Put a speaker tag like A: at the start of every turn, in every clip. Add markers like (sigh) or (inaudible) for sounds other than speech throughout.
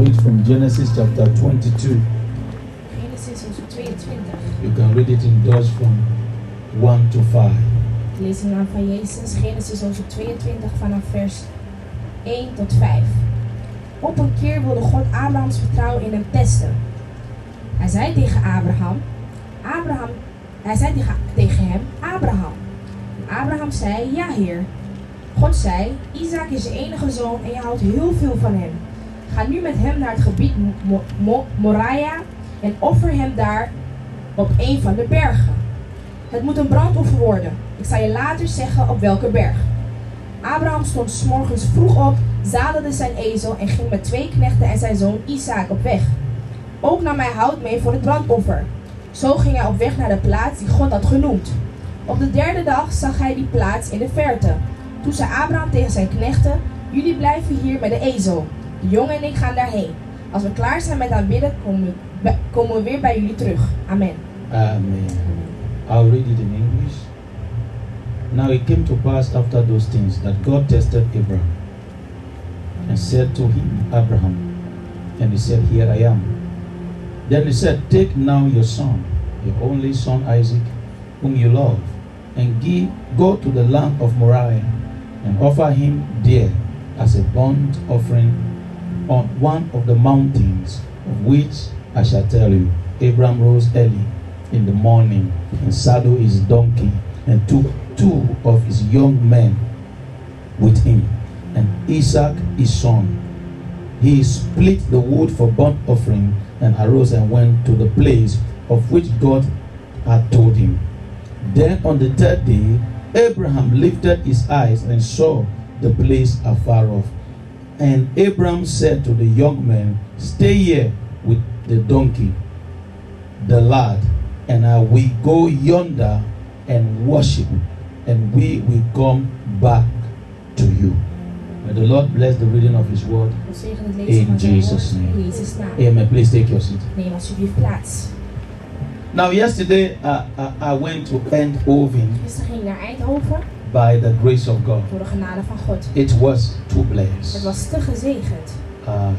A: Read from Genesis chapter 22.
B: Genesis hoofdstuk 22.
A: You can read it in those from 1 to 5.
B: De Lezing aan van Jezus, Genesis hoofdstuk 22 vanaf vers 1 tot 5. Op een keer wilde God Abrahams vertrouwen in hem testen. Hij zei tegen Abraham, Abraham hij zei tegen, tegen hem, Abraham. En Abraham zei, ja heer. God zei, Isaac is je enige zoon en je houdt heel veel van hem. Ga nu met hem naar het gebied Mo- Mo- Mo- Moriah en offer hem daar op een van de bergen. Het moet een brandoffer worden. Ik zal je later zeggen op welke berg. Abraham stond 's morgens vroeg op, zadelde zijn ezel en ging met twee knechten en zijn zoon Isaac op weg. Ook nam hij hout mee voor het brandoffer. Zo ging hij op weg naar de plaats die God had genoemd. Op de derde dag zag hij die plaats in de verte. Toen zei Abraham tegen zijn knechten: Jullie blijven hier met de ezel. De jongen en ik gaan daarheen. Als we klaar zijn met aanbidden, komen we, bij- komen we weer bij jullie terug. Amen.
A: Amen. I'll Um, read it in English. Now it came to pass after those things that God tested Abraham and said to him, Abraham. And he said, Here I am. Then he said, Take now your son, your only son Isaac, whom you love, and give, go to the land of Moriah and offer him there as a burnt offering on one of the mountains of which I shall tell you. Abraham rose early in the morning and saddled his donkey and took two of his young men with him and Isaac his son. He split the wood for burnt offering and arose and went to the place of which God had told him. Then on the third day, Abraham lifted his eyes and saw the place afar off. And Abraham said to the young man, Stay here with the donkey, the lad, and I will go yonder and worship, and we will come back to you. May the Lord bless the reading of his word.
B: We zegenen het lezen van
A: In
B: zijn
A: Jesus'
B: woord.
A: name.
B: In Jezus' naam.
A: Amen. Please take your seat.
B: Neem alsjeblieft plaats.
A: Now, yesterday I, I, I went to Eindhoven
B: Gisteren ging ik naar Eindhoven
A: by the grace of God.
B: door de genade van God.
A: It was too
B: Het
A: blessed.
B: was te gezegend.
A: I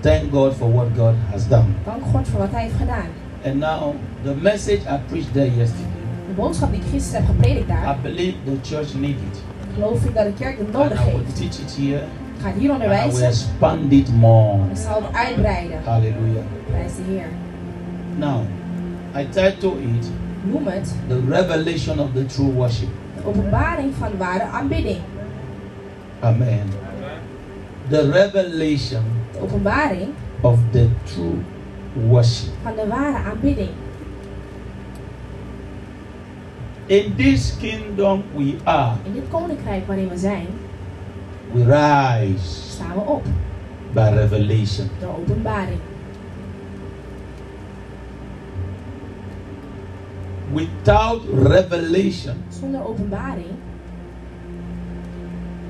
A: thank God for what God has done.
B: Dank God voor wat hij heeft gedaan.
A: And now, the message I preached there yesterday,
B: De boodschap die ik gisteren heb gepredikt
A: I
B: daar,
A: believe the church needs it.
B: geloof ik dat de kerk het
A: And
B: nodig
A: I will
B: heeft.
A: teach it here.
B: Ik ga het hier
A: And I will
B: onderwijzen.
A: expand it more.
B: Ik zal het uitbreiden.
A: Hallelujah.
B: Prijs de Heer.
A: Now, I title it
B: Noem het
A: The Revelation of the True Worship.
B: de openbaring van ware aanbidding.
A: Amen. The revelation
B: De openbaring
A: of the true worship.
B: van de ware aanbidding.
A: In this kingdom we are,
B: In dit koninkrijk waarin we zijn,
A: we rise
B: staan we op.
A: by revelation.
B: Door openbaring.
A: Without revelation,
B: Zonder openbaring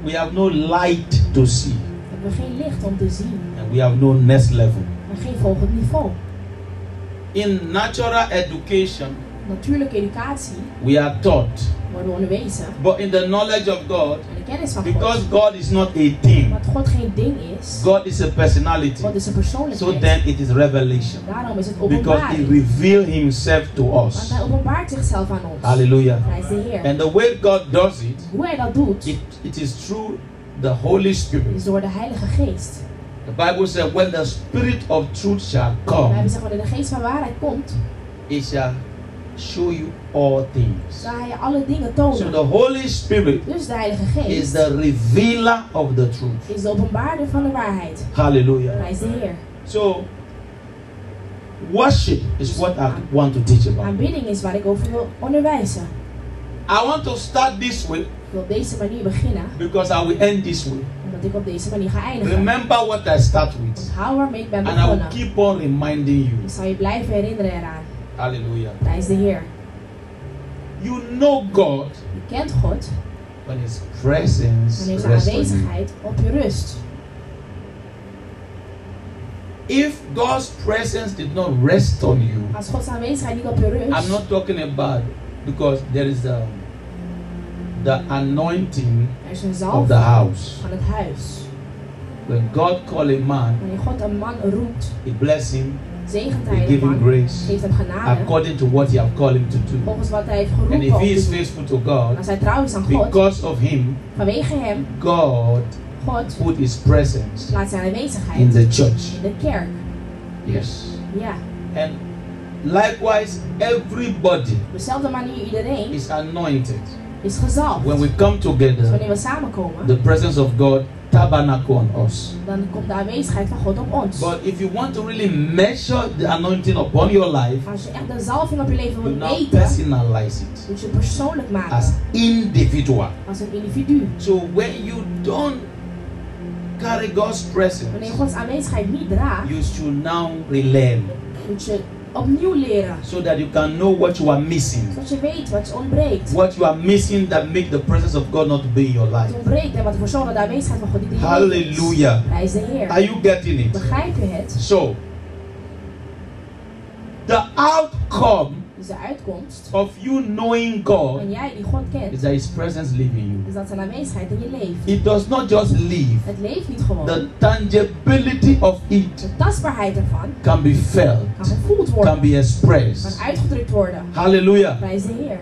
A: we have no light to see,
B: hebben we geen licht om te zien.
A: and we have no next level.
B: En geen volgend niveau.
A: In natural education,
B: Natuurlijke educatie
A: we are taught,
B: worden we onderwezen
A: but in the knowledge of God,
B: aan de kennis van
A: because
B: God.
A: God is not a thing,
B: Want God geen ding is.
A: God is a personality.
B: God is een
A: So
B: persoonlijkheid.
A: then it is revelation
B: Daarom is het
A: because He
B: openbaring.
A: revealed Himself to
B: Want
A: us.
B: hij openbaart zichzelf aan ons.
A: Hallelujah.
B: Prijs de Heer.
A: And the way God does it,
B: Hoe hij dat doet,
A: it, it is through the Holy Spirit.
B: is door de Heilige Geest.
A: The Bible said, when the Spirit of truth shall
B: Wij hebben
A: come,
B: gezegd, wanneer de Geest van waarheid komt,
A: it shall show you all things.
B: zal hij je alle dingen
A: So
B: tonen.
A: the Holy Spirit
B: Dus de Heilige Geest
A: is the revealer of the truth.
B: is de openbaarder van de waarheid.
A: Hallelujah.
B: Prijs de Heer.
A: So, worship is what I want to teach about.
B: Aanbidding is waar ik over wil onderwijzen.
A: I want to start this way
B: Ik wil op deze manier beginnen,
A: because I will end this way.
B: omdat ik op deze manier ga eindigen.
A: Remember what I start with,
B: Hou waarmee ik ben
A: and I will
B: begonnen.
A: keep on reminding you.
B: Ik zal je blijven herinneren eraan.
A: Hallelujah.
B: Prijs de Heer.
A: You know God
B: Je kent God,
A: when His presence
B: wanneer zijn
A: rests on you.
B: aanwezigheid op je rust.
A: If God's presence did not rest on you,
B: Als Gods aanwezigheid niet op je
A: I'm
B: rust,
A: not talking about because there is um, the anointing
B: er is een
A: of
B: zalf
A: the house.
B: van het huis.
A: When God call a man,
B: Wanneer God een man roept,
A: He bless him,
B: zegent
A: He
B: hij
A: give
B: de
A: him
B: man,
A: grace
B: geeft hem genade,
A: according to what He have called him to do.
B: volgens wat hij heeft
A: And
B: geroepen
A: if
B: om
A: he
B: te
A: is
B: doen.
A: faithful to God,
B: Als hij trouw is aan God,
A: because of him,
B: vanwege hem,
A: God
B: God
A: put His presence
B: laat zijn
A: in
B: aanwezigheid
A: the church.
B: in de kerk.
A: Yes.
B: Ja,
A: And likewise, everybody
B: op dezelfde manier iedereen
A: is anointed.
B: is gezalfd.
A: When we come
B: Dus
A: together,
B: wanneer we samenkomen,
A: the presence of God tabernacle on us.
B: dan komt de aanwezigheid van God op ons.
A: But if you want to really measure the anointing upon your life,
B: Als je echt de zalving op je leven
A: you
B: wilt
A: now
B: meten,
A: personalize it
B: moet je het persoonlijk maken.
A: nou as individual.
B: Als een individu.
A: So when you don't carry God's
B: Wanneer je
A: presence,
B: Gods aanwezigheid niet draagt,
A: you should now relearn
B: moet je opnieuw leren.
A: so that you can know what you are missing.
B: Zodat je weet wat je ontbreekt.
A: What you are missing that make the presence of God not be in your
B: Wat
A: life.
B: ontbreekt en wat voor zorgen de aanwezigheid van God niet in je leven is.
A: Hallelujah.
B: Prijs de
A: Are
B: Heer.
A: you getting it?
B: Begrijp je het?
A: So, the outcome
B: Dus de uitkomst
A: of you knowing God
B: van jij die God
A: is
B: kent,
A: that His presence lives in
B: is dat zijn aanwezigheid in je leven.
A: you. It does not just live,
B: Het leeft niet gewoon.
A: the tangibility of it
B: De tastbaarheid ervan
A: can be felt,
B: kan gevoeld
A: can
B: worden,
A: be
B: kan
A: expressed.
B: uitgedrukt worden.
A: Hallelujah.
B: Prijs de Heer.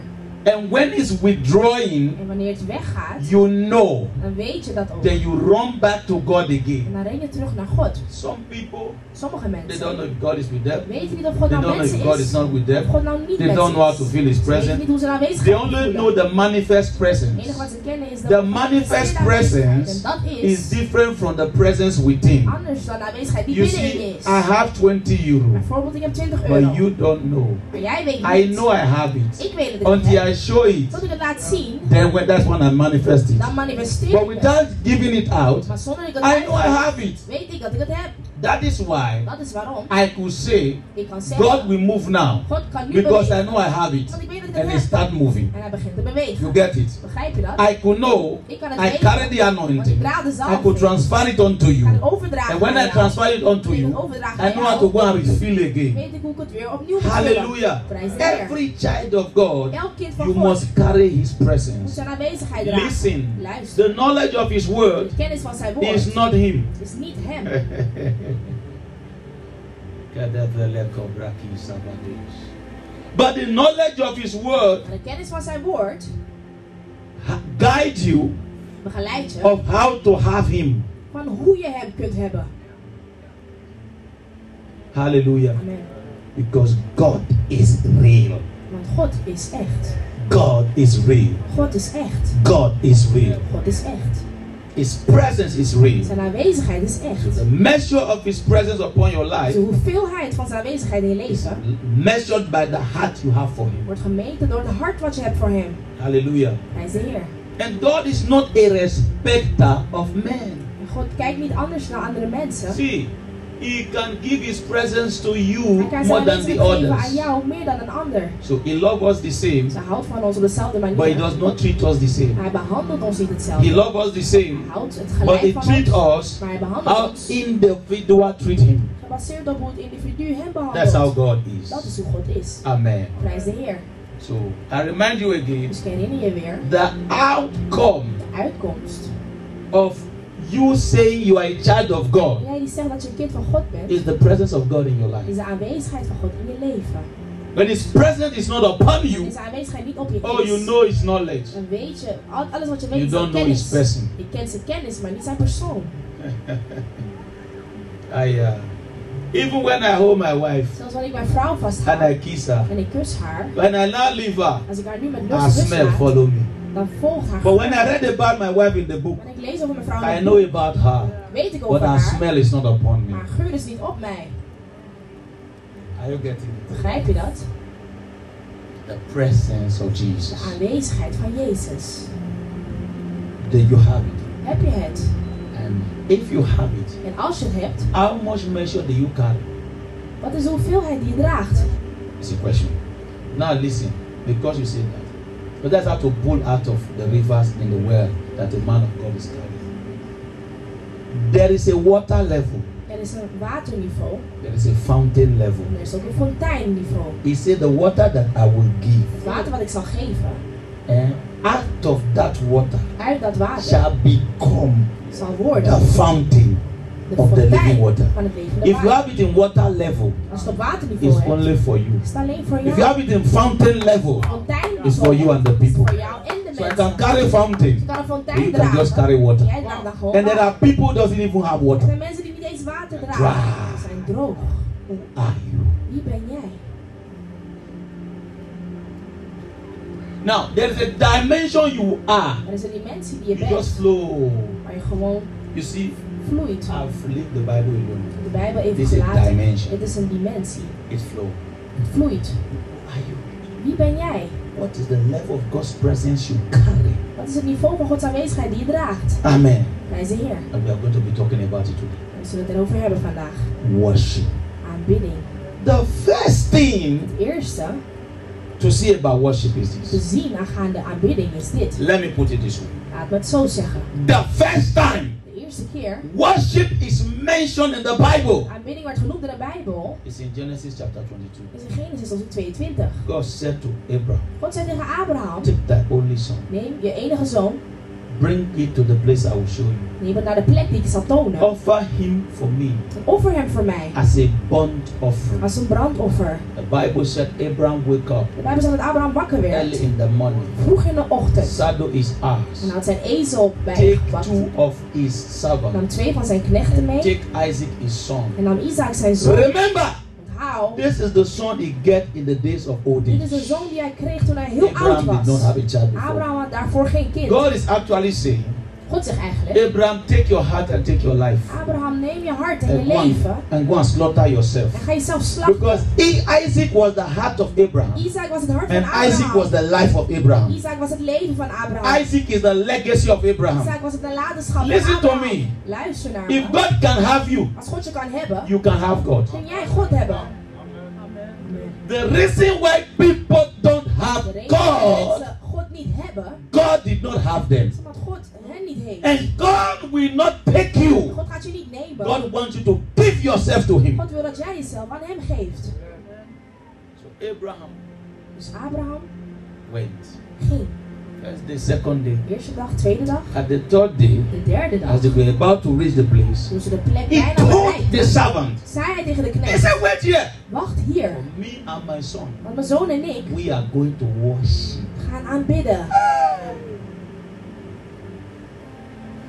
A: And when it's withdrawing,
B: En wanneer het weggaat,
A: you know,
B: dan weet je dat ook.
A: then you run back to God
B: En
A: again.
B: dan ren je terug naar God.
A: Some people,
B: Sommige
A: they don't know
B: mensen
A: if God is with them,
B: weten niet of
A: they don't
B: God nou
A: know
B: mensen
A: if God is
B: is.
A: not with
B: Of
A: them,
B: God nou niet
A: they don't know how
B: mensen
A: to
B: is.
A: feel His
B: Ze weten
A: presence.
B: niet hoe ze
A: They
B: aanwezigheid
A: only
B: voelen.
A: know the manifest
B: Het enige wat
A: presence
B: ze kennen is dat
A: The manifest presence
B: En dat
A: is
B: is
A: different from the presence within.
B: anders dan de aanwezigheid die
A: You
B: binnenin
A: see,
B: is.
A: I have 20 euro,
B: Bijvoorbeeld, ik heb 20 euro.
A: but you don't know.
B: maar jij weet
A: I
B: niet.
A: know I have it
B: ik weet het niet.
A: until
B: hè.
A: I show it.
B: Tot ik het laat zien,
A: Then when that's when I manifest it.
B: dan manifesteer
A: But
B: ik het.
A: without giving it out,
B: Maar zonder ik het
A: I know I
B: uitgeef,
A: have it.
B: weet ik dat ik het heb.
A: That is why
B: Dat is waarom
A: I could say,
B: ik kan zeggen,
A: God will move now
B: God kan nu
A: because
B: bewegen.
A: I know I have it,
B: Want ik weet dat ik het
A: and it
B: heb.
A: start moving.
B: En hij begint te bewegen.
A: You get it?
B: Begrijp je dat?
A: I could know
B: ik kan het
A: I carry
B: weten.
A: the
B: Want ik
A: anointing.
B: draag de
A: I
B: zalving.
A: could transfer it onto
B: Ik kan het
A: you.
B: overdragen
A: And when
B: aan
A: I
B: jou.
A: transfer it onto
B: Wanneer ik het
A: you,
B: overdraag
A: I
B: aan
A: know how to
B: jou,
A: go and refill again.
B: weet ik hoe ik het weer opnieuw moet vullen.
A: Hallelujah.
B: Praise the Lord.
A: Every child of God,
B: Elk kind van
A: you
B: God
A: must carry His
B: moet
A: presence.
B: zijn aanwezigheid dragen.
A: Listen,
B: Luister.
A: the knowledge of His word
B: De kennis van zijn woord
A: is not Him.
B: is niet hem.
A: But the knowledge of His word
B: Maar de kennis van zijn woord
A: ha- guide you
B: begeleidt je
A: of how to have Him.
B: van hoe je hem kunt hebben.
A: Hallelujah.
B: Amen.
A: Because God is real.
B: Want God is echt.
A: God is real.
B: God is echt.
A: God is real.
B: God is echt.
A: His presence is real.
B: Zijn aanwezigheid is
A: So
B: echt.
A: the measure of His presence upon your
B: Dus
A: life
B: de hoeveelheid van zijn aanwezigheid in je
A: is
B: leven
A: measured by the heart you have for Him.
B: wordt gemeten door het hart wat je hebt voor hem.
A: Hallelujah.
B: Hij is de Heer.
A: And God is not a respecter of men.
B: En God kijkt niet anders naar andere mensen.
A: See, He can give His presence to you
B: Hij kan
A: more than
B: zijn
A: the
B: aanwezigheid geven aan
A: others.
B: jou meer dan een ander.
A: So He loves us the same,
B: Ze houdt van ons op dezelfde manier.
A: but He does not treat us the same.
B: Hij behandelt ons niet
A: He
B: hetzelfde.
A: loves us the
B: Hij
A: same,
B: houdt het
A: but He
B: gelijk van
A: treats
B: ons.
A: us
B: Maar hij behandelt
A: how
B: ons
A: individual treat Him.
B: gebaseerd op hoe het individu hem
A: That's how
B: behandelt.
A: God
B: Dat is
A: is.
B: hoe God is.
A: Amen.
B: Prijs de Heer.
A: So I remind you again
B: Dus ik herinner je weer
A: the outcome
B: de uitkomst.
A: of you saying you are a child of God
B: Jij die zegt dat je een kind van God bent,
A: is the presence of God in your life.
B: is de aanwezigheid van God in je leven.
A: When His presence is not upon
B: Wanneer
A: you,
B: zijn aanwezigheid niet op je
A: oh,
B: is,
A: you know His knowledge.
B: dan weet je, al- alles wat je weet
A: You
B: is zijn
A: don't know His
B: kennis.
A: person.
B: Je kent zijn kennis, maar niet zijn persoon.
A: I, uh, even when I hold my wife
B: Zelfs wanneer ik mijn vrouw
A: and
B: vasthoud
A: I kiss her,
B: en ik kus haar,
A: when I now leave her,
B: als ik haar nu met
A: her
B: lust
A: smell
B: loslaat,
A: follow me.
B: dan volgt haar.
A: But when I read about my wife in the book,
B: Wanneer ik lees over mijn vrouw,
A: I
B: dan
A: know about her,
B: weet ik
A: but
B: over
A: her
B: haar,
A: smell is not upon me.
B: maar haar geur is niet op mij.
A: Are you getting it?
B: Begrijp je dat?
A: The presence of
B: De
A: Jesus.
B: aanwezigheid van Jezus.
A: Then you have it.
B: Heb je het?
A: And if you have it,
B: En als je het hebt,
A: how much measure do you carry?
B: wat is de hoeveelheid die je draagt?
A: It's a question. Now listen, because you said that, but that's how to pull out of the rivers in the well that the man of God is carrying. There is a water level,
B: Er is een waterniveau
A: there is a fountain level.
B: en er is ook een fonteinniveau.
A: He said, The water that I will
B: Het
A: give,
B: water wat ik zal geven,
A: and out of that water
B: uit dat water
A: shall become
B: zal
A: the
B: worden
A: fountain
B: de
A: of the living
B: fontein
A: water.
B: van het levende
A: If you
B: water.
A: have it in water level,
B: Als je het op waterniveau
A: it's
B: hebt,
A: only for you.
B: is het alleen voor
A: If you
B: jou.
A: have it in fountain level,
B: Fontein
A: it's for you and the
B: is voor
A: people.
B: jou en de
A: So I
B: mensen.
A: can carry fountain,
B: Je kan een
A: but you
B: fontein
A: can just
B: dragen.
A: carry water.
B: Jij draagt dan gewoon
A: And there
B: water.
A: are people who doesn't even have
B: Er
A: water.
B: zijn mensen die niet eens water
A: Dry.
B: dragen. Ze zijn droog.
A: Who are Ah, you?
B: Wie ben jij?
A: Now there is a dimension you are.
B: Er is een dimensie die je
A: You
B: bent,
A: just flow.
B: waar je gewoon
A: You see,
B: vloeit.
A: I've lived the Bible alone.
B: De Bijbel even
A: This is a
B: gelaten.
A: dimension.
B: Dit is een dimensie.
A: It's flow.
B: Het vloeit.
A: Who are you?
B: Wie ben jij?
A: What is the level of God's presence you carry?
B: Wat is het niveau van Gods aanwezigheid die je draagt?
A: Amen.
B: Hij is de Heer.
A: And we are going to be talking about it today.
B: We zullen het erover hebben vandaag.
A: Worship.
B: Aanbidding.
A: The first thing
B: Het eerste
A: to see about worship is
B: te
A: this.
B: zien aangaande aanbidding is dit.
A: Let me put it this way.
B: Laat me het zo zeggen.
A: The first time
B: De eerste keer
A: worship is mentioned in the Bible
B: aanbidding wordt genoemd in de Bijbel
A: is in Genesis chapter 22.
B: is in Genesis hoofdstuk 22.
A: God said to Abraham,
B: God zei tegen Abraham,
A: Take thy only son,
B: neem je enige zoon,
A: bring it to the place I will show you.
B: neem het naar de plek die ik je zal tonen.
A: Offer him for me
B: En offer hem voor mij,
A: as a burnt offering.
B: als een brandoffer.
A: The Bible said, Abraham, wake up
B: De Bijbel zegt dat Abraham wakker
A: early
B: werd,
A: in the morning.
B: vroeg in de ochtend.
A: Saddle his
B: En
A: ass.
B: had zijn ezel bij
A: Take
B: gepakt.
A: two of his
B: Nam
A: servants.
B: twee van zijn knechten mee
A: Take Isaac his son.
B: en nam Isaac zijn zoon.
A: Remember,
B: Onthoud,
A: this is the son he get in the days of old
B: dit
A: age.
B: is de zoon die hij kreeg toen hij heel oud
A: Abraham did not
B: was.
A: have a child before.
B: Abraham had daarvoor geen kind.
A: God is actually saying,
B: God zegt eigenlijk,
A: Abraham, take your heart and take your life
B: Abraham neem je hart en je
A: and go and,
B: leven
A: and go and slaughter yourself.
B: en ga jezelf slachten.
A: Because he, Isaac was the heart of Abraham,
B: Isaac was het hart van
A: and Isaac was
B: Abraham.
A: the life of Abraham.
B: Isaac was het leven van Abraham.
A: Isaac is the legacy of Abraham.
B: Isaac was het nalatenschap van
A: Listen to
B: Abraham.
A: me.
B: Luister naar
A: If
B: me.
A: God can have you,
B: Als God je kan hebben,
A: you can have God.
B: kun jij God hebben.
A: The reason why people don't
B: De
A: have
B: reden dat
A: God,
B: mensen God niet hebben,
A: God did not have them.
B: is omdat God hen niet heeft.
A: And God will not take you.
B: God gaat je niet nemen.
A: God wants you to give yourself to Him.
B: God wil dat jij jezelf aan hem geeft.
A: So Abraham
B: Dus Abraham
A: went.
B: ging.
A: First day, second day.
B: Eerste dag, tweede dag,
A: At the third day,
B: de derde dag.
A: as they were about to reach the place,
B: Toen ze de plek
A: he
B: bijna
A: told the
B: bereikten,
A: servant,
B: zei hij tegen de
A: He
B: knecht,
A: said, Wait here.
B: wacht hier,
A: For me and my son,
B: want mijn zoon en ik
A: we are going to worship.
B: gaan aanbidden.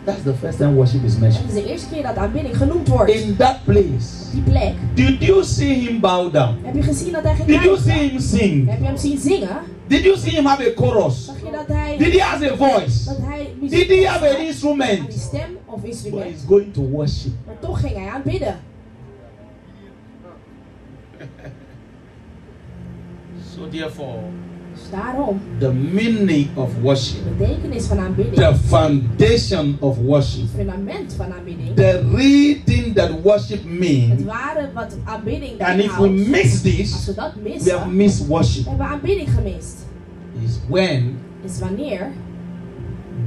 A: That's the first time worship is
B: Het
A: mentioned.
B: is de eerste keer dat aanbidding genoemd wordt.
A: In that place,
B: Die plek.
A: did you see him bow down?
B: Heb je gezien dat hij ging
A: Did you
B: dansen?
A: see him sing?
B: Heb je hem zien zingen?
A: Did you see him have a chorus?
B: Zag je dat hij,
A: Did he have a voice?
B: dat hij
A: Did
B: muziek
A: he have an
B: had? aan die
A: instrument?
B: stem of
A: Well, he's
B: instrument?
A: going to worship.
B: Maar toch ging hij aanbidden.
A: So therefore,
B: Dus daarom,
A: the meaning of
B: de
A: worship,
B: betekenis van aanbidding,
A: the foundation of worship,
B: het fundament van aanbidding,
A: the reading that worship
B: het
A: means,
B: ware wat aanbidding
A: and if we
B: inhoudt,
A: miss
B: als
A: this,
B: we dat
A: we have
B: missen,
A: missed worship.
B: hebben we aanbidding gemist.
A: Is when
B: Is wanneer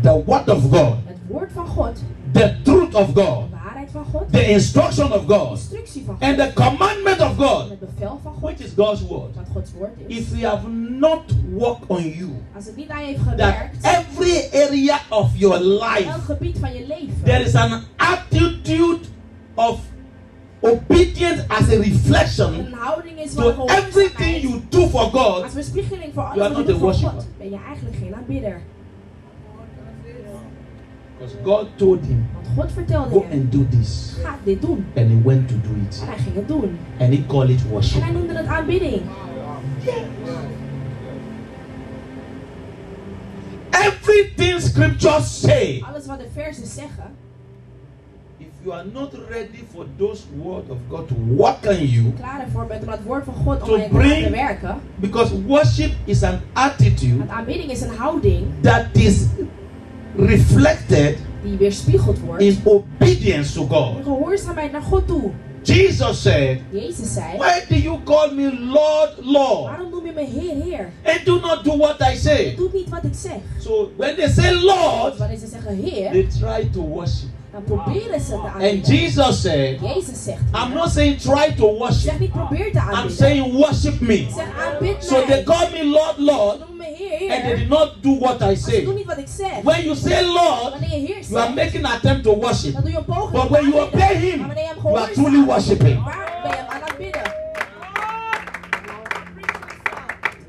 A: the word of God,
B: het woord van God,
A: the truth of
B: de
A: God,
B: waarheid van God, de
A: the instruction of God,
B: instructie van God
A: and the commandment of
B: en
A: God,
B: het bevel van God,
A: which is God's word,
B: wat Gods woord is,
A: if we have not worked on you,
B: als het niet aan je heeft
A: that
B: gewerkt,
A: every area of your
B: elk
A: life
B: gebied van je leven,
A: there is an attitude of obedience as a reflection
B: een houding is van
A: to everything
B: gehoorzaamheid,
A: you do for God,
B: Als bespiegeling voor
A: You are
B: alles wat
A: not
B: je doet
A: a
B: voor
A: worshipper.
B: God, ben je eigenlijk geen aanbidder.
A: because God told him,
B: Want God vertelde
A: Go
B: hem,
A: and do this.
B: ga dit doen.
A: And he went to do it.
B: En hij ging het doen.
A: And he called it
B: En
A: worship.
B: hij noemde het aanbidding.
A: Everything scriptures say,
B: Alles wat de versen zeggen,
A: if you are not ready for those words of God to work on you,
B: klaar ervoor bent om dat woord van God
A: To
B: om aan je te laten
A: bring-
B: werken.
A: because worship is an attitude
B: Want aanbidding is een houding
A: that is reflected
B: die weerspiegeld wordt.
A: in obedience to
B: In
A: God.
B: gehoorzaamheid naar God toe.
A: Jesus said,
B: Jezus zei,
A: Why do you call me Lord, Lord,
B: waarom noem je me Heer, Heer?
A: and do not do what I
B: Je
A: say?
B: doet niet wat ik zeg.
A: So when they say Lord,
B: Dus wanneer ze zeggen Heer,
A: they try to worship.
B: dan proberen ze te
A: And
B: aanbidden.
A: Jesus said,
B: Jezus zegt,
A: I'm not saying try to
B: zeg
A: worship,
B: niet probeer te
A: I'm
B: aanbidden.
A: saying worship me.
B: Zeg aanbid
A: So they
B: mij.
A: call me Lord, Lord,
B: Noem me Heer, Heer,
A: and they
B: Heer,
A: did not do what I
B: maar ze
A: say.
B: doen niet wat ik zeg.
A: When you say Lord,
B: Wanneer je Heer
A: you are
B: zegt,
A: making an attempt to worship.
B: dan doe je een poging.
A: But
B: om
A: when you
B: aan te bidden.
A: obey him,
B: maar wanneer je hem
A: You are
B: gehoorzaamt,
A: truly worshiping.
B: waar ben je hem aan het bidden?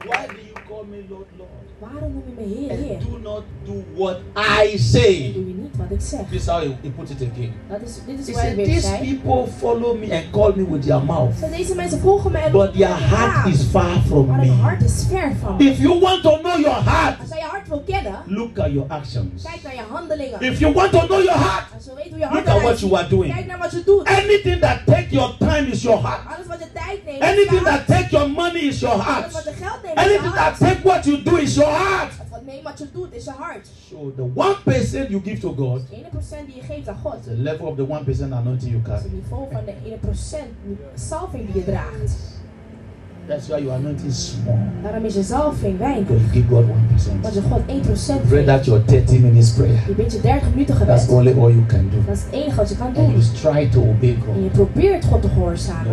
A: Why do you call me Lord, Lord?
B: Waarom noem je me Heer,
A: And
B: Heer?
A: do not do what I
B: Dan
A: say.
B: doe je niet wat ik zeg.
A: This is how he, he put it again.
B: Dat is, dit
A: He
B: is waar ik
A: said,
B: weer
A: These
B: zei.
A: people follow me and call me with their mouth,
B: Zo, Deze mensen volgen me en
A: but their
B: roepen me na.
A: heart is far from
B: Maar hun
A: me.
B: hart is ver van me.
A: If you want to know your heart,
B: Als jij je hart wil kennen,
A: look at your actions.
B: kijk naar je handelingen.
A: If you want to know your heart,
B: Als je weet hoe je hart
A: look at
B: eruit
A: what you
B: ziet,
A: are doing.
B: kijk naar wat je doet.
A: Anything that take your time is your heart.
B: Alles wat je tijd neemt, is je
A: Anything
B: hart.
A: that take your money is your
B: alles wat
A: heart.
B: je geld neemt, is je
A: Anything that
B: hart.
A: take what you do is your heart.
B: Alles wat neemt wat je doet, is je hart.
A: So the one percent you give to God,
B: De 1% die je geeft aan God,
A: the level of the one percent anointing you
B: is het
A: carry.
B: niveau van de 1% salving die je draagt.
A: That's why your anointing is small.
B: Daarom is je salving weinig,
A: Because you give God one
B: want je
A: percent.
B: God 1%
A: Pray
B: geeft.
A: that your 30 minutes prayer.
B: Je bent je 30 minuten
A: That's
B: gebed.
A: only all you can do.
B: Dat is het enige wat je kan
A: And
B: doen.
A: you try to obey
B: En je
A: God.
B: probeert God te gehoorzamen.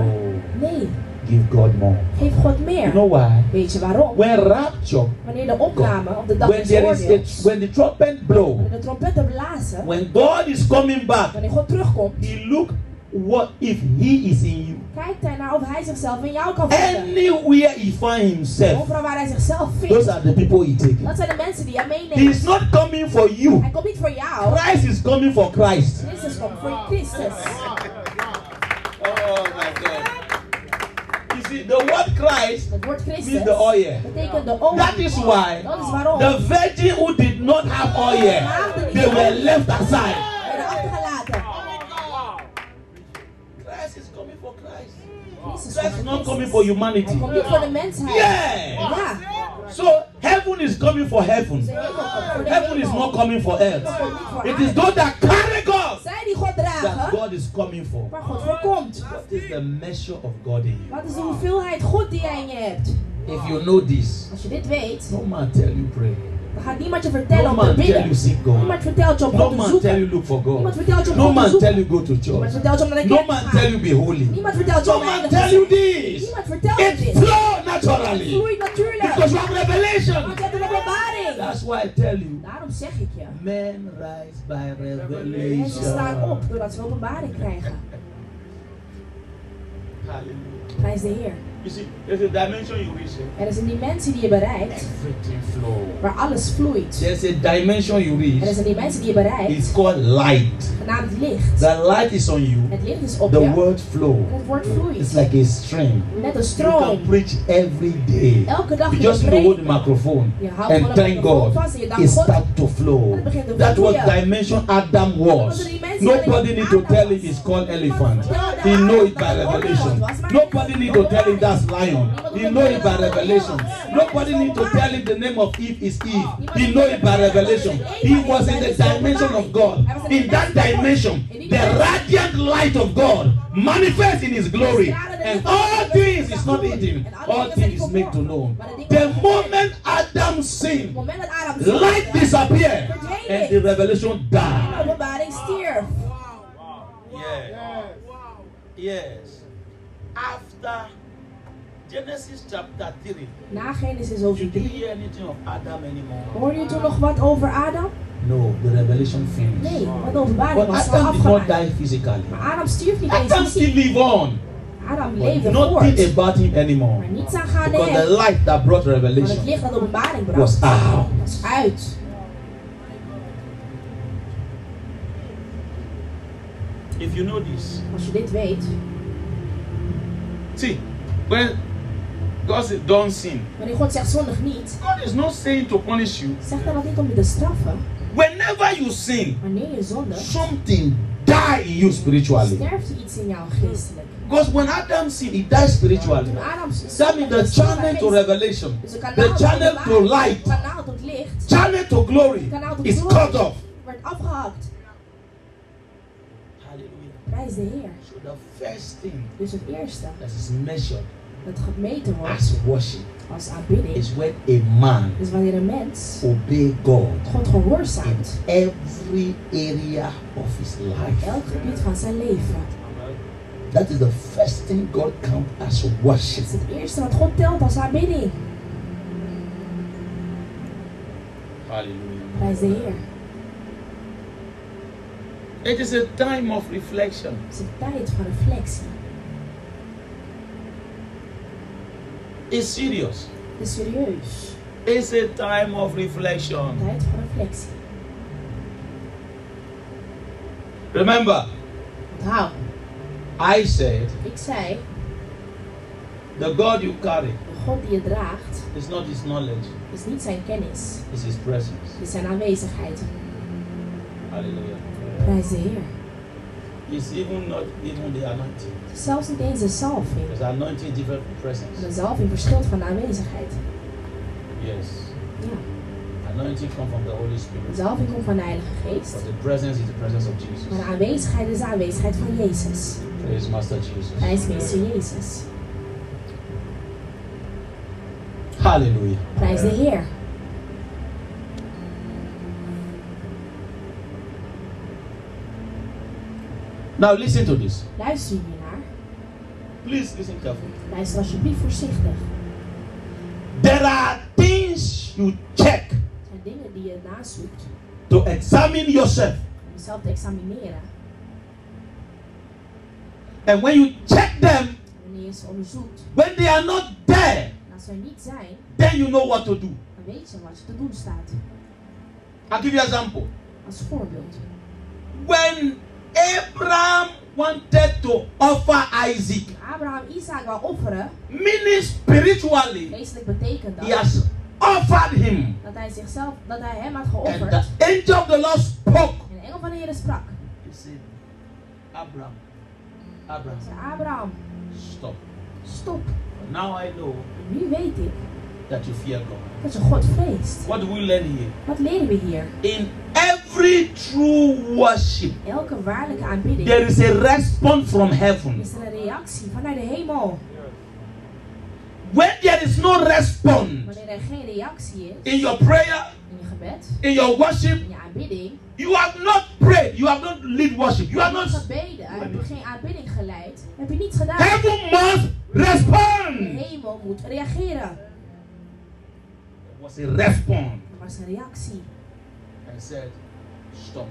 A: No,
B: Nee,
A: give God more.
B: geef God
A: You
B: meer.
A: know why?
B: Weet je waarom?
A: When rapture,
B: Wanneer de opname op de dag
A: when
B: des
A: there is
B: oordeels,
A: a, when the trumpet
B: wanneer
A: blow,
B: de trompetten blazen,
A: when God is coming back,
B: wanneer God terugkomt,
A: He look what if He is in you.
B: kijkt hij naar of hij zichzelf in jou kan vinden.
A: Anywhere He find Himself,
B: Overal waar hij zichzelf
A: those
B: vindt.
A: are the people He take.
B: Dat zijn de mensen die hem meenemen.
A: He's not coming for you.
B: Hij komt niet voor jou.
A: Christ is coming for Christ.
B: Christus komt voor Christus.
A: Oh my God. You see, the word Christ
B: Het woord
A: means
B: Christus
A: the oil.
B: betekent de olie.
A: That is why
B: Dat is waarom.
A: the virgin who did not have oil, they were left aside.
B: Werden achtergelaten.
A: Christ is coming for Christ.
B: Christus komt
A: Christ is not coming for
B: Christus. Hij
A: humanity.
B: komt niet voor de mensheid.
A: Yeah.
B: Ja.
A: So heaven is coming for heaven.
B: De hemel komt voor de
A: Heaven is
B: hemel.
A: not coming for
B: God
A: earth.
B: komt niet voor
A: It is
B: aarde.
A: those that carry God
B: Zij die God
A: that
B: dragen,
A: God is coming for.
B: waar God voor komt.
A: What is the measure of God in you?
B: Wat is de hoeveelheid God die jij in je hebt?
A: If you know this,
B: Als je dit weet,
A: no man tell you pray.
B: dan gaat niemand je vertellen
A: No
B: om te
A: man tell
B: bidden.
A: you seek God.
B: Niemand vertelt je om
A: No
B: God te
A: man tell
B: zoeken.
A: you look for God.
B: Niemand vertelt je om
A: No
B: God te
A: man tell
B: zoeken.
A: you go to
B: Niemand
A: church.
B: vertelt je om naar de
A: No
B: kerk
A: man
B: te
A: tell
B: gaan.
A: you be holy.
B: Niemand vertelt je
A: No
B: om
A: man
B: heilig
A: tell
B: te
A: you
B: zijn.
A: this.
B: Niemand vertelt je
A: It
B: dit.
A: flow
B: Het
A: naturally
B: vloeit natuurlijk.
A: because you have revelation.
B: Want je hebt een openbaring.
A: That's why I tell you,
B: Daarom zeg ik je.
A: men rise by
B: Mensen staan op
A: revelation.
B: doordat ze een openbaring krijgen.
A: Hallelujah.
B: Prijs de Heer.
A: You see, there's a dimension you reach. eh?
B: Er is een dimensie die je bereikt
A: Everything flow.
B: waar alles vloeit.
A: There's a dimension you
B: Er is
A: reach.
B: een dimensie die je
A: It's
B: bereikt
A: called light.
B: genaamd licht.
A: The light is on you.
B: Het licht is op
A: The
B: je.
A: word flow.
B: Het woord
A: It's
B: vloeit.
A: like a stream.
B: Net een
A: You can
B: stroom.
A: preach every day.
B: Elke dag
A: You
B: moet
A: just
B: je
A: need to hold the
B: preken.
A: microphone
B: Je houdt
A: and
B: gewoon een
A: thank
B: microfoon
A: God.
B: vast en je
A: It
B: dankt God.
A: start to flow. That was dimension Adam was. Nobody need to tell him it's called elephant. He know it by revelation. Nobody need to tell him that's lion. He know it by revelation. Nobody need to tell him the name of Eve is Eve. He know it by revelation. He was in the dimension of God. In that dimension, the radiant light of God manifests in his glory. And all things is not hidden. All things is made to know. The moment Adam
B: Op
A: sinned,
B: het moment dat Adam
A: light
B: zondigde,
A: disappeared and the revelation
B: "Oh, de
A: died.
B: openbaring stierf.
A: Yeah. Yes. After Genesis chapter 3,
B: Na Genesis
A: did
B: over
A: you
B: 3.
A: hear anything of Adam anymore?
B: Hoorde je toen nog wat over Adam?
A: No, the revelation finished.
B: Nee, want de openbaring
A: But
B: was al
A: Adam did not
B: afgemaakt.
A: die physically.
B: Maar Adam stierf niet eens
A: Adam
B: fysiek.
A: still live on.
B: Adam
A: But
B: leefde
A: nothing
B: voort.
A: about him anymore.
B: Maar niets aan gaan
A: Because the
B: hem.
A: light that brought
B: Want het
A: revelation
B: licht dat openbaring bracht,
A: was out.
B: was uit.
A: If you know this,
B: Als je dit weet,
A: see, when God said, don't sin,
B: wanneer God zegt zondig niet,
A: God is not saying to punish you.
B: zegt hij dat niet om je te straffen.
A: Whenever you sin,
B: Wanneer je zondigt,
A: something die in you spiritually.
B: sterft er iets in jou geestelijk.
A: Because when Adam sinned, he died spiritually.
B: Toen Adam
A: That means the channel to revelation,
B: Dus
A: the channel to light,
B: Het kanaal tot licht
A: channel to glory is cut off.
B: werd afgehakt.
A: Hallelujah.
B: Prijs de Heer.
A: So the first thing
B: Dus het eerste
A: that is measured
B: dat gemeten wordt
A: as worship
B: als aanbidding
A: is when a man
B: is wanneer een mens
A: obey God
B: God
A: in
B: gehoorzaamt.
A: every area of his life.
B: Elk gebied van zijn leven.
A: That is the first thing God counts as worship.
B: Het is het eerste wat God telt als aanbidding.
A: Hallelujah.
B: Prijs de Heer.
A: It is a time of reflection.
B: Het is een tijd van reflectie.
A: It's serious.
B: Het is serieus.
A: It's a time of
B: Een
A: reflection.
B: tijd van reflectie.
A: Remember,
B: Onthoud,
A: I said
B: ik zei,
A: the God you carry
B: de God die je draagt,
A: is not his knowledge,
B: is niet zijn kennis,
A: it's his presence.
B: het is zijn aanwezigheid.
A: Hallelujah.
B: Prijs de Heer.
A: It's even not even the anointing.
B: Het is Zelfs niet eens een zalving.
A: Because anointing is different from
B: Want Een
A: presence.
B: zalving verschilt van de aanwezigheid.
A: Yes.
B: Ja.
A: Anointing comes from the Holy
B: Een
A: Spirit.
B: zalving komt van de Heilige Geest.
A: But the presence is the presence of
B: Maar de
A: Jesus.
B: aanwezigheid is de aanwezigheid van Jezus.
A: Praise Master
B: Hij is
A: Jesus.
B: meester Jezus.
A: Hallelujah.
B: Prijs de Heer.
A: Now listen to this.
B: Luister hiernaar.
A: Please listen carefully.
B: Luister alsjeblieft voorzichtig.
A: There are things you check
B: Er zijn dingen die je nazoekt
A: to examine yourself.
B: om jezelf te examineren.
A: And when you check them,
B: Wanneer je ze onderzoekt,
A: when they are not there,
B: en als ze er niet zijn,
A: then you know what to do.
B: dan weet je wat je te doen staat.
A: I'll give you an example.
B: Als voorbeeld.
A: When Abraham wanted to offer Isaac,
B: Toen Abraham Isaac wou offeren,
A: meaning spiritually,
B: geestelijk betekent dat
A: he has offered him.
B: dat hij zichzelf, dat hij hem had
A: And
B: geofferd.
A: the angel of the Lord spoke.
B: En de engel van de Heer sprak.
A: He said, Abraham,
B: Hij
A: Abraham,
B: zei, Abraham,
A: stop.
B: stop.
A: Now I know
B: En nu weet ik
A: that you fear God.
B: dat je God vreest.
A: What do we learn here?
B: Wat leren we hier?
A: In every true worship,
B: Elke waarlijke aanbidding
A: there is a response from heaven.
B: is er een reactie vanuit de hemel.
A: When there is no response
B: Wanneer er geen reactie is
A: in your prayer,
B: in je gebed,
A: in your worship,
B: in je aanbidding,
A: you have not prayed, you have not lead worship, you
B: heb
A: have
B: je
A: not.
B: gebeden, heb je geen aanbidding geleid, heb je niet gedaan.
A: Heaven must
B: De
A: respond.
B: hemel moet reageren.
A: There was a response
B: Er was een reactie.
A: and said, Stop.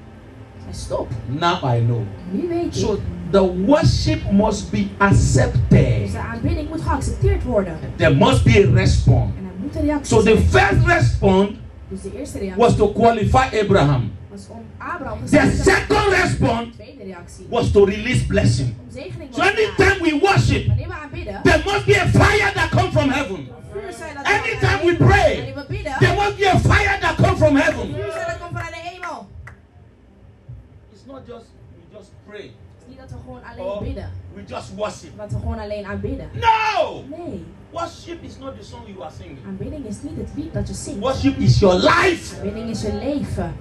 B: Hij stop.
A: Now I know.
B: Nu weet je.
A: So the worship must be
B: Dus
A: accepted,
B: de aanbidding moet geaccepteerd worden.
A: there must be a response.
B: En er moet een reactie
A: So the
B: zijn.
A: first response
B: Dus de eerste reactie
A: was to qualify Abraham.
B: was om Abraham te
A: The
B: zegenen.
A: second response
B: De tweede reactie
A: was to release blessing.
B: om zegening
A: So
B: was gedaan.
A: anytime we worship,
B: Wanneer we aanbidden,
A: there must be a fire that comes from heaven.
B: vuur zijn dat
A: Anytime we pray,
B: Wanneer we bidden,
A: there must be a fire that comes from heaven.
B: vuur zijn dat komt vanuit de hemel.
A: It's not just we just pray,
B: Het is niet dat we gewoon alleen
A: Oh.
B: bidden.
A: we just worship.
B: Dat we gewoon alleen aanbidden.
A: No!
B: Nee,
A: Worship is not the song you are singing.
B: aanbidding is niet het lied dat je zingt.
A: Worship is your life.
B: Aanbidding is je leven.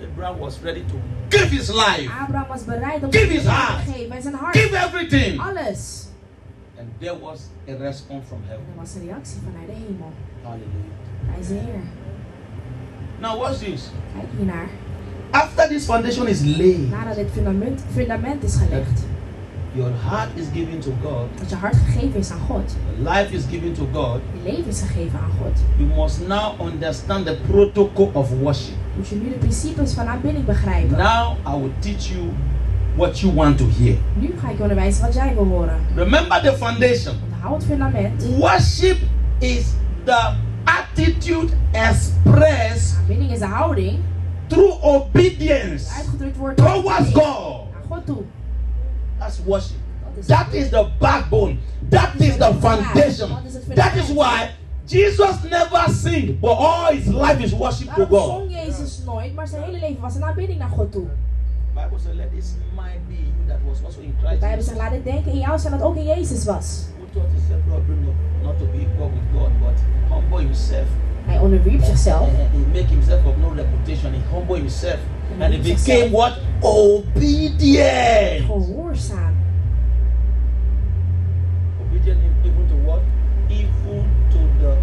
A: Abraham was ready to give his life,
B: Abraham was bereid om
A: Give
B: zijn
A: his
B: leven
A: heart.
B: te geven en zijn hart.
A: give everything.
B: Alles.
A: And there was a response from
B: En
A: heaven.
B: er was een reactie vanuit de hemel.
A: Hallelujah.
B: Hij is de Heer.
A: Now watch this.
B: Kijk hiernaar.
A: After this foundation is laid,
B: Nadat dit fundament, fundament is gelegd.
A: your heart is given to God,
B: Dat je hart gegeven is aan God.
A: your life is given to God.
B: Je leven is gegeven aan God.
A: You must now understand the protocol of worship.
B: Moet je nu de principes van aanbidding begrijpen.
A: Now I will teach you what you want to hear.
B: Nu ga ik je onderwijzen wat jij wil horen.
A: Remember the foundation.
B: Onthoud het fundament.
A: Mm. Worship is the attitude expressed
B: Aanbidding is de houding
A: through
B: die
A: obedience
B: uitgedrukt wordt door
A: towards
B: aanbidding.
A: Oh, God.
B: Naar God toe.
A: That's worship.
B: Dat is
A: That is the backbone. That is the foundation. That is why Jesus never sinned, but all his life is worship to
B: Daarom
A: God.
B: zong Jezus nooit, maar zijn hele leven was een aanbidding naar God toe.
A: Bible says, "Let this mind be in you that was also in
B: De
A: Christ."
B: Bijbel zegt, laat het denken in jou zijn dat ook in Jezus was.
A: Who taught himself not, not to be equal with God, but humble himself
B: Hij onderwierp zichzelf.
A: And he make himself of no reputation. He humble himself.
B: Humble
A: And he
B: himself.
A: became what? Obedient.
B: Gehoorzaam.
A: Obedient even to what? Even to the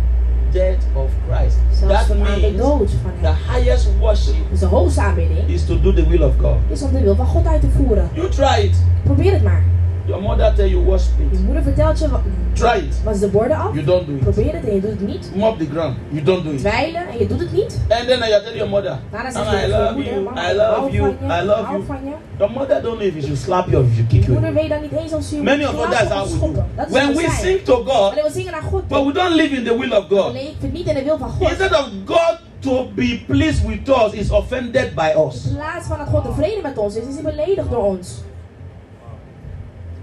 A: death of Christ.
B: Zelfs
A: That
B: tot aan de
A: means
B: dood van
A: the
B: hem.
A: highest worship
B: Dus de hoogste aanbidding
A: is to do the will of God.
B: is om de wil van God uit te voeren.
A: You try it.
B: Probeer het maar.
A: Your mother tell you wash
B: Je
A: plate.
B: moeder vertelt je, wa-
A: Try it.
B: was de borden af?
A: You don't do it.
B: Probeer het en je doet het niet.
A: Mop the ground. You don't do it.
B: Dweilen en je doet het niet.
A: And then I tell your mother,
B: Daarna zeg
A: eh, Mama,
B: je
A: Ah, I
B: tegen je
A: love
B: moeder,
A: you.
B: mama,
A: I
B: ik
A: love
B: hou
A: you.
B: van je,
A: I
B: ik
A: love
B: hou
A: you.
B: van je.
A: Your mother don't know if she should slap you or if she kick
B: Je
A: you.
B: moeder weet dan niet eens of ze je
A: Many
B: moet
A: of us that's
B: slagen
A: how
B: of
A: we do.
B: schoppen. Dat is
A: When
B: hoe
A: we
B: we zijn.
A: sing to God,
B: Wanneer we zingen naar God.
A: but we don't live in the will of God.
B: Nee, ik vind niet in de wil van God.
A: Instead of God to be pleased with us, is offended by us.
B: In plaats van dat God tevreden met ons is, is hij beledigd door ons.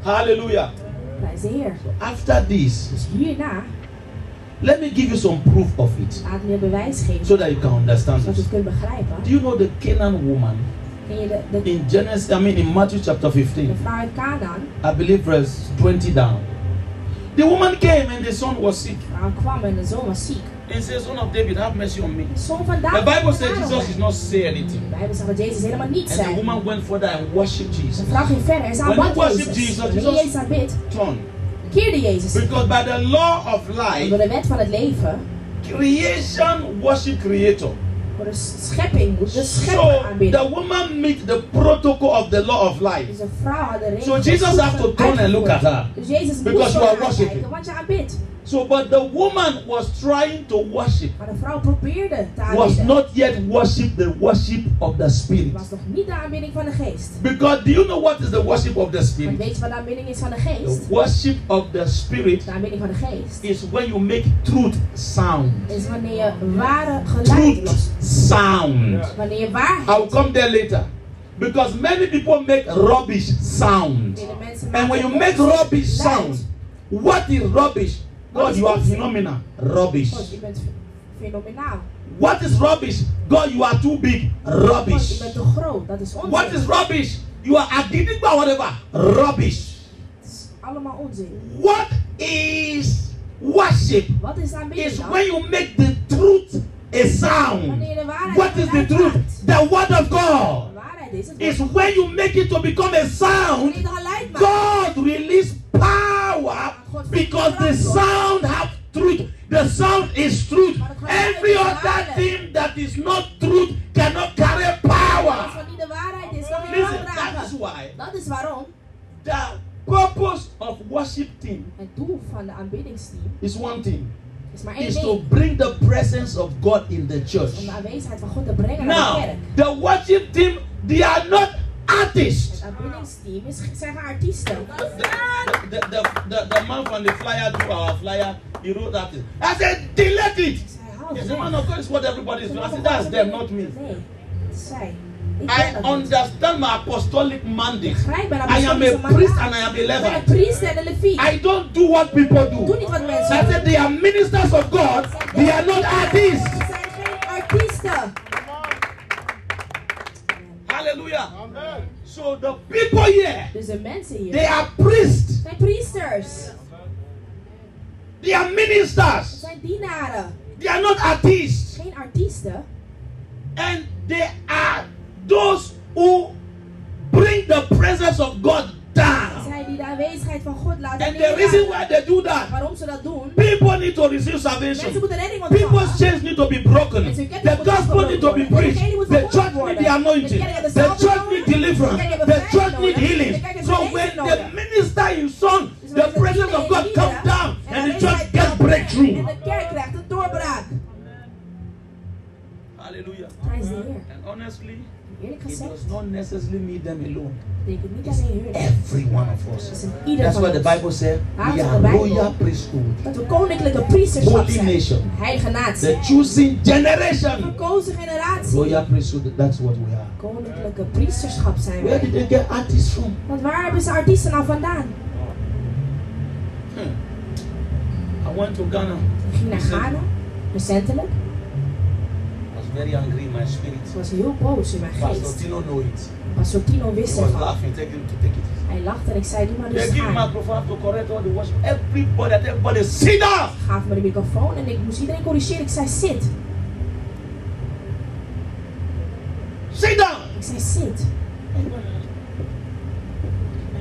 A: Hallelujah.
B: Prijs de Heer.
A: After this,
B: Dus hierna
A: let me give you some proof of it
B: laat meer bewijs geven,
A: so that you can understand
B: zodat je
A: this.
B: het kunt begrijpen.
A: Do you know the Canaan woman
B: Ken je de, de,
A: in Genesis, I mean in Matthew chapter
B: de
A: 15,
B: vrouw uit Canaan?
A: I believe verse 20 down. The woman came and the son was sick.
B: De vrouw kwam en de zoon was ziek.
A: He says, Son of David, have mercy on me.
B: De zoon van David.
A: The Bible
B: is
A: says
B: daarom
A: Jesus
B: weg.
A: did not say
B: De
A: anything.
B: Bijbel zegt dat Jezus helemaal niets
A: And the
B: zei.
A: woman went further and worshipped
B: Ze
A: Jesus.
B: vraagt ging verder en ze
A: When you
B: aanbad
A: worship
B: Jezus.
A: Jesus,
B: Wanneer
A: Jesus-
B: Jezus aanbidt,
A: Turn.
B: keerde Jezus.
A: Because by the law of
B: Door
A: life,
B: de wet van het leven,
A: creation worship creator.
B: door de schepping, moet de schepper
A: So
B: aanbidden.
A: the woman meet the protocol of the law of
B: Dus
A: life.
B: de vrouw had de regel.
A: So Jesus had to turn and look at her.
B: Dus Jezus
A: Because
B: moest
A: you are
B: haar
A: worshiping.
B: kijken, want je aanbidt.
A: So, but the woman was trying to worship,
B: Maar de vrouw probeerde te
A: was
B: aanbidden.
A: not yet worship the worship of the
B: Het
A: spirit.
B: was nog niet de aanbidding van de geest.
A: Because do you know what is the worship of the
B: Want
A: spirit?
B: weet je wat de aanbidding is van de
A: The
B: geest?
A: worship of the spirit
B: De aanbidding van de geest
A: is when you make truth sound.
B: is wanneer je ware geluid
A: Truth
B: lost.
A: sound.
B: Wanneer je waarheid.
A: I'll come there later. Because many people make rubbish sound.
B: wanneer de mensen
A: And
B: maken
A: when you make
B: geluid.
A: rubbish sound, what is rubbish? God, you are phenomenal. Rubbish.
B: God, je bent fenomenaal.
A: What is rubbish? God, you are too big.
B: God, je
A: Rubbish.
B: bent te groot. Dat is onzin.
A: What is rubbish? You are agidigba, whatever. Rubbish.
B: Het is allemaal onzin.
A: What is worship?
B: Wat is de aanbidding
A: Is
B: dan?
A: when you make the truth a sound.
B: Wanneer de waarheid
A: What is the
B: geluid
A: truth?
B: maakt.
A: The word of
B: De
A: God.
B: waarheid is het.
A: Is when you make it to become a sound.
B: Wanneer je geluid maakt.
A: God release power because the sound have truth. The sound is truth. Every other thing that is not truth cannot carry
B: Als
A: power.
B: wat niet de waarheid is, dan je
A: Listen,
B: wel
A: that is
B: dragen.
A: why
B: Dat is waarom
A: the purpose of worship team
B: het doel van de aanbiddingsteam
A: is one thing.
B: is maar één
A: Is to
B: ding.
A: bring the presence of God in the church.
B: Om de aanwezigheid van God te brengen naar
A: Now,
B: de kerk.
A: the worship team, they are not artists.
B: Het aanbiddingsteam is, zijn geen artiesten.
A: The, the, the, the man from the flyer to our flyer, he wrote that. thing. I said, delete it.
B: Zij houden
A: Yes,
B: weg.
A: the man of God is what everybody is
B: Ze
A: doing. I
B: mogen
A: said, that's
B: God
A: them,
B: aanbidden.
A: not me.
B: Nee, het is zij. Ik
A: I
B: ben dat niet.
A: understand my apostolic mandate.
B: Begrijp mij, dat
A: I am
B: betekent
A: a
B: ze maar
A: priest
B: aan.
A: and I am a
B: Ik ben een
A: Levite.
B: priester en een leviet.
A: I don't do what people
B: Doe
A: do.
B: niet wat mensen
A: I
B: doen.
A: said, they are ministers of God. They are not artists.
B: Ze zijn geen artiesten.
A: Hallelujah. So the people here,
B: Dus de mensen
A: they
B: hier
A: are priests.
B: zijn priesters.
A: They are
B: Ze
A: ministers.
B: zijn dienaren.
A: They are not artists.
B: Geen artiesten.
A: And they are those who bring the presence of God down.
B: Zij die de aanwezigheid van God laten
A: And the
B: neerlaten.
A: reason why they do that,
B: Waarom ze dat doen?
A: people need to receive
B: Mensen
A: salvation.
B: moeten redding ontvangen.
A: People's chains need to be broken. The gospel need to be preached. The church need the anointing. The church need deliverance. The church need healing. So when the minister in song,
B: Dus
A: the presence of God comes down and the church gets
B: En
A: breakthrough.
B: de kerk krijgt een doorbraak.
A: Hallelujah.
B: Prijs de Heer.
A: And honestly,
B: Eerlijk
A: it
B: gezegd
A: does not necessarily need them alone.
B: betekent niet alleen hun. Het
A: Every one of us.
B: is in ieder
A: That's
B: van
A: why the
B: ons.
A: Bible says we are royal priesthood,
B: Dat we koninklijke priesterschap
A: holy
B: zijn.
A: nation,
B: Heilige natie.
A: the choosing generation.
B: Verkozen generatie.
A: Royal priesthood, that's what we are.
B: Koninklijke priesterschap zijn
A: Where
B: wij.
A: did they get artists from?
B: Want waar hebben ze artiesten nou vandaan?
A: Hmm. I went to Ghana.
B: Ik ging naar Ghana, recentelijk.
A: I was very angry in my spirit.
B: Ze was heel boos in mijn
A: Pastor
B: geest.
A: Tino know it.
B: Pastor Tino
A: He
B: wist
A: was
B: ervan.
A: laughing, telling him to take it.
B: Hij lachte en ik zei, doe maar
A: They
B: rustig
A: give
B: aan.
A: microphone to correct all the worship. Everybody, everybody, sit down.
B: Gaf me de microfoon en ik moest iedereen corrigeren. Ik zei, zit.
A: Sit down.
B: Ik zei, zit.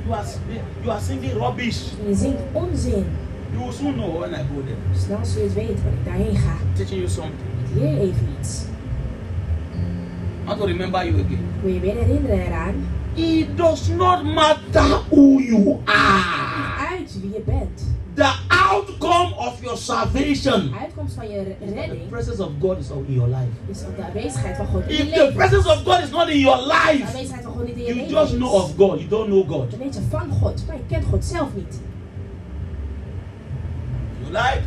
A: You are, you are singing rubbish.
B: En je zingt onzin.
A: You will soon know when I go there.
B: Snel zul je het weten wanneer ik daarheen ga.
A: I'm teaching you something.
B: Ik leer je even iets.
A: I want to remember you again.
B: Ik wil je weer herinneren eraan
A: It does not matter who you are.
B: Uit wie je bent.
A: The outcome of your salvation,
B: De uitkomst van je re-
A: the
B: redding
A: presence of God is in your life.
B: is op de aanwezigheid van God in je
A: If the
B: leven.
A: presence of God is not in your
B: De
A: life,
B: aanwezigheid van God niet in je
A: you
B: leven
A: just
B: is.
A: know of God. You don't know
B: Dan
A: God.
B: weet je van God, maar je kent God zelf niet.
A: If you like,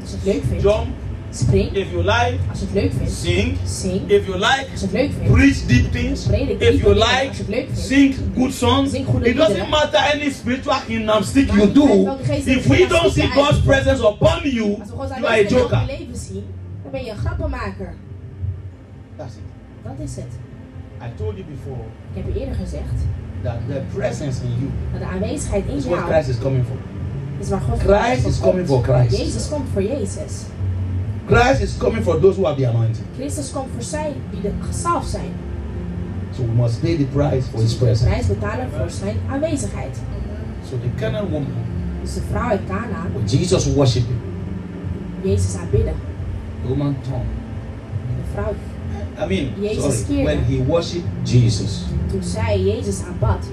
B: Als je het leuk vindt,
A: jump.
B: spring.
A: If you like,
B: Als je het leuk vindt,
A: sing.
B: zing.
A: If you like,
B: Als je het leuk vindt,
A: preach deep things.
B: predik
A: If
B: diepe
A: you
B: dingen.
A: like,
B: Als je het leuk vindt.
A: sing good songs.
B: Zing goede
A: It doesn't
B: liederen.
A: matter any spiritual gymnastic
B: Maar
A: you
B: het maakt
A: do.
B: welke geest
A: If
B: je
A: we
B: gymnastiek
A: don't see
B: je
A: God's
B: uit-
A: presence upon you,
B: Als we
A: you
B: Gods
A: are a
B: aanwezigheid in je
A: joker.
B: leven zien, dan ben je een grappenmaker.
A: That's it.
B: Dat is het.
A: I told you before
B: Ik heb je eerder gezegd
A: that the presence in you
B: dat de aanwezigheid in
A: is what
B: jou
A: Christ is coming for.
B: is waar God voor
A: Christ is coming for Christ.
B: Jezus komt voor Jezus.
A: Christ is coming for those who have the anointing.
B: Christus komt voor zij die de gezalf zijn.
A: So we must pay the price for his
B: Dus we moeten
A: presence.
B: prijs betalen voor zijn aanwezigheid.
A: So the Canaan woman,
B: Dus de vrouw uit Kana
A: when Jesus worshiping,
B: Jezus aanbidden.
A: the woman turned.
B: De vrouw
A: I mean,
B: Jezus
A: sorry,
B: keerde.
A: when he worshiped Jesus,
B: toen zij Jezus aanbad.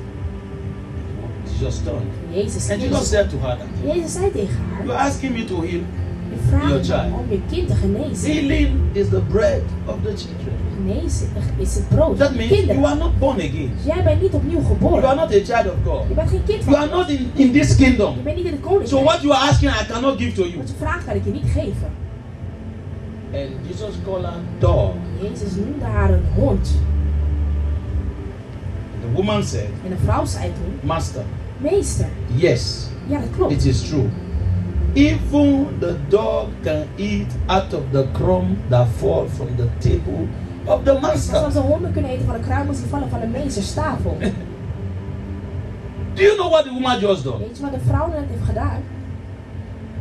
A: Jesus turned.
B: Jezus
A: And Jesus
B: Jezus,
A: said to her, that,
B: Jezus zei tegen
A: You're
B: haar.
A: asking me to heal.
B: Je
A: Your
B: vraagt
A: child.
B: me om je kind te genezen.
A: Healing is the bread of the children.
B: Genezen is het brood
A: That
B: van de
A: means you
B: kinderen.
A: are not born again.
B: Jij bent niet opnieuw
A: You are not
B: geboren.
A: a child of
B: Je
A: God.
B: bent geen kind
A: You
B: van
A: are
B: God.
A: not in, in this
B: Je
A: kingdom.
B: bent niet in het
A: So
B: koninkrijk.
A: what you are asking, I cannot give to you.
B: Wat je vraagt kan ik je niet geven.
A: And Jesus called her dog.
B: Jezus noemde haar een hond.
A: The woman said,
B: En de vrouw zei toen,
A: Master,
B: meester,
A: yes,
B: ja dat klopt.
A: it is true. Even the dog can eat out of the crumb that fall from the table of the
B: Maar zelfs
A: master.
B: de honden kunnen eten van de kruimels die vallen van de meesterstafel.
A: Do you know what the woman just done?
B: Weet je wat de vrouw net heeft gedaan?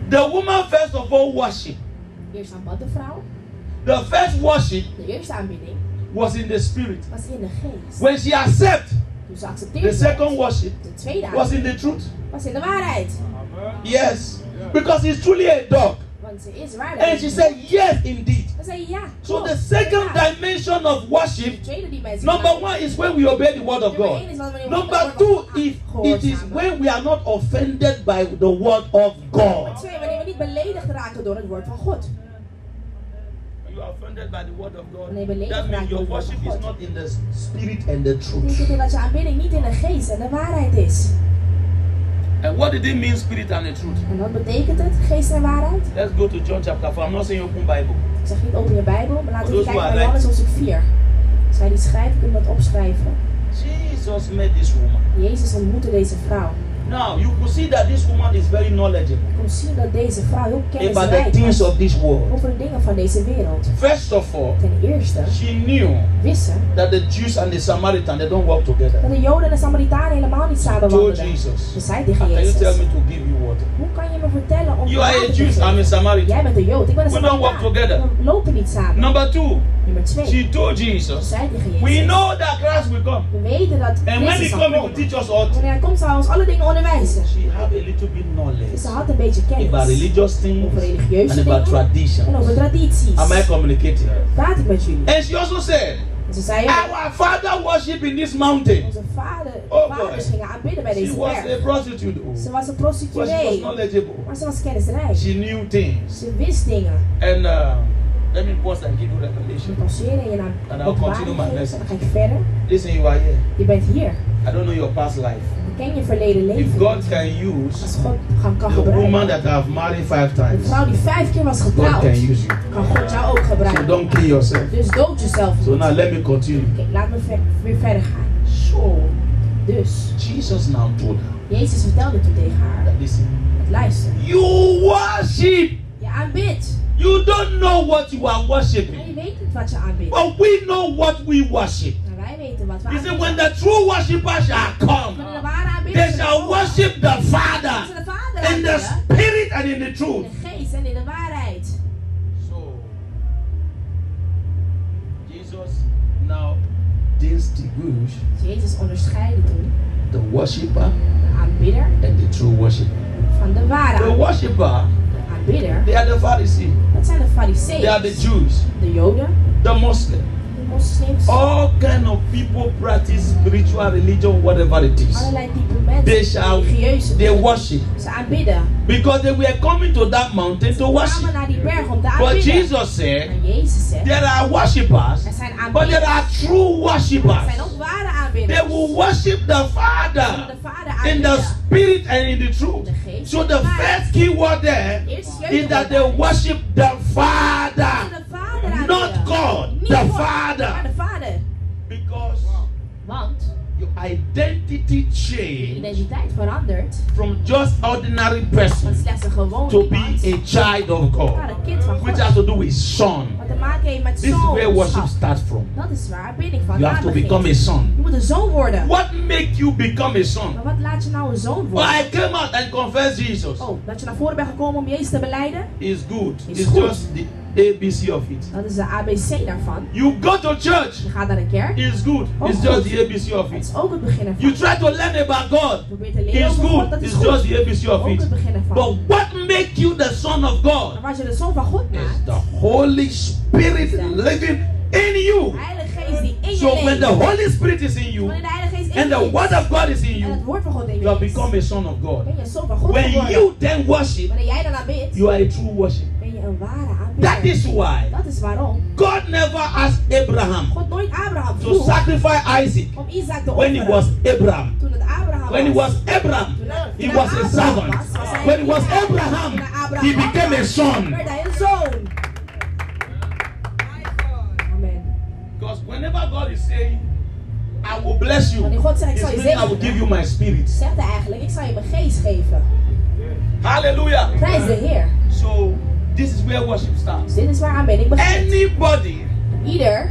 A: The woman first of all worship.
B: Eerst aanbad de vrouw.
A: The first worship
B: De eerste aanbidding
A: was in the spirit.
B: was in de geest.
A: When she accept,
B: Toen ze
A: the
B: accepteerde het.
A: second worship
B: De tweede
A: was
B: aanbidding
A: in the truth.
B: was in de waarheid.
A: Yes, because he's truly a dog.
B: Want ze is
A: And she
B: waarheid.
A: said, yes, indeed.
B: Dan zei je ja.
A: So
B: klopt,
A: the second
B: ja.
A: dimension of worship
B: De tweede die mensen.
A: Number one is when we obey the word of
B: Nummer één
A: God.
B: is wanneer we
A: Number
B: het woord
A: two,
B: van God
A: if it is
B: gehoorzamen.
A: when we are not offended by the word of God.
B: Twee, wanneer we niet beledigd raken door het woord van God.
A: You are offended by the word of God.
B: Nee, beledigd
A: That means your
B: raken door het
A: worship
B: woord
A: is
B: van
A: not in the spirit and the
B: Dat
A: truth.
B: betekent dat je aanbidding niet in de geest en de waarheid is.
A: And what did it mean, spirit and the truth?
B: En wat betekent het, geest en waarheid?
A: Let's go to John chapter 4. I'm not saying open Bible.
B: Ik zeg niet open je Bijbel, maar laten we
A: Doe
B: kijken
A: maar,
B: naar
A: hè.
B: Johannes hoofdstuk 4. Zij die schrijft, kunnen dat opschrijven.
A: Jesus met this woman.
B: Jezus ontmoette deze vrouw.
A: Now, you could see that this woman is very knowledgeable
B: Ik kon zien dat deze vrouw heel
A: about the
B: kennisrijk
A: things
B: was
A: of this world.
B: over de dingen van deze wereld.
A: First of all,
B: Ten eerste
A: she knew
B: wist ze
A: that the Jews and the Samaritan, they don't work
B: dat
A: together.
B: de Joden en de Samaritanen helemaal niet samen
A: Told
B: wandelden.
A: Jesus.
B: Ze zei tegen
A: Can you tell me
B: Jezus,
A: to give you water?
B: hoe kan je me vertellen om
A: You
B: water
A: are a
B: te
A: Jew,
B: geven?
A: I'm a Samaritan.
B: Jij bent een Jood, ik ben een
A: We don't work
B: Samaritaan.
A: together.
B: We lopen niet samen.
A: Number two,
B: Nummer twee,
A: she told
B: ze
A: Jesus,
B: zei tegen
A: We
B: Jezus,
A: know that Christ will come.
B: we weten dat
A: And when he
B: Christus zal
A: comes, he will
B: komen.
A: teach us all. things."
B: Wanneer hij komt zal hij ons alle dingen onderwijzen.
A: She have a little bit knowledge
B: Dus ze had een beetje
A: about
B: kennis.
A: religious things
B: Over religieuze
A: and about
B: dingen. En over
A: traditions.
B: tradities.
A: Am I communicating?
B: Praat ik met jullie.
A: And she also said,
B: En ze zei, ja,
A: Our father worship in this mountain.
B: onze vader,
A: Ah, Oh,
B: vaders
A: boy.
B: gingen aanbidden bij
A: She
B: deze
A: was a
B: berg.
A: prostitute, oh,
B: Ze was een
A: but she was
B: prostituee.
A: knowledgeable.
B: Maar ze was kennisrijk.
A: She knew things.
B: Ze wist dingen.
A: And uh, let me pause and give you
B: Je
A: revelation.
B: passeren en je naar
A: And I'll continue my
B: openbaring geven.
A: lesson.
B: Dan ga ik verder.
A: Listen, you are here.
B: Je bent hier.
A: I don't know your past life.
B: Je ken je verleden
A: If
B: leven.
A: God can use
B: Als God gaan kan
A: the woman
B: gebruiken.
A: that I've married five
B: De
A: times,
B: vrouw die vijf keer was
A: God
B: getrouwd.
A: can use you.
B: Kan God jou ook
A: So
B: gebruiken.
A: don't kill yourself.
B: Dus dood jezelf niet.
A: So now let me continue.
B: Oké, laat me ver- weer verder gaan.
A: So
B: Dus,
A: Jesus now told her
B: Jezus vertelde toen tegen haar.
A: that listen,
B: Luister.
A: you worship.
B: Je aanbidt.
A: You don't know what you are
B: En
A: worshiping,
B: je weet niet wat je aanbidt.
A: but we know what we worship.
B: Maar wij weten wat we
A: He said,
B: aanbidden.
A: when the true worshippers shall
B: Wanneer de
A: come,
B: ware aanbidden
A: they shall worship the
B: ze
A: Father
B: de Vader
A: in the
B: aanbidden.
A: spirit and in the
B: In
A: truth.
B: de geest en in de waarheid.
A: So Jesus now distinguished
B: Dus Jezus onderscheidde toen
A: the worshipper
B: de aanbidder
A: and the true worshipper.
B: van de ware
A: The
B: aanbidder.
A: worshipper,
B: De aanbidder,
A: they are the Pharisees,
B: dat zijn de
A: they are the
B: fariseeërs.
A: Jews,
B: De joden,
A: the Muslims,
B: de moslims,
A: All kind of people practice spiritual religion, whatever it is.
B: allerlei type mensen,
A: They shall-
B: religieuze
A: They worship
B: Ze aanbidden.
A: because they were coming to that mountain to
B: Ze kwamen
A: worship.
B: naar die berg om te
A: But
B: aanbidden.
A: Jesus said,
B: Maar Jezus zegt,
A: there are worshippers,
B: er zijn
A: but there
B: aanbidders.
A: are true
B: Er zijn ook
A: worshippers.
B: ware
A: They
B: aanbidders.
A: will worship the
B: Om
A: Father
B: de Vader
A: in the
B: aanbidden.
A: spirit and in the truth. So the first key word there
B: Eerst
A: is
B: jeugd
A: that they worship the Father,
B: de Vader aanbidden.
A: not God,
B: Niet
A: the
B: God, maar
A: Father.
B: de Vader.
A: Because
B: Want
A: your identity
B: je
A: changed
B: identiteit verandert
A: from just ordinary
B: van
A: person
B: slechts een gewoon
A: to
B: iemand
A: be a child of
B: naar
A: God,
B: een kind van
A: which
B: God.
A: has to do with son.
B: Wat te maken heeft met
A: This is where worship
B: zoonschap.
A: starts from.
B: Dat is waar aanbidding
A: You
B: vandaan
A: have to
B: begint.
A: become a son.
B: Je moet een zoon worden.
A: What make you become a son?
B: Maar wat laat je nou een zoon
A: Well,
B: worden?
A: I came out and confessed Jesus.
B: Oh, dat je naar voren bent gekomen om Jezus te beleiden?
A: It's good.
B: It's
A: It's
B: good.
A: just the ABC of it.
B: Dat is de ABC daarvan.
A: You go to church.
B: Je gaat naar een kerk.
A: It's good.
B: Oh,
A: It's
B: good.
A: just the ABC of
B: Dat
A: it.
B: is ook het begin
A: You
B: ervan.
A: try to learn about God.
B: Probeer te leren
A: It's
B: over God, dat
A: good.
B: is
A: It's
B: goed.
A: just the ABC of
B: Ook het
A: it.
B: begin
A: But
B: ervan.
A: what make you the son of
B: Maar
A: God
B: als je de zoon van God
A: is
B: maakt,
A: the Holy Spirit living in
B: de
A: you.
B: Heilige Geest die in
A: So
B: je
A: when the
B: leeft,
A: Holy Spirit is in you
B: wanneer de Heilige Geest in
A: and the
B: je
A: Word
B: leeft,
A: of God is in
B: en het
A: you,
B: woord van God in
A: you have
B: je leeft,
A: become a son of God.
B: ben je zoon van God
A: When
B: geworden.
A: you then worship,
B: Wanneer jij daarna bidt,
A: you are a true worshiper.
B: ben je een ware
A: That
B: aanbidder.
A: is why
B: Dat is waarom
A: God never asked Abraham
B: God nooit Abraham
A: to
B: vroeg
A: sacrifice Isaac
B: om Isaac te
A: when he was
B: offeren.
A: Abraham.
B: Toen het Abraham
A: When he
B: was.
A: was Abraham,
B: Toen hij-
A: he
B: toen hij
A: was a
B: Abraham
A: servant.
B: was, was hij
A: When he was
B: een-
A: Abraham,
B: toen hij Abraham
A: he became a
B: was,
A: son.
B: werd hij een zoon. Amen.
A: Because whenever God is saying, I will bless you,
B: Wanneer God zegt, ik zal je
A: it's meaning I will give
B: zegenen,
A: you my spirit.
B: zegt hij eigenlijk, ik zal je mijn geest geven.
A: Hallelujah.
B: Prijs de Heer.
A: So this is where worship starts.
B: Dus dit is waar aanbidding begint.
A: Anybody
B: Ieder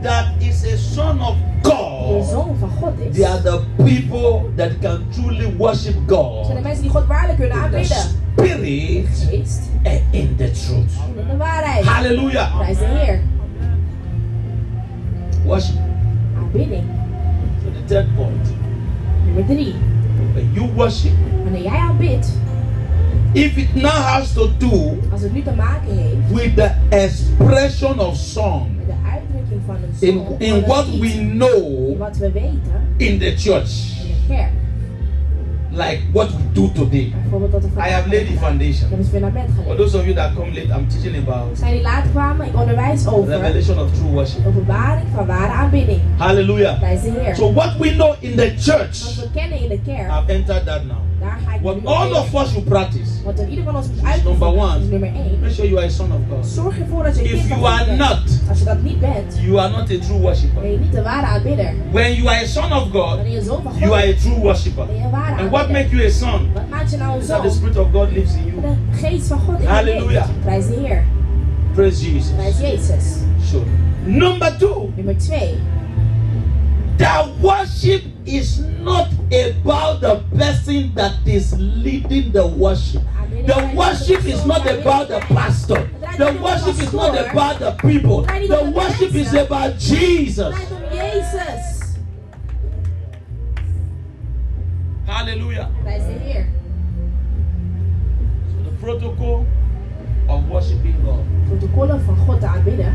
A: that is a son of
B: die een
A: God,
B: zoon van God is,
A: they are the people that can truly worship
B: zijn de
A: God.
B: mensen die God waarlijk kunnen
A: in the
B: aanbidden.
A: spirit
B: Geest
A: and in the truth.
B: en in de waarheid.
A: Hallelujah.
B: Prijs de Heer.
A: Worship.
B: Aanbidding.
A: So the third point.
B: Nummer drie.
A: When you worship,
B: Wanneer jij aanbidt,
A: if it now has to do
B: als het nu te maken heeft
A: with the expression of song
B: met de uitdrukking van een zoon,
A: in, in
B: van
A: what
B: een
A: we
B: lied,
A: know
B: wat we weten
A: in the church,
B: in de kerk.
A: like what we do today.
B: Bijvoorbeeld dat er
A: I have laid the
B: Ik heb
A: foundation.
B: eens weer naar bed
A: For
B: gelegd.
A: those of you that come late, I'm teaching about
B: Zij die later kwamen, ik onderwijs over
A: revelation of true worship.
B: openbaring van ware aanbidding.
A: Hallelujah.
B: Prijs de Heer.
A: So what we know in the
B: Wat
A: church,
B: we kennen in de kerk,
A: I've entered that now.
B: daar ga ik nu
A: What
B: mee.
A: all of us should practice.
B: Wat er ieder van ons moet
A: Number
B: uitvoeren
A: one.
B: is nummer 1.
A: Make sure you are a son of God.
B: Zorg ervoor dat je kind
A: If
B: van
A: you
B: God
A: are
B: bent.
A: not,
B: Als je dat niet bent,
A: you are not a true
B: ben
A: worshiper.
B: je niet de ware aanbidder.
A: When you are a son of God,
B: Wanneer je zoon van God
A: you are
B: bent,
A: a true worshiper.
B: ben je een ware
A: And what
B: aanbidder.
A: makes you a son?
B: Wat maakt je nou een
A: Is that
B: zoon?
A: the Spirit of God lives in you.
B: De geest van God in je
A: Halleluja.
B: leeft. Prijs de Heer.
A: Praise
B: Prijs
A: Jesus.
B: Jezus.
A: Sure. Number two,
B: Nummer 2.
A: that worship is not about the person that is leading the worship. The worship is not about the pastor. The worship is not about the people. The worship is about Jesus.
B: Het gaat om Jezus.
A: Hallelujah.
B: Prijs de Heer.
A: So the protocol of worshiping God
B: Protocollen van God te aanbidden.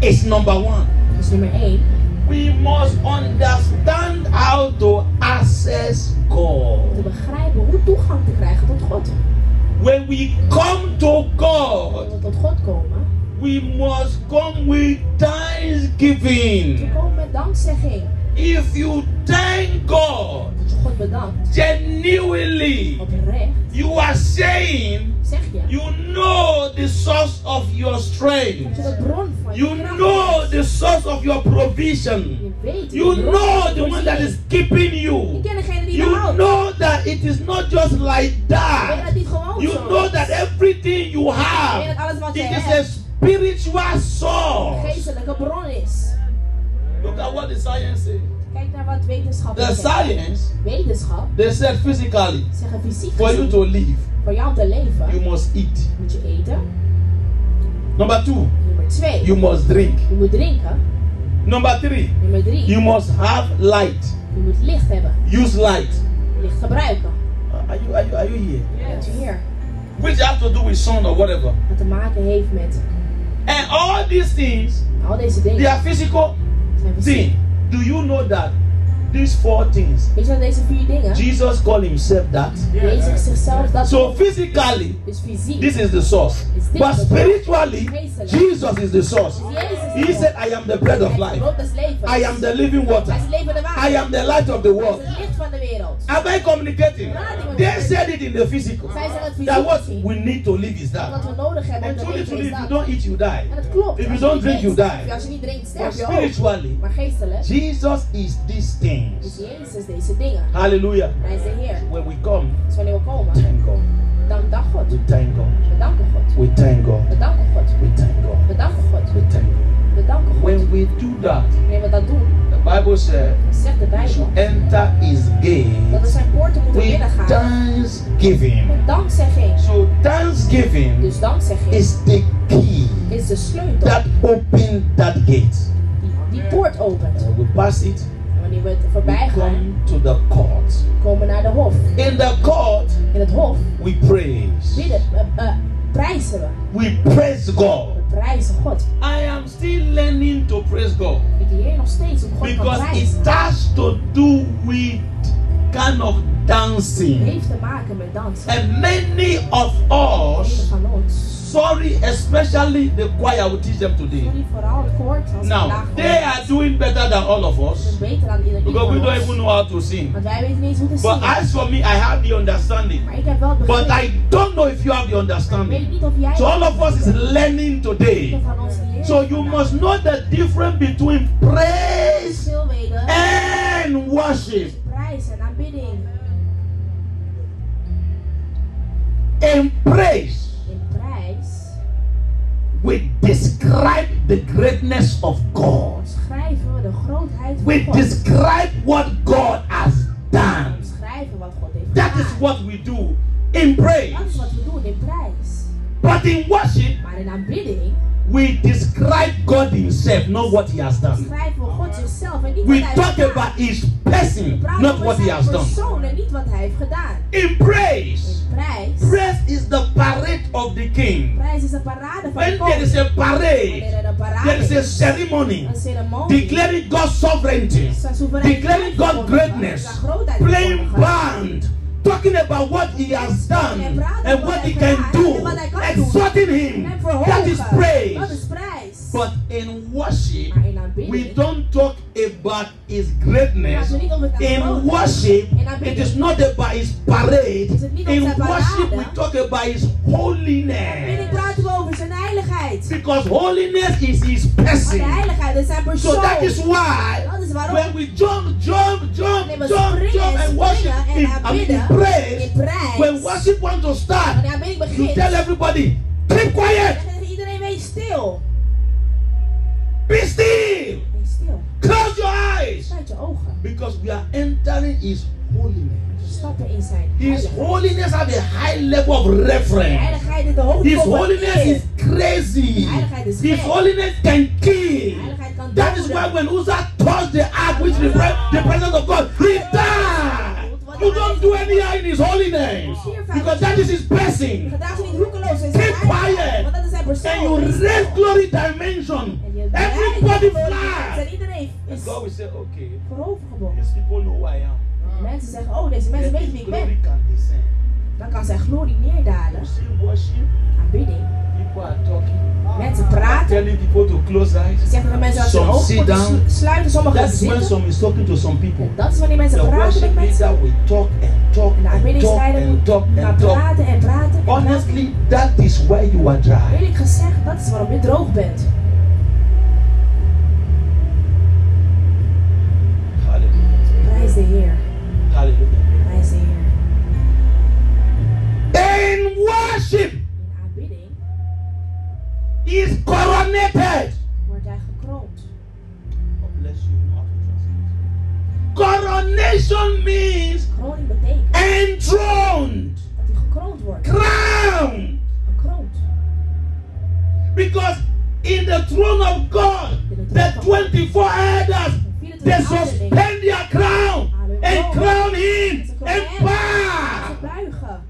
A: is number one.
B: Dat is nummer 1.
A: We must understand how to access
B: Te
A: God.
B: begrijpen hoe toegang te krijgen tot God.
A: When we come to
B: Als
A: God,
B: we tot God komen,
A: we must come with
B: we
A: thanksgiving.
B: komen met dankzegging.
A: If you thank God
B: Als je God bedankt,
A: genuinely,
B: oprecht,
A: you are saying
B: zeg je.
A: you know the source of your
B: Dat je
A: strength,
B: de bron van je
A: you
B: kracht
A: know
B: bent.
A: the source of your provision,
B: Je weet
A: you
B: de bron van
A: know
B: je
A: the one that is
B: voorziening.
A: keeping you.
B: Je kent degene die
A: You
B: je houdt.
A: know that it is not just like
B: Je weet
A: that.
B: dat niet gewoon
A: You
B: zo
A: know
B: is.
A: that everything you
B: Je weet dat
A: have,
B: alles wat
A: it
B: je
A: is a
B: hebt
A: spiritual
B: een
A: source.
B: geestelijke bron is.
A: Look at what the science says.
B: Kijk naar wat wetenschap
A: The
B: zegt.
A: science,
B: Wetenschap
A: they said physically,
B: zeggen fysiek
A: for you
B: gezien,
A: to live,
B: voor jou om te leven
A: you must eat.
B: moet je eten.
A: Number two,
B: Nummer 2.
A: you must drink.
B: Je moet drinken.
A: Number three,
B: Nummer 3.
A: you must have light.
B: Je moet licht hebben.
A: Use light.
B: Licht gebruiken.
A: Uh, Are you, are you, are you here?
B: Dat je hier.
A: Which have to do with sun or whatever.
B: Wat te maken heeft met
A: And all these things,
B: Al deze
A: they
B: dingen
A: are physical
B: zijn fysiek.
A: things. Do you know that these four things,
B: Weet je wat deze vier dingen?
A: Jesus called himself that?
B: Jezus zichzelf dat
A: So physically,
B: is fysiek.
A: this is the source. But spiritually, Jesus is the source.
B: Jezus
A: He
B: is
A: said, I am the bread of life.
B: brood des levens.
A: I am the living water.
B: Hij is levende
A: I
B: water.
A: am the light of the
B: Hij is
A: world.
B: het licht van de wereld.
A: Am I communicating? They said it in the physical.
B: Zij zeggen het
A: That what
B: fysiek.
A: we need to live is
B: Wat
A: that.
B: we nodig hebben om
A: And
B: te
A: truly,
B: leven
A: truly,
B: is
A: Oh, if you
B: dat.
A: don't eat, you die.
B: En het klopt.
A: If you
B: Als
A: don't
B: niet
A: drink, you
B: drinkt,
A: die.
B: Als je niet drinkt,
A: But
B: sterf je ook.
A: spiritually,
B: Maar geestelijk
A: Jesus is these
B: is
A: things.
B: Jezus deze dingen.
A: Hallelujah.
B: Hij is de Heer.
A: When we come,
B: Dus wanneer we komen,
A: thank God.
B: dan dank God.
A: We thank God.
B: We danken God.
A: We thank God.
B: We danken God.
A: We thank God.
B: We danken God.
A: We thank God.
B: We danken God.
A: When we do that,
B: Wanneer we dat doen,
A: the Bible said,
B: zegt de
A: we
B: Bijbel
A: should enter his
B: dat we
A: gate
B: zijn poorten moeten
A: with
B: binnengaan
A: thanksgiving.
B: met dankzegging.
A: So thanksgiving
B: Dus dankzegging
A: is the key
B: is de sleutel
A: that opened that gate.
B: die die poort opent.
A: When we pass it,
B: En wanneer we er
A: we
B: voorbij gaan,
A: come to the court.
B: komen we naar de hof.
A: In the court,
B: In het hof
A: we praise.
B: bidden, eh, eh, prijzen we.
A: We praise
B: We
A: God.
B: prijzen God.
A: I am still learning to praise God
B: Ik leer nog steeds om God te
A: because it
B: prijzen.
A: has to do with kind of
B: Het
A: dancing.
B: heeft te maken met dansen.
A: And many of
B: Velen
A: us,
B: van ons.
A: sorry, especially the choir, I will teach them today.
B: Sorry vooral het koord als
A: Now,
B: vandaag
A: they are doing better than all of us
B: beter dan ieder
A: because we
B: ieder
A: don't
B: van
A: even
B: ons.
A: know how to sing.
B: Want wij weten niet eens hoe te
A: But
B: zingen.
A: as for me, I have the understanding.
B: Maar ik heb wel het
A: But
B: begrip.
A: I don't know if you have the
B: Ik weet
A: understanding.
B: niet of jij
A: So all of us is learning today.
B: Ieder van ons leert
A: So you
B: vandaag.
A: must know the difference between praise
B: veel weten.
A: Eh. and worship.
B: Prijs en aanbidding.
A: In praise,
B: In prijs
A: we describe the greatness of God.
B: schrijven we de grootheid van
A: We
B: God.
A: describe what God has done.
B: Schrijven wat God heeft
A: That is
B: gedaan.
A: what we do in praise.
B: Dat is wat we doen in prijs.
A: But in worship,
B: Maar in aanbidding
A: we describe God Himself, not what He has done.
B: schrijven we God zichzelf en niet
A: We
B: wat hij
A: talk
B: heeft gedaan.
A: about His person,
B: We praten
A: not
B: over
A: what He
B: zijn
A: has done.
B: persoon en niet wat hij heeft gedaan.
A: In praise,
B: In prijs.
A: praise is the parade of the King.
B: Prijs is een parade van
A: When
B: de koning.
A: there is a
B: Wanneer
A: parade,
B: er een parade
A: there is a
B: is,
A: ceremony
B: een ceremonie,
A: declaring God's sovereignty,
B: zijn soevereiniteit
A: declaring God's
B: verkondigen,
A: greatness,
B: zijn grootheid
A: playing
B: verkondigen.
A: band, talking about what He has done and what He can do, exhorting Him.
B: En verhogen.
A: That is
B: Dat is
A: praise.
B: prijs.
A: But in worship,
B: maar in aanbidding
A: we don't talk about His
B: praten
A: greatness.
B: we niet over het
A: In
B: aanbod.
A: worship,
B: In aanbidding
A: it is not about His parade.
B: Is het niet
A: In
B: onze parade?
A: worship, we talk about His
B: aanbidding
A: holiness.
B: praten we over zijn heiligheid.
A: Because holiness is His
B: Want de
A: person.
B: heiligheid is zijn persoon.
A: So that is why
B: dat is
A: when
B: waarom
A: we jump, jump, jump,
B: Wanneer we
A: jump, jump
B: springen,
A: and worship
B: springen en
A: in, I mean, in
B: aanbidden,
A: praise,
B: in prijs.
A: when worship wants to start,
B: Wanneer aanbidding
A: you
B: begint,
A: tell everybody, keep
B: dan
A: quiet,
B: zegt iedereen wees stil.
A: be still,
B: Wees stil.
A: close your eyes.
B: Sluit je ogen.
A: Because we are entering His holiness.
B: Stappen in zijn
A: His
B: heiligheid.
A: holiness have a high level of reference.
B: Heiligheid is de hoogte
A: His
B: van
A: holiness
B: eer.
A: is crazy.
B: Heiligheid is
A: His
B: gek.
A: holiness can kill.
B: Heiligheid kan
A: That is
B: doden.
A: why when Uzzah touched the ark, which represents the presence of God, he died. You don't do anyhow in His holiness because that is His blessing.
B: Gedraag je niet roekeloos in
A: Keep
B: zijn heiligheid,
A: quiet.
B: want dat is zijn persoon.
A: And you
B: Wees
A: raise
B: stil.
A: glory
B: En
A: dimension.
B: je
A: Everybody
B: draait En
A: fly.
B: iedereen
A: And
B: is
A: God will say, okay,
B: voorovergebogen.
A: these people know who I am.
B: Mensen zeggen, oh deze mensen
A: Let
B: weten
A: His
B: wie ik ben.
A: glory can descend.
B: Dan kan zijn glorie neerdalen.
A: You see worship,
B: Aanbidding.
A: people are talking,
B: Mensen praten.
A: telling people to close
B: Ze
A: eyes.
B: zeggen dat mensen als hun
A: Some
B: ogen
A: sit
B: moeten
A: down.
B: slu- sluiten, sommigen
A: That's when
B: zitten.
A: some is talking to some people.
B: Dat is wanneer mensen
A: The
B: praten met
A: worship
B: mensen.
A: leader will talk and talk
B: En
A: and
B: de
A: talk
B: aanbiddingsleider
A: and
B: moet
A: talk
B: maar
A: and talk.
B: praten en Oh. praten. en praten.
A: Honestly, that is why you are dry.
B: Eerlijk gezegd, dat is waarom je droog bent.
A: Hallelujah.
B: Prijs de Heer.
A: Hallelujah.
B: Prijs de Heer.
A: In worship
B: In aanbidding
A: is coronated.
B: wordt hij gekroond.
A: God bless you. know how to translate. Coronation means
B: Kroning betekent
A: enthroned,
B: dat hij gekroond wordt.
A: crowned.
B: Gekroond.
A: Because in the throne of God, the 24 elders, they suspend their crown and crown him and bow.
B: Ze buigen.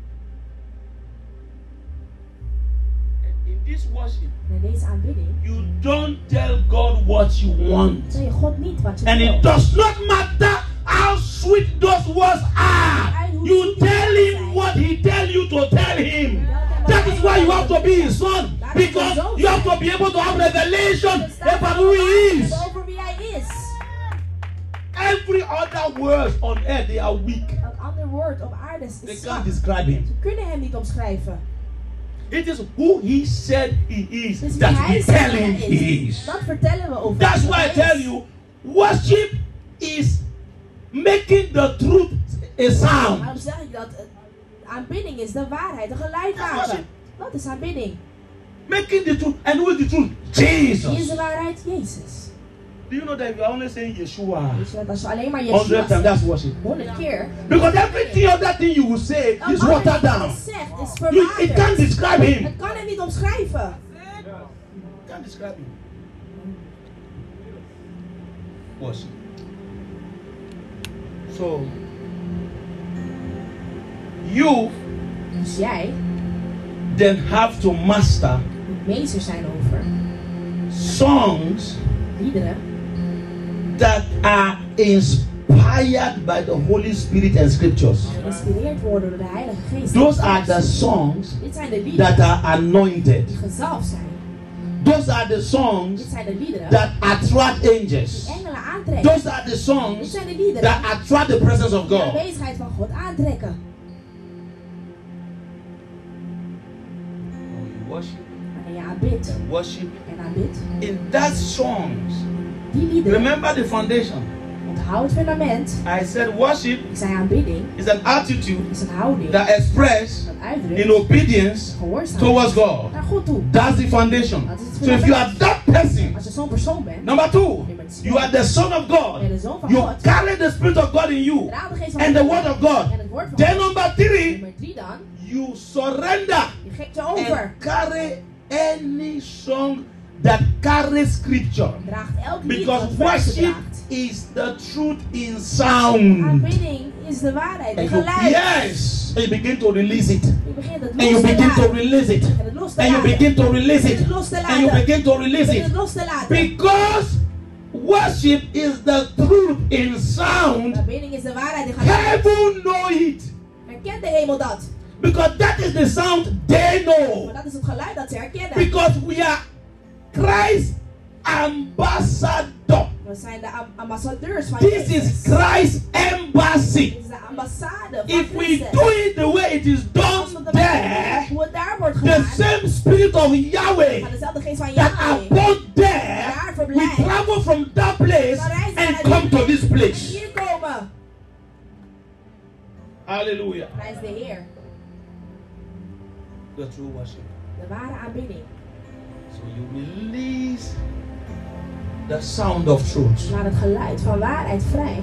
A: In this this worship,
B: Met deze aanbidding
A: you don't tell God what you want.
B: zeg je God niet wat je
A: And
B: wil.
A: it does not matter how sweet those words are. You tell him what he tell you to tell him. That is why you have to be his son. Because you have to be able to have revelation about who he is.
B: Over wie hij is.
A: Every other word on earth, they are weak.
B: Elk ander woord op aarde
A: They
B: is zwak.
A: can't describe him.
B: We kunnen hem niet omschrijven.
A: It is who he said he
B: Dus
A: is
B: wie
A: that
B: hij
A: we
B: zegt
A: tell
B: dat
A: him
B: hij is,
A: he is.
B: Dat vertellen we over.
A: That's
B: wie
A: why I
B: hij
A: tell
B: is.
A: you, worship is making the truth a sound.
B: Waarom zeg ik dat? Eh, Aanbidding is de waarheid, een geluid
A: Dat is
B: maken.
A: worship.
B: Dat is aanbidding.
A: Making the truth. And who is the truth?
B: Wie is
A: Jesus.
B: de waarheid? Jezus.
A: Do you know that if you are only saying Yeshua
B: Weet je, want als je alleen maar Yeshua
A: hundred times,
B: zegt,
A: that's worship.
B: 100 keer.
A: Because everything other thing you will say
B: dan
A: is
B: alles
A: watered
B: wat hij
A: down.
B: zegt is
A: You, it can't
B: verwaterd.
A: describe him.
B: Het kan hem niet omschrijven.
A: Can't describe him. Worship. So you
B: Dus jij
A: then have to master
B: moet meester zijn over
A: songs
B: liederen
A: that are inspired by the Holy Spirit and scriptures.
B: die geïnspireerd worden door de Heilige Geest.
A: Those are the songs
B: Dit zijn de
A: that
B: liederen
A: are anointed.
B: die gezalfd zijn.
A: Those are the
B: Dit
A: songs
B: zijn de liederen
A: that attract angels.
B: die engelen aantrekken.
A: Those are the
B: Dit
A: songs
B: zijn de liederen
A: that attract the presence of
B: die de
A: God.
B: aanwezigheid van God aantrekken.
A: You worship,
B: Wanneer je aanbidt
A: worship
B: en aanbidt,
A: in that songs.
B: die liederen,
A: Remember the foundation.
B: onthoud het fundament.
A: I said worship
B: Ik zei aanbidding
A: is an attitude
B: is een houding,
A: that express
B: een
A: in
B: uitdrukking,
A: obedience
B: gehoorzaam
A: towards God.
B: naar God toe.
A: That's the foundation. So if you are that person,
B: Als je zo'n persoon bent,
A: Number two, you are the son of
B: ben je
A: God.
B: de zoon van
A: You
B: God.
A: carry the spirit of God in you
B: Raad de geest van
A: and the
B: God.
A: word of God.
B: En het woord van
A: Then
B: God.
A: number three,
B: Nummer drie dan,
A: you surrender
B: je geeft je over.
A: and carry any song that carries scripture.
B: Draagt elk lied dat
A: Because
B: versen
A: worship
B: draagt.
A: is the truth in sound.
B: Aanbidding is de waarheid,
A: And
B: het
A: you,
B: geluid.
A: yes, and you begin to release it.
B: Je begint het
A: And you
B: los te
A: begin to
B: laten.
A: release it.
B: En het los te
A: And you
B: laten.
A: begin to release
B: En
A: it.
B: het los te laten.
A: And you begin to release
B: En
A: it.
B: het los te laten.
A: Because worship is the truth in sound.
B: Aanbidding is de waarheid, het geluid.
A: Heaven know it.
B: Herkent de hemel dat?
A: Because that is the sound they
B: Maar
A: know.
B: dat is het geluid dat ze herkennen.
A: Because we are Christ's ambassador.
B: We zijn de am- ambassadeurs van
A: This
B: Jezus.
A: is Christ's embassy.
B: Dit is de ambassade van
A: If we do
B: Christus.
A: it the way it is
B: Als we
A: done
B: de
A: there,
B: hoe het daar wordt
A: the
B: gedaan,
A: same spirit of
B: van
A: Yahweh
B: dezelfde geest van
A: that
B: Yahweh.
A: upon there,
B: Daar
A: we
B: verblijft.
A: travel from that place
B: Dan reizen we
A: and
B: naar
A: come
B: die
A: to this
B: plek en
A: place.
B: hier komen.
A: Hallelujah.
B: Prijs de Heer.
A: The true worship.
B: De ware aanbidding.
A: So you release the sound of truth.
B: Laat het geluid van waarheid vrij.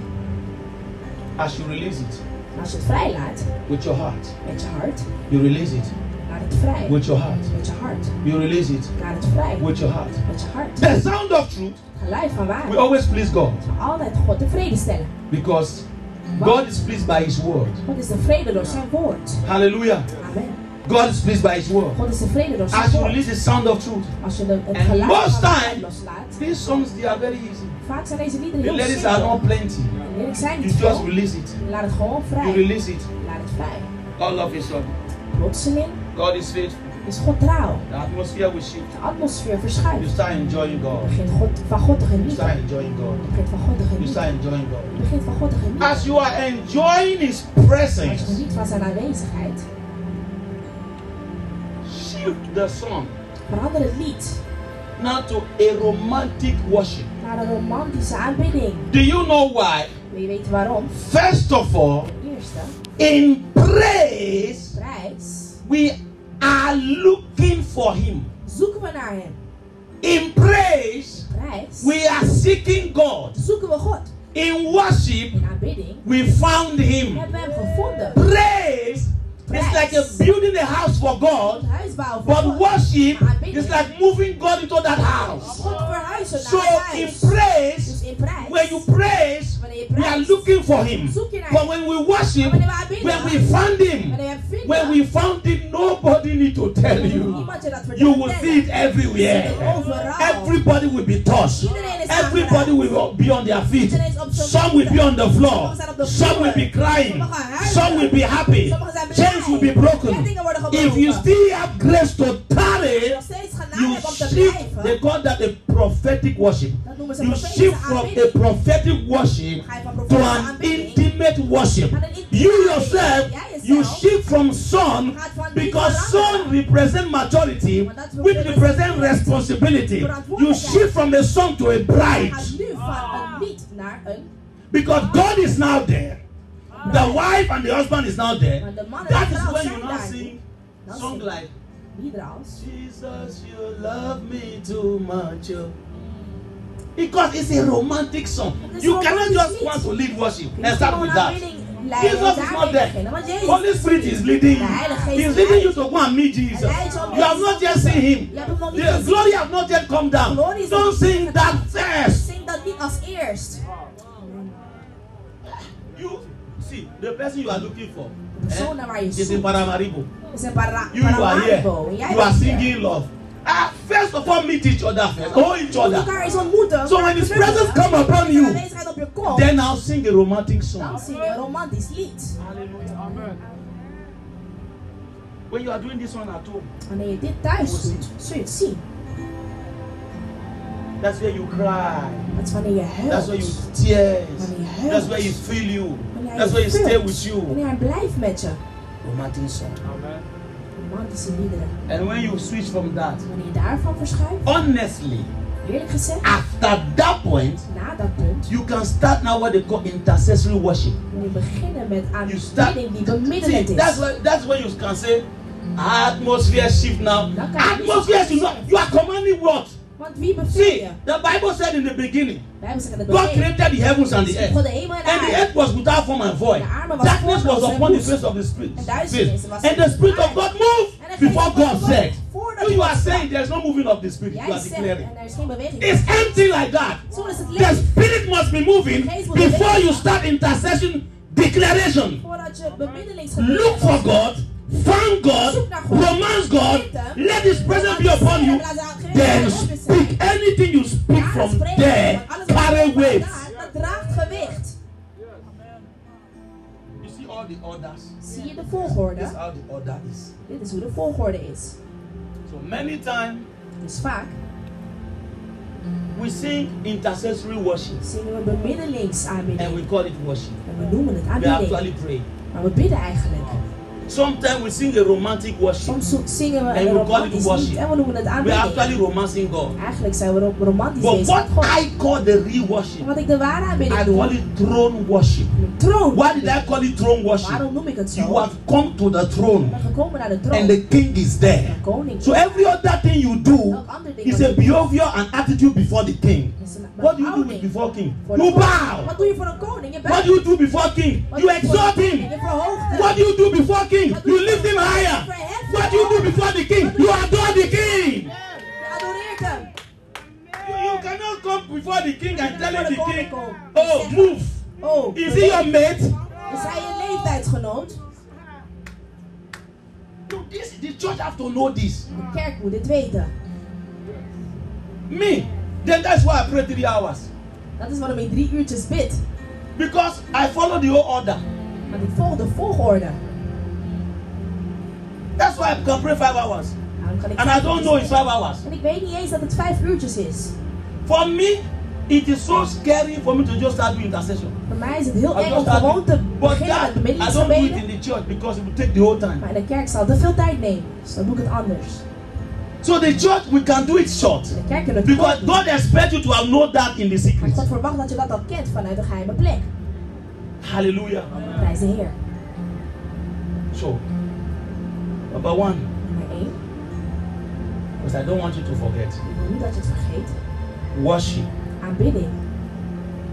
A: As you release it
B: En Als je het vrij laat,
A: with your heart,
B: met je hart,
A: you release it
B: laat het vrij.
A: with your heart.
B: Met je hart,
A: You release it
B: laat het vrij.
A: with your heart.
B: Met je hart.
A: The sound of truth
B: Het geluid van
A: will
B: waarheid.
A: always please God
B: Zal altijd God tevreden stellen.
A: because God is pleased by His word.
B: God is tevreden door zijn woord.
A: Hallelujah.
B: Amen.
A: God is pleased by His word.
B: God is tevreden door zijn
A: As you
B: woord.
A: release the sound of truth,
B: Als je de, het
A: And
B: geluid
A: most
B: van waarheid
A: time-
B: loslaat.
A: these songs they are very easy.
B: Vaak zijn deze liederen
A: The
B: heel
A: ladies are
B: simpel.
A: not plenty.
B: De lyrics zijn
A: You
B: niet
A: just
B: veel.
A: release it.
B: Laat het gewoon
A: You
B: vrij.
A: release it.
B: Laat het vrij.
A: All of a sudden,
B: Plotseling
A: God is faithful.
B: is God trouw.
A: The atmosphere will shift.
B: De atmosfeer
A: You
B: verschuift.
A: start enjoying
B: Je
A: God.
B: begint God, van God te
A: You
B: genieten.
A: start enjoying
B: Je
A: God.
B: begint van God te
A: You
B: genieten.
A: start enjoying God.
B: Je begint van God te genieten.
A: As you are enjoying His
B: Als je
A: presence,
B: geniet van zijn aanwezigheid,
A: shift the song
B: verander het lied
A: now to a romantic worship.
B: naar een romantische aanbidding.
A: Do you know why?
B: Wil je weten waarom?
A: First of all,
B: Ten eerste,
A: in praise,
B: prijs.
A: we are looking for Him.
B: Zoeken we naar hem.
A: In praise,
B: Prijs.
A: we are seeking God.
B: Zoeken we God.
A: In worship,
B: In aanbidding
A: we found Him.
B: hebben we hem gevonden.
A: Praise is like a building a house for
B: Het
A: God,
B: huis bouwen voor
A: but
B: God.
A: worship is like moving God into that house.
B: God verhuizen
A: So
B: naar het
A: in
B: huis.
A: praise,
B: Dus in prijs.
A: when you praise,
B: Wanneer je de
A: We are
B: prijs.
A: looking for him.
B: Zoek je naar
A: But
B: hem.
A: when we worship,
B: Maar wanneer we
A: when we
B: aanbidden,
A: found
B: wanneer we
A: him,
B: hem vinden,
A: when we found him, nobody need to tell
B: moet
A: you.
B: niemand je dat
A: You
B: vertellen.
A: will see it
B: Je ziet
A: everywhere.
B: het overal.
A: Everybody will be touched.
B: Iedereen is
A: Everybody will be on their feet.
B: Iedereen is op zijn
A: Some will be
B: voeten.
A: on the floor.
B: Sommigen zijn op de
A: Some will
B: vloer.
A: be crying.
B: Sommigen huilen.
A: Some will be happy.
B: Sommigen zijn blij.
A: Chains will be broken.
B: Kettingen worden gebroken.
A: If you still have grace to tarry,
B: nog steeds genade
A: you
B: hebt om te
A: shift. They
B: blijven.
A: call that a prophetic worship.
B: Dat noemen ze
A: You
B: profetische
A: shift from a
B: aanbidding.
A: prophetic worship
B: Ga je van
A: to
B: profetische
A: an
B: aanbidding
A: intimate worship.
B: naar een intieme
A: You
B: aanbidding.
A: yourself,
B: Jij jezelf
A: you shift from son
B: gaat van die
A: because son
B: veranderen.
A: represent maturity,
B: Want dat wil
A: which
B: zeggen-
A: represent responsibility. You
B: Verantwoordelijkheid.
A: shift from a son to a bride
B: gaat nu van een niet naar een.
A: because God is now there. The wife and the husband is now there.
B: Maar de man en
A: That
B: de
A: is
B: vrouw
A: when
B: zijn
A: you now
B: daar.
A: sing
B: Dan
A: song
B: zing je.
A: like
B: Liederen als.
A: Jesus, you love me too much. oh. Because it's a romantic song.
B: It's
A: you cannot
B: romantic
A: just
B: lied.
A: want to lead worship
B: Je
A: and
B: moet
A: start
B: gewoon
A: with
B: naar
A: that.
B: aanbidding leiden,
A: Jesus is
B: daar
A: not
B: beginnen,
A: there.
B: want Jezus
A: Holy Spirit is leading you.
B: De Heilige Geest
A: He's leading you
B: leidt.
A: to go and meet Jesus. You
B: Hij leidt je om
A: have
B: Jezus
A: not
B: te
A: yet seen him.
B: ontmoeten. Je hebt hem nog niet
A: The
B: gezien.
A: glory have not yet come down.
B: Glory is
A: Don't
B: nog
A: sing
B: niet
A: that
B: gekomen.
A: first.
B: Zing dat niet als eerst.
A: Eh? You see, the person you are looking for eh,
B: De persoon naar waar je
A: is in
B: zoekt.
A: Paramaribo.
B: Is een para
A: You, you are here.
B: Paramaribo. En jij
A: You are
B: bent hier.
A: singing love. Ah, first of all, meet each other first. Hold each
B: Je moet
A: other.
B: elkaar eens ontmoeten.
A: So when his
B: Verbinden.
A: presence come upon you,
B: Als de aanwezigheid op je komt,
A: Then I'll sing a romantic
B: dan
A: song.
B: zing je een romantisch lied.
A: When you are doing this one at home,
B: Wanneer je dit thuis doet, zul je het zien.
A: that's where you cry.
B: Dat is wanneer je
A: That's where you
B: huilt.
A: tears.
B: Wanneer je
A: That's where
B: huilt.
A: he feel you.
B: Wanneer hij
A: That's where he
B: vult.
A: stay with you.
B: Wanneer hij blijft met je.
A: Romantic song.
B: Romantische liederen.
A: And when you switch from that,
B: Wanneer je daarvan verschuift,
A: honestly,
B: eerlijk gezegd,
A: after that point,
B: na dat punt,
A: you can start now what they call intercessory worship.
B: moet je beginnen met
A: You start.
B: aanbidding die
A: See,
B: bemiddelend is.
A: that's where that's where you can say atmosphere shift now.
B: That can be-
A: Atmosphere is not. You are commanding what?
B: Want wie bevel
A: See,
B: je?
A: the Bible said in the beginning,
B: Wij zeggen dat
A: God created the heavens and the earth.
B: God de hemel en de
A: And the
B: aarde.
A: earth was without form and void.
B: De aarde was
A: Darkness was
B: vormloos en
A: upon the
B: woest.
A: face of the spirit.
B: En
A: face.
B: duisternis was
A: And the Spirit of
B: aarde.
A: God moved
B: En de geest
A: before
B: van
A: God
B: God
A: said.
B: voordat
A: So you
B: God
A: are
B: sprak.
A: saying there's no moving of the spirit. You
B: Jij
A: are
B: zegt, en
A: declaring.
B: er is geen beweging.
A: It's empty like that.
B: Zo is het
A: The
B: licht.
A: spirit must be moving
B: De geest moet
A: before
B: bewegen.
A: you start intercession declaration.
B: Voordat je bemiddelingsgebied
A: Look for God, find God,
B: Zoek naar God.
A: romance God,
B: Zitten.
A: let His presence be upon you. Then speak anything you speak from there, carry weight.
B: Dat draagt gewicht.
A: You see all the orders.
B: Zie je de
A: This is
B: volgorde?
A: how the order is.
B: Dit is hoe de volgorde is.
A: So many times
B: Dus vaak
A: we sing intercessory worship
B: zingen we bemiddelingsaanbidding.
A: and we call it worship.
B: En we noemen het
A: We
B: aanbidding.
A: actually pray.
B: Maar we bidden eigenlijk.
A: Sometimes we sing a romantic worship.
B: Soms zo- zingen we
A: And we
B: een
A: call it
B: romantisch
A: worship.
B: lied en we noemen het
A: We are
B: aanbidding.
A: actually romancing God.
B: Eigenlijk zijn we rom- romantisch
A: But
B: bezig
A: what
B: met God.
A: I call the real
B: En
A: worship,
B: Wat ik de ware aanbidding
A: I call
B: doe,
A: it throne worship.
B: mijn troon.
A: Why did I call it throne worship?
B: Waarom noem ik het zo?
A: You have come to the
B: We
A: throne
B: zijn gekomen naar de troon.
A: and the king is there.
B: De koning.
A: So every other thing you do
B: Elk ander ding
A: is
B: wat
A: a
B: je doet,
A: behavior and attitude before the king.
B: is een
A: What do you do
B: behouding
A: with before king?
B: voor de
A: You
B: koning.
A: bow.
B: Wat doe je voor een koning? Je buigt.
A: What do you do before king?
B: Wat
A: You
B: doe je voor-
A: exalt him.
B: en Je verhoogt hem.
A: What do you do before king?
B: Wat doe
A: You
B: je
A: lift
B: voor-
A: him
B: Je
A: higher.
B: verheft
A: What do
B: hem.
A: you do before the king? You adore the king.
B: Je adoreert hem.
A: You, you cannot come before the king and tell him the king,
B: Oh,
A: oh, move.
B: Oh,
A: Is he your mate?
B: is hij je leeftijdsgenoot?
A: No, this the church have to know this.
B: De kerk moet dit weten.
A: Me, then that's why I pray three hours.
B: Dat is waarom ik drie uurtjes bid.
A: Because I follow the whole order.
B: Want ik volg de volgorde.
A: That's why I can pray five hours.
B: Daarom kan ik
A: And I don't know it's five hours.
B: En ik weet niet eens dat het vijf uurtjes is.
A: For me, it is so scary for me to just start doing intercession.
B: Voor mij is het heel
A: I
B: eng om
A: just start
B: gewoon te
A: doing- But
B: beginnen met
A: that, I don't do it
B: bemiddelingsgebeden.
A: in the church because it will take the whole time.
B: Maar in de kerk zal te veel tijd nemen. Dus dan doe ik het anders.
A: So the church, we can do it short.
B: De kerk kunnen het kort
A: Because
B: doen.
A: God expects you to have known that in the
B: Maar
A: secret.
B: God verwacht dat je dat al kent vanuit een geheime plek.
A: Hallelujah.
B: Prijs de Heer.
A: So, number one,
B: Nummer 1.
A: because I don't want you to forget,
B: Ik wil niet dat je het vergeet.
A: worship
B: Aanbidding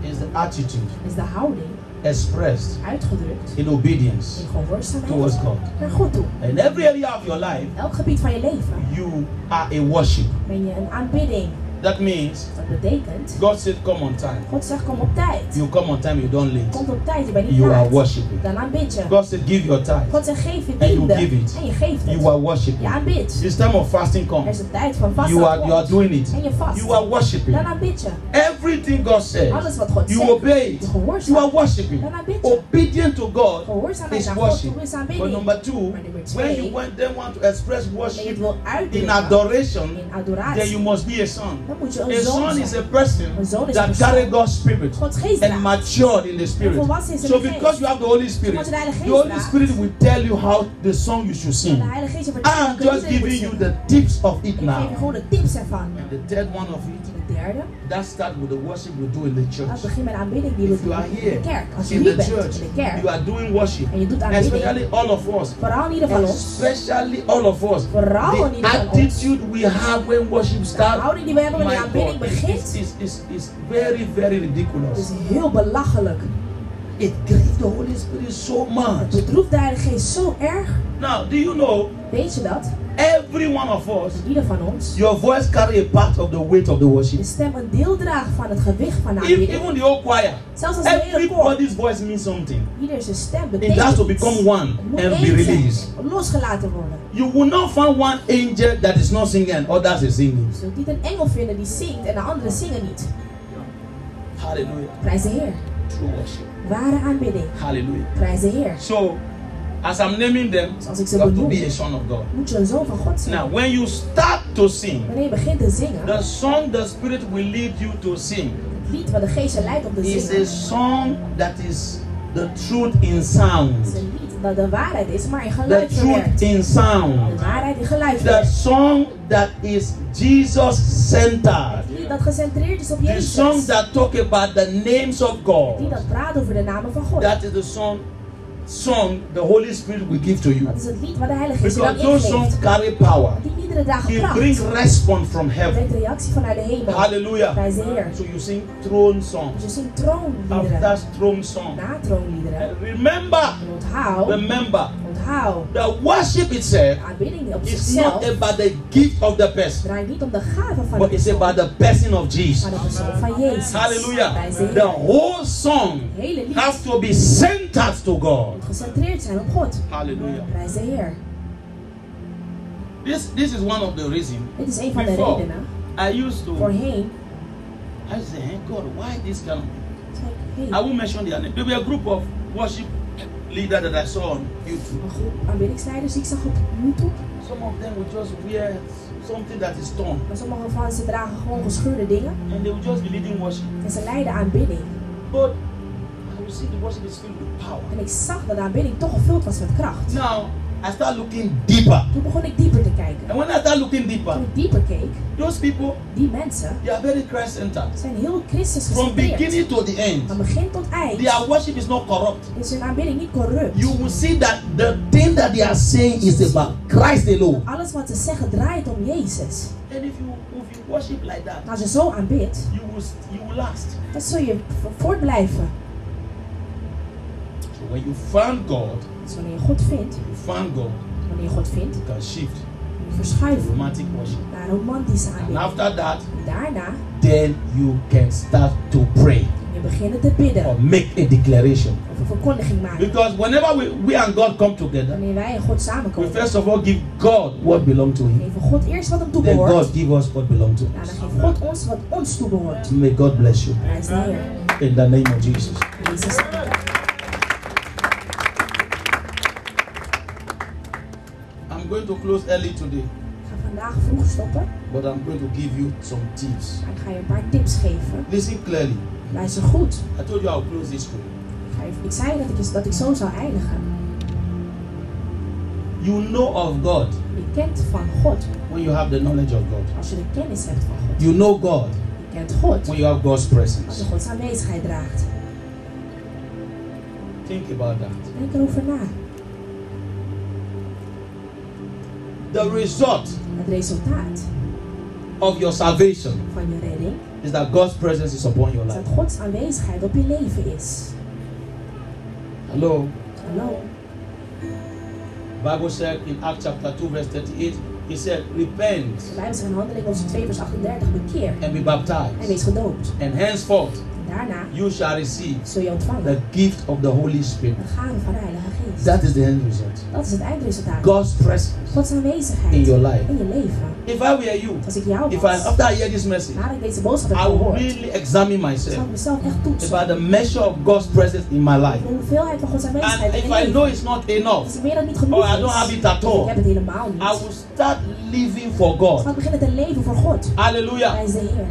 A: is the attitude
B: is de houding
A: expressed
B: uitgedrukt
A: in obedience
B: in
A: towards
B: gehoorzaamheid
A: God.
B: naar God toe.
A: In every area of your life,
B: Elk gebied van je leven
A: you are a worship.
B: ben je een aanbidding. Dus
A: That means
B: Dat betekent,
A: God said, Come on time.
B: God zegt kom op tijd.
A: You come on time, you don't late.
B: Komt op tijd, je bent niet
A: You are
B: laat.
A: worshiping.
B: Dan aanbid je.
A: God said, Give your tithe.
B: God zegt geef je
A: And you
B: tiende.
A: give it.
B: En je geeft
A: You
B: het.
A: are worshiping.
B: Je aanbidt.
A: This time of fasting
B: Er is
A: comes.
B: een tijd van vasten.
A: You are you are doing it.
B: En je vast.
A: You are worshiping.
B: Dan aanbid je.
A: Everything God says,
B: Alles wat God
A: you
B: zegt.
A: obey
B: Je
A: it. You are
B: gehoorzaamt.
A: worshiping.
B: Dan aanbid je.
A: Obedient to God
B: Gehoorzaamheid
A: is
B: aan God
A: worship.
B: toe is
A: But
B: aanbidding.
A: number two, when you want them want to express
B: En je het
A: worship
B: wil
A: in
B: uitdrukken
A: adoration,
B: in
A: then you
B: adoratie,
A: must be a son.
B: dan moet je
A: A
B: een zoon
A: son is
B: zijn.
A: a person
B: Een zoon is een
A: that
B: persoon.
A: carry God's spirit
B: Gods geest
A: and
B: draagt.
A: matured in the
B: En
A: spirit.
B: volwassen is in
A: So
B: de geest.
A: because you have the Holy Spirit,
B: Omdat je de Heilige
A: the
B: Geest
A: Holy
B: draagt.
A: Spirit will tell you how the song you should
B: En
A: sing.
B: de Heilige Geest je vertelt
A: I'm
B: welke liederen
A: just
B: je moet
A: giving you
B: zingen.
A: the tips of it
B: Ik geef je
A: now.
B: gewoon de tips ervan.
A: And the third one of it,
B: De derde,
A: that starts with the worship we do in the
B: dat
A: church.
B: begint met aanbidding die we
A: If you
B: doen
A: are
B: in de
A: here,
B: kerk. Als je
A: in
B: hier
A: the
B: bent,
A: church,
B: in de kerk,
A: you are doing worship.
B: en je doet aanbidding,
A: Especially all of us.
B: vooral in ieder van ons,
A: Especially all of us.
B: vooral in
A: The
B: ieder van ons,
A: attitude we have when worship
B: de
A: starts,
B: houding die we hebben
A: my
B: wanneer de aanbidding
A: God, is,
B: begint,
A: is, is, is very, very
B: is
A: ridiculous.
B: heel belachelijk.
A: It grieves the Holy Spirit so
B: Het
A: much.
B: bedroeft de Heilige Geest zo erg.
A: Now, do you know,
B: Weet je dat?
A: every one of us,
B: Ieder van ons,
A: your voice carry a part of the weight of the worship.
B: je stem een deel draagt van het gewicht van de
A: If,
B: aanbidding.
A: even the whole choir,
B: Zelfs als een hele koor.
A: everybody's voice means something.
B: Ieder zijn stem
A: It
B: betekent
A: has to
B: iets.
A: become one
B: Het moet
A: and
B: één
A: be
B: zijn,
A: released.
B: Losgelaten worden.
A: You will not find one angel that is not singing and others is singing.
B: Je zult niet een engel vinden die zingt en de anderen zingen niet.
A: Hallelujah.
B: Prijs de Heer.
A: True worship.
B: Ware aanbidding.
A: Hallelujah.
B: Prijs de Heer.
A: So, as I'm naming them,
B: Dus als ik ze
A: you have to
B: benoem,
A: be a son of God.
B: moet je een zoon van God zijn.
A: Now, when you start to sing,
B: Wanneer je begint te zingen,
A: the song the Spirit will lead you to sing
B: het lied wat de geest je leidt om te
A: is dus
B: zingen,
A: a
B: is
A: song that is the truth in sound.
B: een lied dat de waarheid is, maar in
A: The
B: geluid
A: truth
B: verwerkt.
A: in
B: De
A: sound.
B: waarheid in geluid
A: The
B: verwerkt.
A: song that is Jesus centered.
B: Het lied dat gecentreerd is op
A: The
B: Jezus.
A: song that talk about the names of
B: Die
A: God.
B: dat praat over de namen van God.
A: That is the song, song the Holy Spirit will give to you.
B: Dat is het lied waar de Heilige Geest je dan
A: Because those songs
B: ingeeft.
A: carry power.
B: Die iedere dag
A: He
B: praat.
A: brings response from heaven.
B: Met reactie vanuit de hemel.
A: Hallelujah.
B: Prijs de Heer.
A: So you sing throne
B: Dus
A: songs.
B: je zingt troonliederen.
A: After throne song.
B: Na troonliederen.
A: And remember,
B: En onthoud,
A: remember,
B: onthoud.
A: the worship itself
B: De aanbidding op
A: is not
B: zichzelf
A: about the gift of the person,
B: draait niet om de gave van de
A: but it's
B: persoon.
A: about the person of
B: Maar
A: Jesus.
B: de persoon van Jezus.
A: Hallelujah.
B: Prijs
A: The
B: de Heer.
A: whole song
B: Het hele lied
A: has to be centered to God.
B: moet gecentreerd zijn op God.
A: Hallelujah.
B: Prijs de Heer.
A: This this is one of the reasons.
B: Dit is een van de
A: Before.
B: redenen.
A: I used to
B: Voorheen
A: I say, hey God, why this kind of
B: zei ik,
A: I
B: hey,
A: won't mention their name. There were a group of worship leaders that I saw on YouTube.
B: een groep aanbiddingsleiders die ik zag op YouTube.
A: Some of them would just wear something that is torn
B: Maar sommige van ze dragen gewoon gescheurde dingen.
A: and they would just be leading worship.
B: En ze leiden aanbidding.
A: But I would see the worship is filled with power.
B: En ik zag dat de aanbidding toch gevuld was met kracht.
A: Now I start looking deeper.
B: Toen begon ik dieper te kijken.
A: And when I start looking
B: Toen
A: deeper,
B: ik dieper keek,
A: those people
B: die mensen
A: they are very Christ centered.
B: zijn heel Christus
A: From
B: gecentreerd.
A: beginning to the
B: Van
A: end,
B: begin tot eind
A: their worship is not corrupt.
B: is hun aanbidding niet corrupt.
A: You will see that the thing that they are saying is about Christ alone.
B: Alles wat ze zeggen draait om Jezus.
A: And if you if you worship like that,
B: Als je zo aanbidt,
A: you will you will last.
B: dan zul je v- voortblijven.
A: So when you find God,
B: Dus wanneer je God vindt,
A: you find God,
B: wanneer je God vindt,
A: you can shift
B: moet je
A: to
B: verschuiven
A: romantic worship.
B: naar romantische
A: And
B: aanbidding.
A: after that,
B: Daarna kun
A: then you can start to pray
B: je beginnen te bidden
A: or make a declaration.
B: of een verkondiging maken.
A: Because whenever Oh. we, we and God come together,
B: Wanneer wij en God
A: we
B: samenkomen,
A: first of all give God what belongs to Him.
B: geven God eerst wat hem
A: Then
B: toebehoort.
A: God give us what belongs to
B: Nou, dan
A: us.
B: geeft God ons wat ons toebehoort.
A: May God bless you
B: Prijs de Heer.
A: in the name of Jesus.
B: Jezus.
A: I'm going to close early today,
B: Ik ga vandaag vroeg stoppen,
A: but I'm going to give you some tips.
B: maar ik ga je een paar tips geven.
A: Listen clearly.
B: Luister goed.
A: I told you I'll close this way.
B: Ik, ga je- ik zei dat ik, dat ik zo zou eindigen.
A: You know of God
B: Je kent van God
A: when you have the knowledge of God.
B: als je de kennis hebt van God.
A: You know God
B: Je kent God
A: when you have God's
B: als je
A: presence.
B: Gods aanwezigheid draagt.
A: Think about that.
B: Denk erover na.
A: The result
B: Het resultaat
A: of your salvation
B: van je redding
A: is that God's presence is upon your
B: is dat
A: life.
B: Gods aanwezigheid op je leven is.
A: Hello.
B: Hallo.
A: Bible said in Acts chapter 2, verse 38, He said, Repent
B: De Bijbel zegt in Handelingen hoofdstuk 2 vers 38 bekeer
A: and be
B: en
A: baptized,
B: wees gedoopt.
A: and henceforth
B: En daarna
A: you shall receive
B: zul je ontvangen
A: the gift of the Holy Spirit.
B: de gave van de Heilige Geest.
A: That is the end result.
B: Dat is het eindresultaat.
A: God's presence
B: Gods
A: in
B: aanwezigheid
A: your life.
B: in je leven.
A: If I were you,
B: Als ik jou
A: if I
B: was,
A: after I hear this message,
B: nadat ik deze boodschap heb
A: I will
B: gehoord,
A: really examine
B: zal
A: myself
B: ik mezelf echt toetsen.
A: about the measure of God's presence in my life.
B: De hoeveelheid van Gods aanwezigheid
A: And
B: in
A: if
B: je
A: I know
B: leven.
A: it's not
B: Als
A: enough,
B: ik weet dat het niet
A: or I
B: genoeg
A: don't have
B: is,
A: it at
B: ik
A: all,
B: heb het helemaal
A: I
B: niet.
A: will start living for
B: Zal
A: God.
B: ik beginnen te leven voor God. Hij
A: Hallelujah.
B: is de Heer.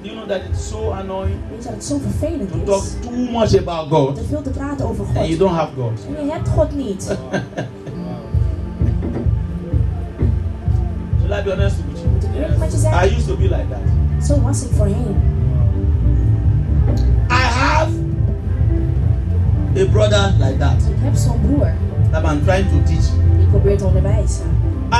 A: You know that it's so annoying
B: Weet je dat het zo vervelend
A: to talk
B: is?
A: too much about God
B: Te veel te praten over God.
A: and you
B: En
A: don't have God.
B: je hebt God niet.
A: Shall I be honest with you?
B: Moet ik eerlijk met je
A: I
B: zeggen?
A: used to be like that.
B: Zo was ik voorheen.
A: I have a brother like that
B: Ik heb zo'n broer.
A: that I'm trying to teach.
B: Die probeert te onderwijzen.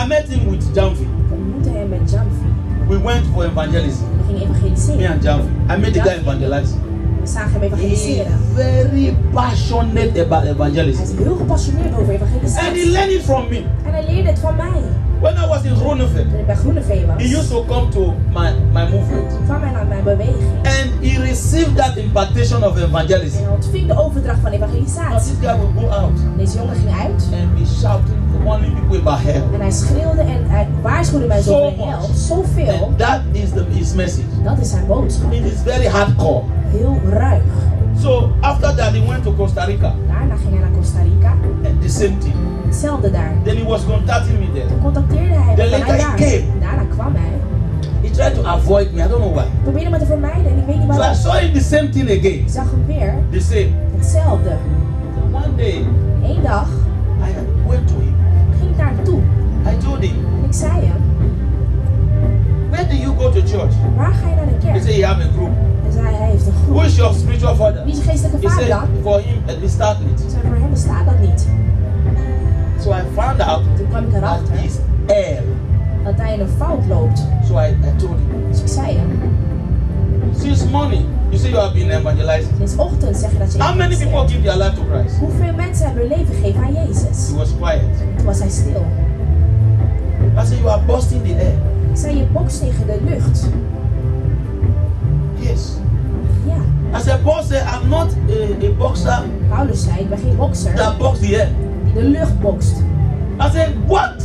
A: I met him with Jamfi.
B: We ontmoeten hem met Jamfi.
A: We went for evangelism.
B: We gingen
A: Me
B: evangeliseren.
A: and Jamfi. I met the guy evangelizing.
B: We zagen hem
A: He's
B: evangeliseren.
A: very passionate about
B: Hij is
A: evangelism.
B: heel gepassioneerd over
A: And he
B: evangeliseren.
A: learned it from me.
B: En hij leerde het van mij.
A: When I was in Groeneveld,
B: Toen ik bij Groenevee was.
A: he used to come to my, my movement.
B: kwam hij naar mijn beweging.
A: And he received that impartation of
B: En
A: evangelism.
B: hij ontving de overdracht van
A: Now
B: evangelisatie.
A: this guy would go out
B: Deze jongen ging uit.
A: and be shouting, warning people about hell.
B: En hij schreeuwde en hij waarschuwde mij zo
A: So
B: over
A: much.
B: help. Zoveel.
A: And that is the, his message.
B: Dat is zijn boodschap.
A: It is very hardcore.
B: Heel ruig.
A: So after that, he went to Costa Rica
B: Daarna ging hij naar Costa Rica.
A: and the same thing.
B: Hetzelfde daar.
A: Then he was contacting me there.
B: Toen contacteerde hij
A: De
B: me vanuit
A: linker
B: daar.
A: came.
B: Daarna kwam hij.
A: He tried to avoid me. I don't know why.
B: Ik probeerde me te vermijden en ik weet niet
A: So I
B: waarom.
A: saw him the same thing again.
B: Ik zag hem weer.
A: The same.
B: Hetzelfde.
A: Then one day,
B: Eén dag
A: I went to him.
B: ging ik naar hem toe.
A: I told him,
B: En ik zei hem,
A: Where do you go to church?
B: waar ga je naar de
A: He
B: kerk?
A: said, You have a group.
B: Hij zei, hij heeft een
A: Who
B: groep.
A: is your spiritual father?
B: Wie is je geestelijke
A: He
B: vader
A: said,
B: dan?
A: For him, at least start
B: Ik
A: with.
B: zei, voor hem bestaat dat niet.
A: So I found out
B: Toen kwam ik
A: that
B: erachter
A: he's L.
B: dat hij in een fout loopt.
A: So I, I told him,
B: Dus ik zei hem,
A: Since morning, you say you have been evangelizing.
B: sinds ochtend zeg je dat je
A: How many people
B: evangeliseren.
A: give their life to Christ?
B: Hoeveel mensen hebben hun leven gegeven aan Jezus?
A: He was quiet.
B: Toen was hij stil.
A: I said, You are busting the air.
B: Ik zei, je bokst tegen de lucht.
A: Yes.
B: Ja,
A: I said, Paul said, I'm not a, a boxer
B: Paulus zei, ik ben geen bokser
A: that box the air.
B: die de lucht bokst.
A: I said, What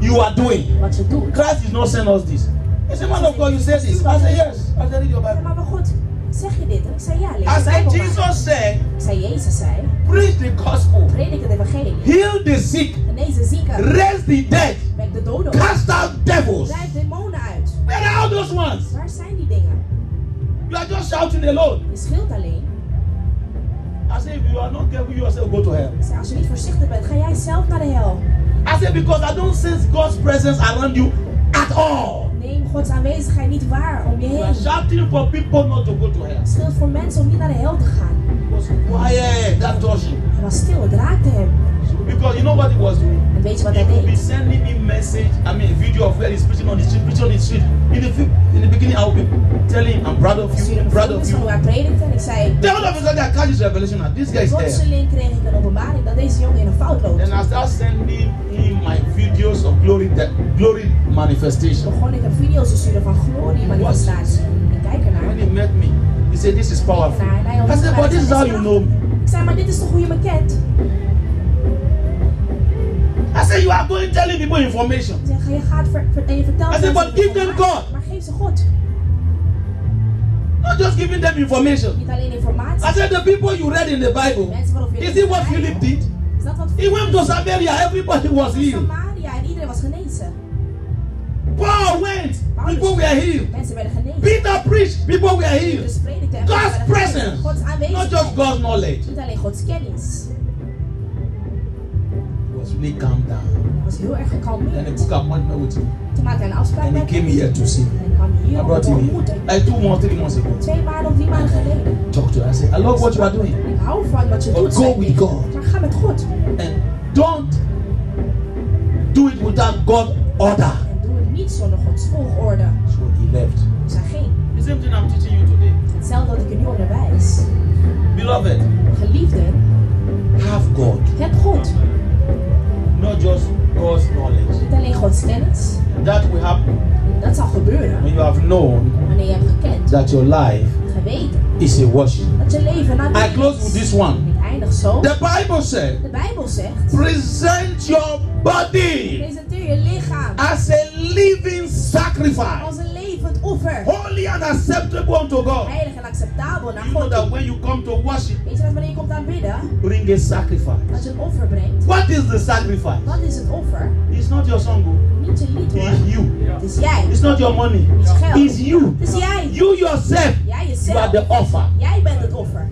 A: you are doing?
B: Wat je doet.
A: Christ is not send us this. He said, Man of God, you said this. I said, Yes. I said, Read your
B: Ik zei,
A: Bible.
B: maar maar goed, zeg je dit? En ik zei, ja, lees
A: I
B: de
A: said,
B: Bijbel maar.
A: Jesus said,
B: Ik zei, Jezus zei,
A: Preach the gospel.
B: predik het evangelie.
A: Heal the sick.
B: Genees de zieken.
A: Raise the dead.
B: Wek de doden op.
A: Cast out devils.
B: Drijf demonen uit.
A: Where are all those ones?
B: Waar zijn die dingen?
A: You are just shouting alone.
B: Je scheelt alleen.
A: I say, if you are not careful, you yourself go to hell.
B: Ik zei, als je niet voorzichtig bent, ga jij zelf naar de hel.
A: I say, because I don't sense God's presence around you at all.
B: Neem Gods aanwezigheid niet waar om je
A: You are
B: heen.
A: shouting for people not to go to hell.
B: Het scheelt voor mensen om niet naar de hel te gaan.
A: It was quiet. That touched him.
B: Hij was stil, het raakte hem.
A: Because you know what he was doing?
B: En weet je wat
A: He
B: hij
A: could be
B: deed?
A: sending me message, I mean, video of where he's preaching on the street, preaching on the street. In the, fe- in the beginning, I would be telling him, I'm proud of
B: Ik
A: you,
B: stuurde
A: I'm
B: me
A: proud of
B: filmpjes
A: you.
B: van hoe hij predikte en ik zei...
A: Then all of a sudden, I catch this revelation that this guy is there.
B: Plotseling kreeg ik een openbaring dat deze jongen in een fout loopt.
A: Then I start sending him my videos of glory, de- glory manifestation.
B: begon ik een video's te sturen van glorie manifestatie. Ik kijk ernaar.
A: When he met me, he said, "This is powerful."
B: Naar, naar
A: I said, "But this is how you know." me."
B: Ik zei, maar dit is toch hoe je me kent?
A: I said, "You are going telling people information."
B: Ik zeg, je gaat ver, ver, en je vertelt
A: I said,
B: mensen
A: "But give
B: wat je
A: them
B: maakt,
A: God."
B: Maar geef ze God.
A: Not just giving them information.
B: Niet alleen informatie.
A: I said, "The people you read in the Bible,
B: mensen waarop je
A: is it what Philip did?
B: Is dat wat
A: He went to Samaria. Everybody was
B: Philip
A: healed.
B: Samaria en iedereen was genezen.
A: Paul went. People were healed.
B: Mensen werden genezen.
A: Peter preached. People were healed.
B: Dus predikte en
A: God's
B: mensen werden genezen.
A: presence.
B: Gods
A: Not just
B: aanwezigheid.
A: God's knowledge."
B: Niet alleen Gods kennis.
A: He was really calmed down.
B: Hij was heel erg
A: Then he
B: gekalmeerd.
A: took appointment with me.
B: Toen maakte hij een afspraak
A: And he
B: met hem.
A: came here to see me.
B: En ik kwam hier
A: I
B: om hem
A: brought
B: te
A: him here
B: ontmoeten.
A: like two months, three months ago.
B: Twee maanden of drie maanden geleden.
A: Talk to her. I said, I love what you are doing.
B: Ik hou van wat je
A: But
B: doet.
A: go
B: zei
A: with
B: ik.
A: God.
B: Maar ga met God.
A: And don't do it without God order.
B: En doe het niet zonder Gods volgorde.
A: So he left.
B: Dus hij ging.
A: The same thing I'm teaching you today.
B: Hetzelfde dat ik je nu onderwijs.
A: Beloved,
B: Geliefden,
A: have God,
B: heb God.
A: not just God's knowledge.
B: Niet alleen godskennis.
C: That will happen
B: Dat zal gebeuren
C: when you have known
B: wanneer je hebt gekend,
C: that your life
B: geweten
C: is a worship.
B: dat je leven naar
C: I close with this one.
B: Ik eindig zo.
A: The Bible said,
B: De Bijbel zegt,
A: present your body
B: presenteer je lichaam
A: as a living sacrifice,
B: als een levend offer.
A: holy and acceptable unto God.
B: Heilig en acceptabel naar
A: You know
B: God.
A: that
B: toe.
A: when you come to worship,
B: Weet je dat wanneer je komt aanbidden,
A: bring a
B: dat
A: sacrifice.
B: je een offer brengt?
A: What is the sacrifice?
B: Wat is het offer?
A: It's not your song,
B: Niet je lied
A: oh. it's
B: hoor.
A: you.
B: Het is jij.
A: It's not your money,
B: Het is geld.
A: it's you.
B: Het is jij.
A: You yourself,
B: Jij
A: you are
B: jezelf.
A: the offer.
B: Jij bent het offer.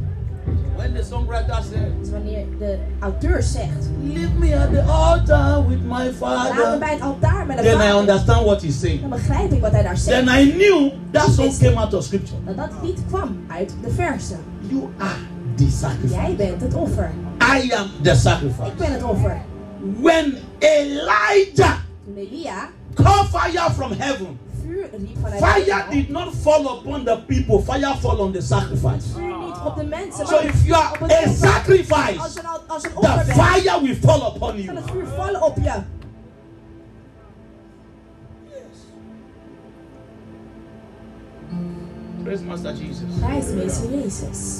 A: When the songwriter said,
B: Dat is wanneer de auteur zegt,
A: Leave me at the altar with my
B: laat me
A: father,
B: bij het altaar met een
A: then I
B: vader.
A: understand what he's saying.
B: Dan begrijp ik wat hij daar zegt.
A: Then I knew that song came out of scripture.
B: Dat dat lied kwam uit de versen.
A: You are the sacrifice.
B: Jij bent het offer.
A: I am the
B: Ik
A: sacrifice.
B: ben het offer.
A: When Elijah
B: Toen Elia
A: called fire from heaven,
B: vuur riep vanuit de
A: fire
B: hemel,
A: did not fall upon the people, fire fall on the sacrifice.
B: vuur niet op de mensen,
A: So
B: maar
A: if you are a
B: als
A: sacrifice,
B: een, al- als een offer
A: the
B: bent,
A: fire will fall upon
B: kan
A: you.
B: het vuur vallen op je.
C: Praise Master Jesus.
B: Prijs wezen Jezus.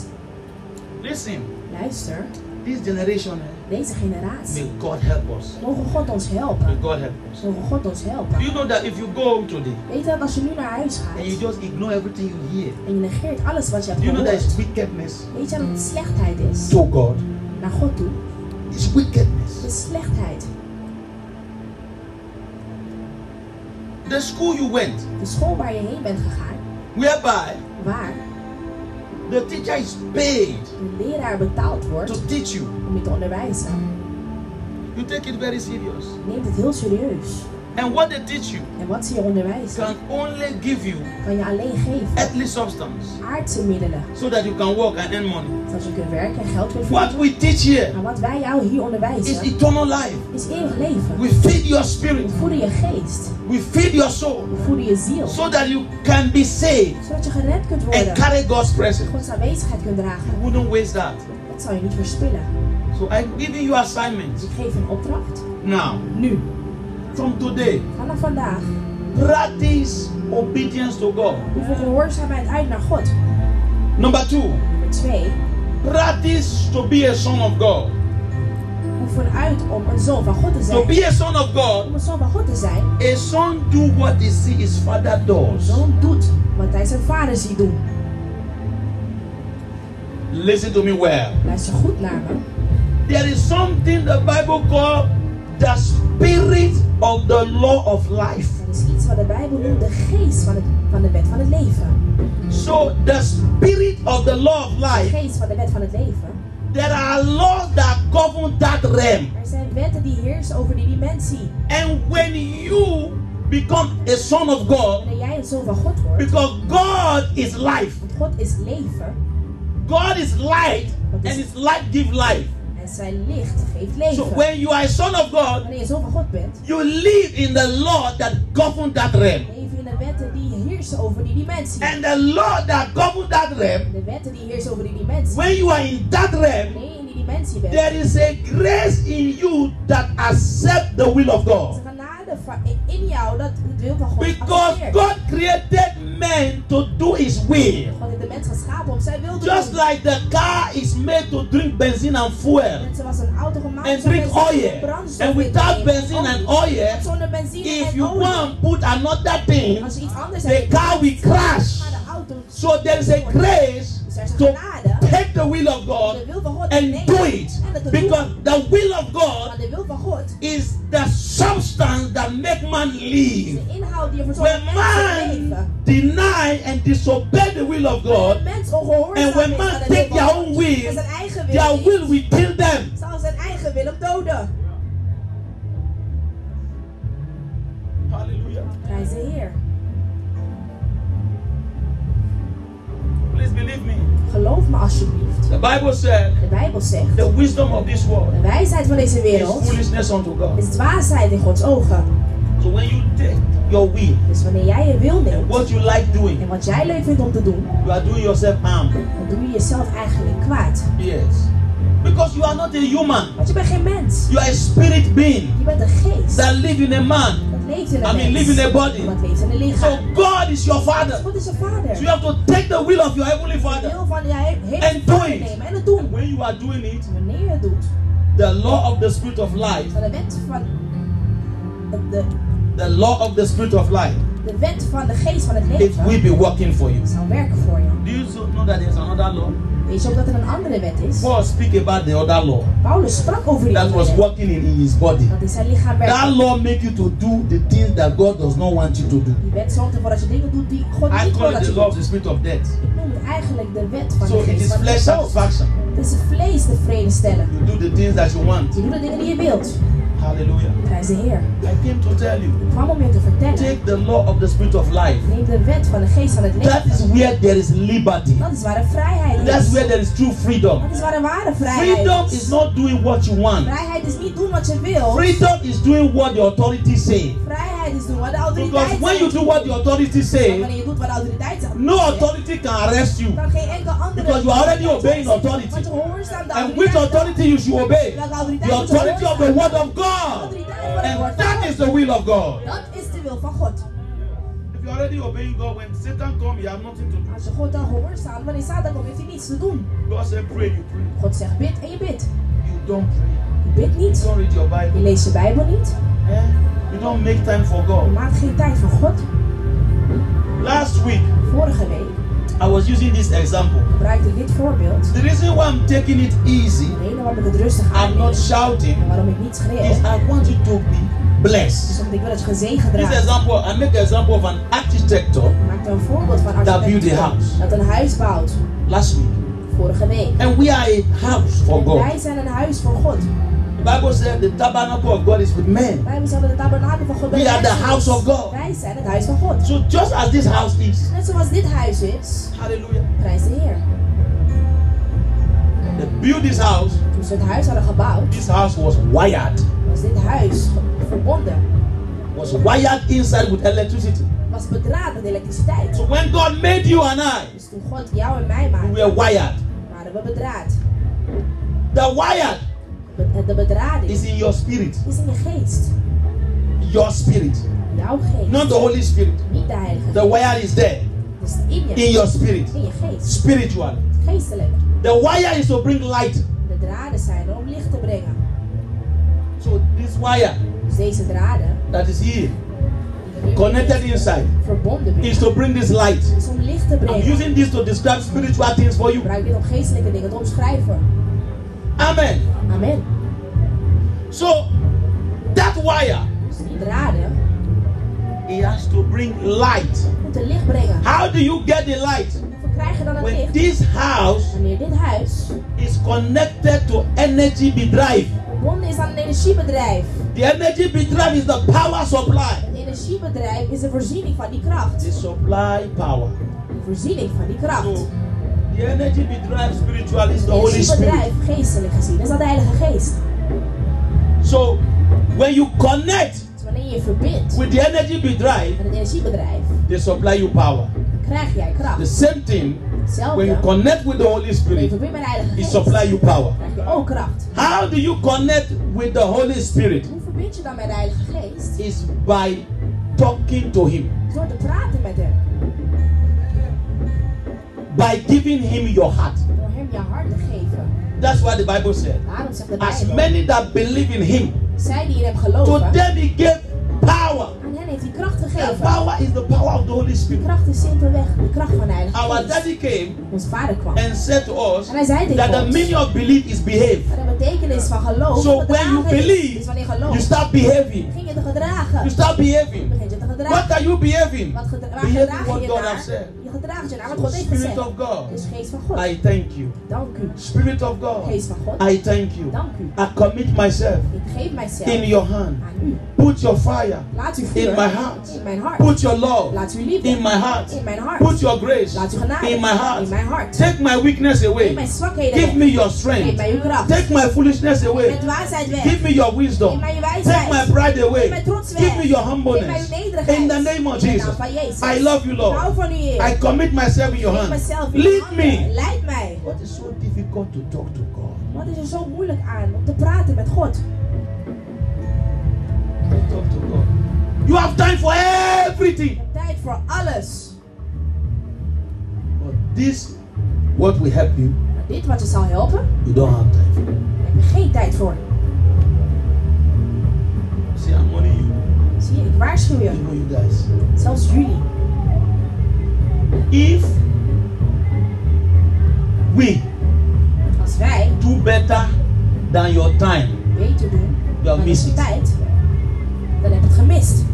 C: Listen,
B: Luister,
C: this generation, eh,
B: deze
C: may
B: generatie.
C: God help us.
B: Mogen God ons
C: May
B: helpen.
C: God help us.
B: Mogen God ons
C: Do you
B: helpen.
C: know that if you go home today
B: Weet je dat als je nu naar huis gaat
C: and you just ignore everything you hear,
B: en je negeert alles wat je hebt
C: do you know that
B: gehoord,
C: it's wickedness
B: weet je dat het slechtheid is?
C: to God?
B: Naar God toe.
C: It's wickedness.
B: Het is slechtheid.
A: The school you went,
B: De school waar je heen bent gegaan,
A: whereby
B: waar
A: the teacher is paid
B: een leraar betaald wordt
A: to teach you,
B: om je te onderwijzen,
A: you take it very serious.
B: neemt het heel serieus.
A: And what they teach you
B: En wat ze je onderwijzen,
A: can only give you
B: kan je alleen geven.
A: earthly substance
B: Aardse middelen,
A: so that you can work and earn money.
B: zodat je kunt werken en geld kunt
A: What
B: verdienen.
A: we teach here
B: Maar wat wij jou hier
A: is
B: onderwijzen,
A: eternal life.
B: is eeuwig leven.
A: We feed your
B: We
A: spirit,
B: voeden je geest,
A: we feed your soul
B: we voeden je ziel,
A: so that you can be saved
B: zodat je gered kunt
A: and
B: worden.
A: carry God's presence.
B: Gods aanwezigheid kunt
A: You
B: dragen.
A: wouldn't waste that.
B: Dat zal je niet verspillen.
A: So I'm giving you assignments
B: Dus ik geef een opdracht.
A: now.
B: Nu,
A: From today,
B: vanaf vandaag,
A: practice obedience to God.
B: hoeveel gehoorzaamheid uit naar God.
A: Number two,
B: Nummer twee,
A: practice to be a son of God.
B: hoeveel uit om een zoon van God te
A: To
B: zijn.
A: be a son of God,
B: Om een zoon van God te zijn,
A: a son do what he see his father does.
B: zoon doet wat hij zijn vader ziet doen.
A: Listen to me well.
B: Luister goed naar me.
A: There is something the Bible call the spirit of the law of life.
B: Er is iets wat de Bijbel noemt de geest van, het, van de wet van het leven.
A: So the spirit of the law of
B: De
A: life,
B: geest van de wet van het leven.
A: there are laws that govern that realm.
B: Er zijn wetten die heersen over die dimensie.
A: And when you become a son of God,
B: Wanneer jij een zoon van God wordt,
A: because God is life,
B: want God is leven
A: God is light, and His light give life.
B: en zijn licht geeft
A: So
B: leven.
A: when you are a son of God,
B: Wanneer je zoon van God bent,
A: you live in the law that govern that realm.
B: leef je in de wetten die heersen over die dimensie.
A: And the law that govern that realm
B: De wetten die heersen over die dimensie.
A: When you are in that realm,
B: Wanneer je in die dimensie bent,
A: there is a grace in you that accept the will of
B: is er
A: God.
B: genade van- in jou dat het wil van God
A: Because
B: accepteert.
A: God created man to do his will.
B: God heeft de mens geschapen om zijn wil te
A: Just
B: doen.
A: like the car is made to drink benzine and fuel
B: Mensen was een auto gemaakt
A: and
B: zodat
A: drink
B: mensen
A: oil.
B: brandstof
A: And without
B: in-
A: benzine and
B: olie.
A: oil,
B: Zonder benzine
A: if
B: en
A: you
B: olie.
A: want put another thing,
B: Als je iets anders
A: the
B: hebt,
A: car will crash.
B: gaat de auto.
A: So there is a grace
B: Dus er is een
A: to
B: genade.
A: take the will of
B: om De
A: God
B: wil van God te
A: and
B: nemen
A: do it.
B: En dat te doen.
A: Because the will of God
B: Want de wil van God
A: is the substance that make man
B: is
A: live.
B: de inhoud die ervoor zorgt
A: When
B: dat mensen
A: man
B: leven.
A: deny and disobey the will of
B: Wanneer
A: God,
B: mens ongehoorzaam
A: and when
B: is
A: man
B: aan de
A: take
B: wil van
A: their
B: God,
A: own will,
B: en zijn eigen wil,
A: their
B: neemt,
A: will will kill them.
B: zal zijn eigen wil hem doden.
A: Hallelujah.
B: Prijs de Heer.
A: Please believe me.
B: Geloof me alsjeblieft.
A: The Bible said
B: De Bijbel zegt,
A: the wisdom of this
B: de
A: world
B: wijsheid van deze
A: is
B: wereld
A: foolishness unto God.
B: is dwaasheid in Gods ogen.
A: So when you take your will
B: Dus wanneer jij je wil
A: and
B: neemt
A: what you like doing,
B: en wat jij leuk vindt om te doen,
A: you are doing yourself harm.
B: dan doe je jezelf eigenlijk kwaad.
A: Yes. Because you are not a human.
B: Want je bent geen mens.
A: You are a spirit being
B: Je bent een geest.
A: that live in a man.
B: Dat leeft in
A: I
B: een
A: mean,
B: mens.
A: live in a body.
B: Dat leeft in een lichaam.
A: So God is your
B: Dus
A: father.
B: God is een vader.
A: So you have to take the will of your heavenly father.
B: Heel van ja, he- heeft
A: And
B: het
A: do
B: vader
A: it.
B: nemen en het doen.
A: When you are doing it,
B: Wanneer je het doet,
A: the law of the spirit of life,
B: dan de wet van de, de,
A: the law of the spirit of life,
B: de wet van de geest van het
A: it
B: leven
A: will be working for you.
B: zal werken voor je.
A: Do you so- know that there's another law?
B: Weet je ook dat er een andere wet is?
A: Paul speak about the other law
B: Paulus sprak over die
A: that
B: andere
A: was
B: wet.
A: working in, in his body.
B: Dat is zijn lichaam
A: That
B: werkt.
A: law make you to do the things that God does not want you to do.
B: Die wet zorgt ervoor dat je dingen doet die God
A: I
B: niet
A: call
B: wil
A: it
B: dat
A: the
B: je
A: law
B: doet.
A: of the spirit of death.
B: Ik noem het eigenlijk de wet van
A: So
B: de
A: it
B: geest.
A: is
B: want
A: flesh
B: het is dood.
A: satisfaction.
B: Het is de vlees tevreden stellen.
A: You do the things that you want.
B: Je doet de dingen die je wilt.
A: Hallelujah.
B: Prijs de Heer.
A: I came to tell you.
B: Ik kwam om je te vertellen.
A: Take the law of the spirit of life.
B: Neem de wet van de geest van het
A: That is
B: leven.
A: where there is liberty.
B: Dat is waar de vrijheid is.
A: That's where there is true freedom.
B: Dat is waar de ware vrijheid
A: Freedom
B: is.
A: is not doing what you want.
B: Vrijheid is niet doen wat je wil.
A: Freedom is doing what the authorities say.
B: Vrijheid is doen wat de autoriteit
A: Because when
B: zegt.
A: you do what the authorities
B: Want
A: say,
B: wanneer je doet wat de autoriteit zegt,
A: no authority can arrest you.
B: kan geen enkel andere.
A: Because you are already obeying authority.
B: Want je gehoorzaamt de
A: And which
B: autoriteit.
A: authority you should obey?
B: Welke
A: The
B: autoriteit moet je
A: authority of the
B: gehoorzamen?
A: word of
B: De
A: God.
B: autoriteit van het woord
A: And
B: van
A: that
B: God.
A: is the will of God.
B: Dat is de wil van God.
A: If you're already obeying God, when Satan comes, you have nothing to do.
B: Als je God dan gehoorzaamt, wanneer Satan komt, heeft hij niets te doen.
A: God said, pray, you pray.
B: God zegt bid en je bidt.
A: You don't pray.
B: Je bidt
A: You
B: niet.
A: don't read your
B: Je
A: Bible.
B: leest je Bijbel niet.
A: Eh? You don't make time for
B: Je
A: God.
B: maakt geen tijd voor God.
A: Last week,
B: Vorige week
A: I was using this example.
B: gebruikte ik dit voorbeeld.
A: The reason why I'm taking it easy,
B: De reden waarom ik het rustig
A: I'm
B: aanneem
A: not shouting,
B: en waarom ik niet schreeuw,
A: is I want you to be
B: is
A: blessed.
B: omdat ik wil dat je gezegend
A: This
B: raakt.
A: example, I make an example of an architect
B: Ik maakte een voorbeeld
A: That
B: van
A: build the
B: architectuur.
A: house.
B: Dat een huis bouwt.
A: last week.
B: Vorige week.
A: And we are a house for
B: En
A: God.
B: wij zijn een huis voor God.
A: The Bible said the tabernacle of God is with men.
B: Wij zijn de tabernakel van God. bij
A: We
B: de
A: are the
B: mensen.
A: house of God.
B: Wij zijn het huis van God.
A: So just as this house is,
B: Net zoals dit huis is,
A: hallelujah,
B: prijs de Heer.
A: they built this house.
B: Toen ze het huis hadden gebouwd,
A: This house was wired,
B: was dit huis ge- verbonden.
A: was wired inside with electricity.
B: Was bedraad met elektriciteit.
A: So when God made you and I,
B: Dus toen God jou en mij
A: we
B: maakte,
A: were wired.
B: waren we bedraad.
A: The wired
B: Be- De
A: is
B: bedrading
A: in your spirit,
B: is in je geest.
A: your spirit,
B: Jouw geest.
A: not the Holy Spirit.
B: Niet de heilige
A: The
B: geest.
A: wire is there
B: Dus in
A: in
B: je,
A: your spirit,
B: in je geest.
A: spiritually.
B: Geestelijk.
A: The wire is to bring light.
B: De draden zijn er om licht te brengen.
A: So this wire
B: Dus deze draden,
A: that is here,
B: die hier
A: connected inside,
B: verbonden
A: is
B: brengen,
A: to bring this light.
B: is om licht te
A: I'm
B: brengen.
A: using this to describe spiritual things for you.
B: Gebruik dit om geestelijke dingen te omschrijven.
A: Amen.
B: Amen.
A: So that wire,
B: Dus die draden
A: it has to bring light.
B: moeten licht brengen.
A: How do you get the light?
B: Hoe verkrijg je dan het
A: When
B: licht?
A: this house
B: Wanneer dit huis
A: is connected to energy be drive.
B: verbonden is aan een energiebedrijf.
A: The energy be drive is the power supply.
B: Een energiebedrijf is de voorziening van die kracht.
A: The supply power.
B: De voorziening van die kracht.
A: So the energy be drive spiritual is the
B: Een
A: Oh. Holy Spirit.
B: energiebedrijf, geestelijk gezien, is dat de Heilige Geest.
A: So when you connect
B: Dus wanneer je verbindt
A: with the energy be drive,
B: met het energiebedrijf,
A: they supply you power.
B: dan krijg jij
A: The
B: kracht.
A: same thing Dus when you
B: Hetzelfde.
A: connect with the Holy
B: Wanneer je
A: Spirit,
B: verbindt met de Heilige
A: it
B: Geest,
A: supply you power.
B: krijg je ook kracht.
A: How do you connect with the Holy Spirit?
B: Hoe verbind je dan met de Heilige Geest?
A: Is by talking to Him,
B: Door te praten met Hem.
A: by giving Him your heart.
B: Door Hem je hart te geven.
A: That's what the Bible said.
B: Daarom zegt de
A: As
B: Bijbel,
A: many that believe in Him,
B: zij die in Hem
A: to
B: geloven,
A: them He gave power.
B: aan hen heeft Hij kracht
A: That
B: gegeven.
A: power is the power of the Holy
B: Die
A: Spirit.
B: kracht is simpelweg de kracht van de Heilige
A: Our
B: Geest.
A: daddy came
B: Ons vader kwam. En
A: and said to us
B: hij zei
A: that
B: tegen
A: the
B: ons,
A: meaning of belief is behave.
B: dat de betekenis van geloof
A: So
B: wat
A: when you
B: gedragen is.
A: believe,
B: Dus wanneer je
A: You
B: gelooft,
A: start behaving.
B: begin je te gedragen.
A: You
B: Dan
A: start behaving.
B: Begin je te
A: What
B: gedragen.
A: are you behaving?
B: Wat gedra- waar
A: Behave
B: gedraag je
A: what
B: je
A: God has
B: naar?
A: said.
B: Je gedraagt je naar wat
A: So,
B: God heeft
A: Spirit
B: gezegd.
A: of God,
B: Dus geest van God.
A: I thank you.
B: Dank u.
A: Spirit of God,
B: Geest van God.
A: I thank you.
B: Dank u.
A: I commit myself
B: Ik geef
A: in
B: mijzelf
A: your hand.
B: aan u.
A: Put your fire
B: Laat uw vuur
A: in my heart.
B: in mijn hart.
A: Put your love
B: Laat uw liefde
A: in my heart.
B: in mijn hart.
A: Put your grace
B: Laat uw genade
A: in my
B: in
A: heart.
B: mijn hart.
A: Take my weakness
B: Geef
A: away.
B: mijn zwakheden
A: Give
B: weg.
A: me your
B: Geef
A: strength.
B: mij uw kracht.
A: Take my foolishness
B: Geef mijn
A: away.
B: dwaasheid weg.
A: Give me your
B: Geef
A: wisdom.
B: mij uw wijsheid.
A: Take my pride away.
B: Geef mij trots weg.
A: Give me your
B: Geef mij uw
A: humbleness.
B: nederigheid.
A: In the name of
B: In de naam
A: Jesus,
B: van Jezus.
A: I love you,
B: Ik hou
A: Lord.
B: van u, Heer.
A: I commit myself in your
B: Geef
A: hand.
B: mezelf in uw
A: Lead
B: handen.
A: me.
B: Leid mij.
A: What is so difficult to talk to God?
B: Wat is er zo moeilijk aan om te praten met God?
A: Don't talk to God. You have time for
B: Je
A: everything.
B: hebt tijd voor alles.
A: But this, what will help you,
B: Maar dit wat je zal helpen,
A: you don't have time for.
B: daar heb je geen tijd voor.
A: See, I'm warning you.
B: Zie je, ik waarschuw
A: You
B: je.
A: know, you guys.
B: Zelfs jullie.
A: If we
B: Als wij
A: do better than your time,
B: beter doen
A: you have
B: dan
A: missed
B: onze
A: it.
B: tijd, dan heb je het gemist.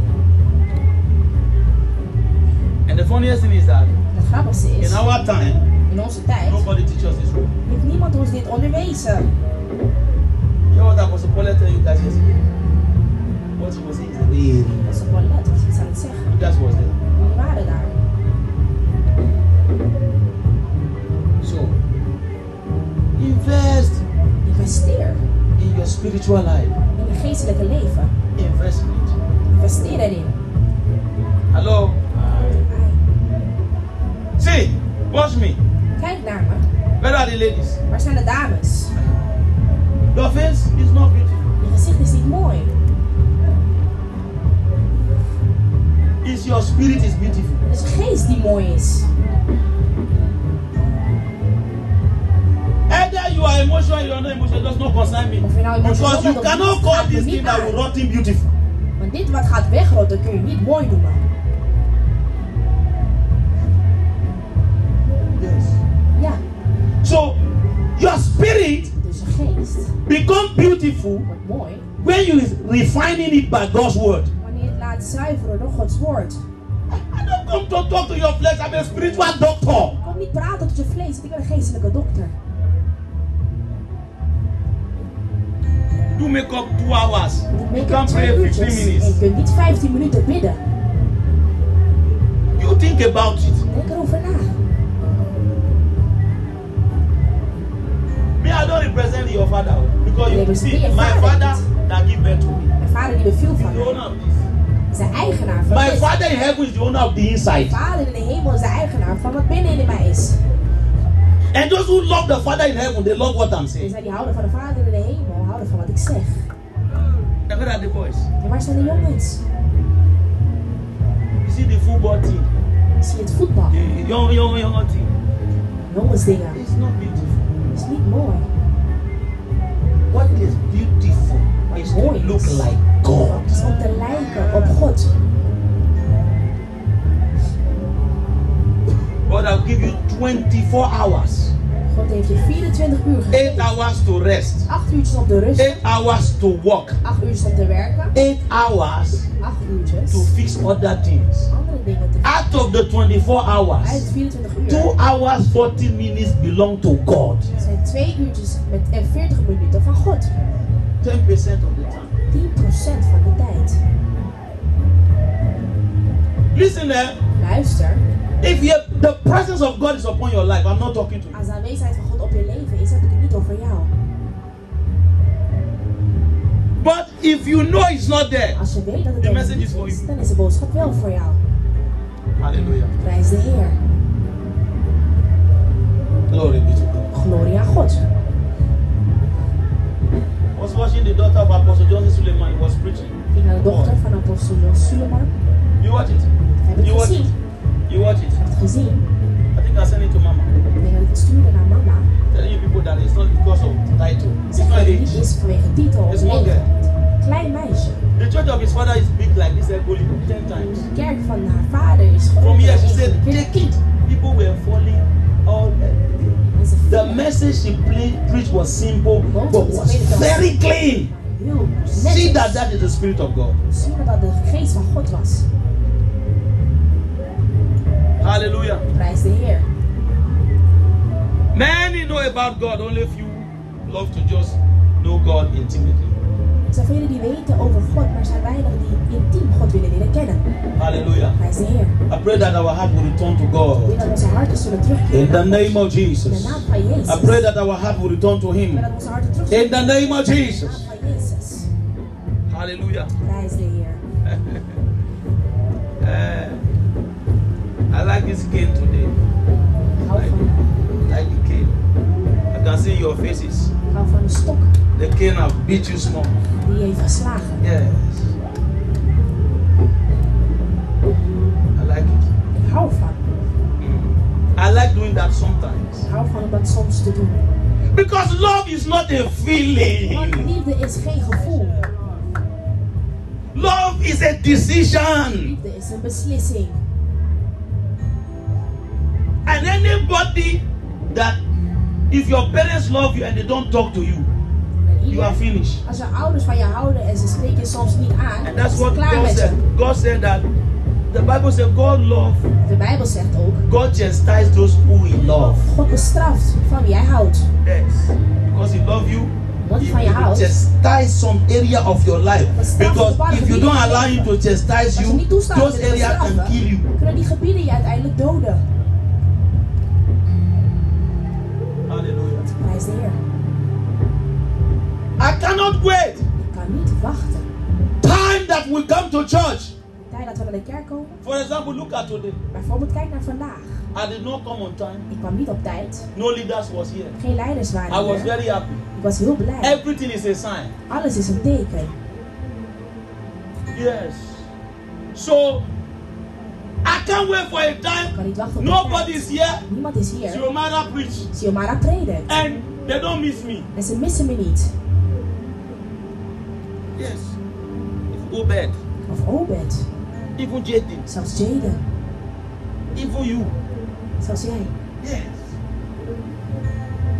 A: And the funniest thing is that
B: En het grappigste
A: in
B: is,
A: our time,
B: in onze tijd
A: nobody teaches this rule.
B: heeft niemand ons dit onderwezen.
A: You know what Apostle Paul tell you guys yesterday? What he was saying is the way
B: Dat is wel net wat ze iets aan het zeggen.
A: you guys was there.
B: We waren daar.
A: So invest
B: Investeer
A: in your spiritual life.
B: in je geestelijke leven.
A: Investment.
B: Investeer erin.
A: Hello. See, watch me.
B: Kijk naar me.
A: Where are the ladies?
B: Waar zijn de dames?
A: Your face is not beautiful.
B: Je gezicht is niet mooi.
A: It's your spirit is beautiful.
B: Het is je geest die mooi is.
A: Either you are emotional, you are not emotional, it does not concern me.
B: Of je nou emotioneel
A: Because you
B: bent of niet,
A: cannot
B: gaat
A: call
B: me
A: this
B: niet
A: thing that
B: aan.
A: will rotten beautiful.
B: Want dit wat gaat wegrotten kun je niet mooi noemen.
A: Yes.
B: Ja,
A: So your spirit
B: dus je geest
A: become beautiful
B: wordt mooi
A: when you is refining it by God's word.
B: wanneer je het laat zuiveren door Gods woord.
A: I don't come to talk to your flesh. I'm a spiritual doctor.
B: Kom niet praten tot je vlees, want ik ben een geestelijke dokter.
A: Do makeup two hours.
B: Je moet
A: You
B: make-up
A: can't
B: twee
A: pray 15
B: uurtjes. En je
A: minutes.
B: kunt niet 15 minuten bidden.
A: You think about it.
B: Denk erover na.
A: Me, I don't represent your father because
B: They
A: you
B: represent
A: see,
B: your
A: my
B: father.
A: father that give birth to me.
B: Mijn vader die beviel
A: He's
B: van
A: the
B: mij.
A: owner of this.
B: is de eigenaar van
A: My
B: dit.
A: father in heaven is the owner of the inside.
B: Mijn vader in de hemel is de eigenaar van wat binnen in mij is.
A: And those who love the father in heaven, they love what I'm
B: Dus
A: saying.
B: zij die houden van de vader in de hemel, houden van wat ik zeg.
A: And where are the boys?
B: En waar zijn de jongens?
A: You see the football team,
B: Ik zie het voetbal.
A: the young, young, young team.
B: Jongensdingen.
A: It's not beautiful.
B: Dat is niet mooi.
A: What is beautiful is to
B: Mooi.
A: look like
B: Het
A: God.
B: is om te lijken op God.
A: God will give you 24 hours,
B: God heeft je 24 uur
A: eight
B: gegeven.
A: hours to rest,
B: 8 uurtjes om te rusten.
A: eight hours to work,
B: 8 uurtjes om te werken.
A: eight hours
B: 8
A: to
B: uurtjes.
A: fix other things.
B: Andere dingen te
A: Out of the 24
B: Uit
A: hours,
B: 24 uur.
A: two hours 40 minutes belong to God.
B: Er zijn 2 uurtjes met en 40 minuten van God.
A: 10% of the time.
B: 10% van de tijd.
A: Listen eh? there.
B: Luister.
A: If you, the presence of God is upon your life, I'm not talking to you.
B: Als de aanwezigheid van God op je leven is, heb ik het niet over jou.
A: But if you know it's not there,
B: Als je weet dat het
A: The
B: er
A: message
B: niet
A: is for you.
B: dan is de boodschap wel voor jou.
A: hallelujah.
B: Prijs de Heer.
A: Glory be to God.
B: Gloria aan God.
A: I was watching the daughter of Apostle Joseph Suleiman, he was preaching.
B: Ik ging naar de dochter van apostel Jos Suleman.
A: You watch it.
B: Heb ik
A: You watch
B: gezien.
A: it. You watch it.
B: Ik heb het gezien.
A: I think I sent it to Mama.
B: Ik denk dat ik het stuurde naar mama.
A: Telling you people that it's not because of title. It's
B: Zeg dat
A: not
B: het niet
A: age.
B: is vanwege titel of
A: It's one
B: leeftijd.
A: girl.
B: Klein meisje.
A: The church of his father is big like this, like only ten times.
B: De kerk van haar vader is
A: From
B: gewoon.
A: here, she said, take it. People were falling all the day. The message she played, preached was simple, but was very clean.
B: Heel
A: See that
B: netjes.
A: that is the spirit of God.
B: Zien we dat de geest van God was.
A: Hallelujah.
B: Prijs de Heer.
A: Many know about God, only few love to just know God intimately.
B: Er zijn velen die weten over God, maar er zijn weinig die intiem God willen leren kennen.
A: Hallelujah.
B: Prijs de Heer.
A: I pray that our heart will return to
B: Ik wil
A: God.
B: dat onze harten zullen terugkeren.
A: In the
B: naar God.
A: name of
B: In
A: Jesus.
B: de naam van Jezus.
A: I pray that our heart will return to
B: Ik wil
A: Him.
B: dat onze harten terugkeren.
A: In the name of
B: In de
A: Jesus.
B: naam van Jezus.
A: Hallelujah.
B: Prijs de Heer.
A: Eh, I like this cane today.
B: Ik hou van
A: Like the cane. can see your faces.
B: Hou van de stok.
A: The cane have beat you small.
B: Die heeft geslagen.
A: Yes. I like it.
B: Ik hou van.
A: Mm. I like doing that sometimes.
B: Ik hou van om dat soms te doen.
A: Because love is not a
B: Want
A: feeling.
B: liefde is geen gevoel.
A: Love is a decision.
B: Liefde is een beslissing.
A: And anybody that, if your parents love you and they don't talk to you,
B: En
A: you
B: ieder-
A: are finished.
B: Als je ouders van je houden en ze spreken je soms niet aan,
A: And
B: dan
A: that's
B: is het
A: what
B: klaar
A: God
B: met je.
A: said. God said that the Bible said God love,
B: De Bijbel zegt ook,
A: God chastise those who He love.
B: God bestraft van wie hij houdt.
A: Yes, because He love you.
B: Wat
A: He
B: van je
A: will
B: houdt.
A: chastise some area of your life
B: Bestraft
A: because
B: bepaalde
A: if you don't
B: gebieden.
A: allow Him to chastise
B: Als je
A: you,
B: niet toestaat om
A: those
B: te
A: areas can
B: bestraffen,
A: kill you.
B: kunnen die gebieden je uiteindelijk doden.
A: Hallelujah.
B: Prijs de Heer.
A: I cannot wait.
B: Ik kan niet wachten.
A: Time that we come to church.
B: Tijd dat we naar de kerk komen.
A: For example, look at today.
B: Bijvoorbeeld kijk naar vandaag.
A: I did not come on time.
B: Ik kwam niet op tijd.
A: No leaders was here.
B: Geen leiders
A: I
B: waren
A: was
B: er.
A: very happy.
B: Ik was heel blij.
A: Everything is a sign.
B: Alles is een teken.
A: Yes. So I can't wait for a
B: Ik
A: time.
B: kan niet wachten op de
A: Nobody
B: tijd.
A: is here.
B: Niemand is hier.
A: Siomara preach.
B: Siomara predikt.
A: And they don't miss me.
B: En ze missen me niet.
A: Yes. If go bed.
B: Of Obed.
A: Even JD.
B: Zelfs Jaden.
A: Even you.
B: Zelfs jij.
A: Yes.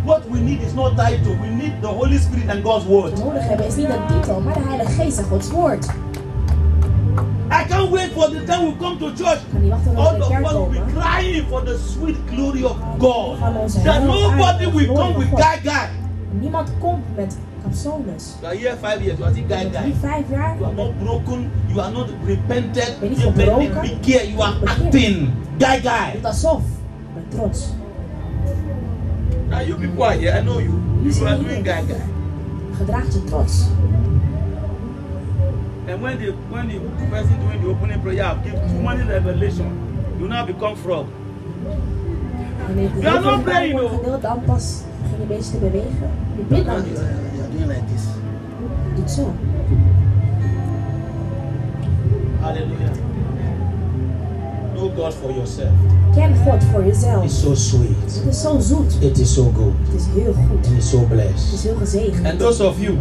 A: What we need is not title. We need the Holy Spirit and God's
B: Wat
A: word.
B: we nodig hebben is niet een titel, maar de Heilige Geest en Gods woord. Ik
A: I can't wait for the time we come to church
B: kan niet wachten tot we
A: All
B: in de
A: of
B: kerk
A: us will be
B: komen.
A: crying for the sweet glory of God. That nobody will come with guy guy.
B: Niemand komt met capsules.
A: You are here five years, you are still guy
B: Je bent
A: guy.
B: hier vijf jaar,
A: You are not broken, you are not repented,
B: Ben niet
A: you
B: gebroken.
A: big care, you are acting. Guy guy.
B: doet alsof. Ik ben trots.
A: Now you people are here, I know you. You are doing guy guy.
B: Gedraag je trots.
A: And when the when the person doing the opening prayer give too many revelation, you now become frog.
B: En ik
A: Ja, nou ben je
B: wordt
A: nog.
B: gedeeld, dan pas ging je een beetje te bewegen. Je
A: You
B: bidt nou
A: are
B: niet.
A: doing like this.
B: Je doet zo.
A: Hallelujah. Know God for yourself.
B: Ken God voor
D: It's
B: jezelf.
D: so sweet.
B: Het is zo zoet.
D: It is so good.
B: Het is heel goed.
D: And it's so
B: Het
D: blessed.
B: is heel gezegend.
A: And those of you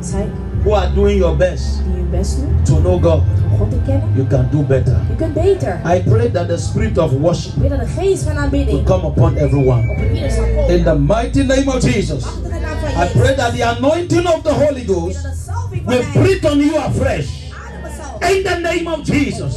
B: Zij
A: who are doing your best
B: die hun best doen
D: To know God,
B: om God te kennen,
D: you can do better.
B: je kunt beter.
D: I pray that the spirit of worship
B: Weet dat de geest van
D: will
B: aanbidding
D: come upon everyone.
B: op ieder zal komen.
D: In the mighty name of Jesus,
B: Machtige naam van
D: I
B: Jezus.
D: pray that the anointing of the Holy
B: Weet dat
D: Ghost
B: de salving van
D: will
B: mij
D: breathe on you afresh.
B: ademen zal.
D: In the name of Jesus,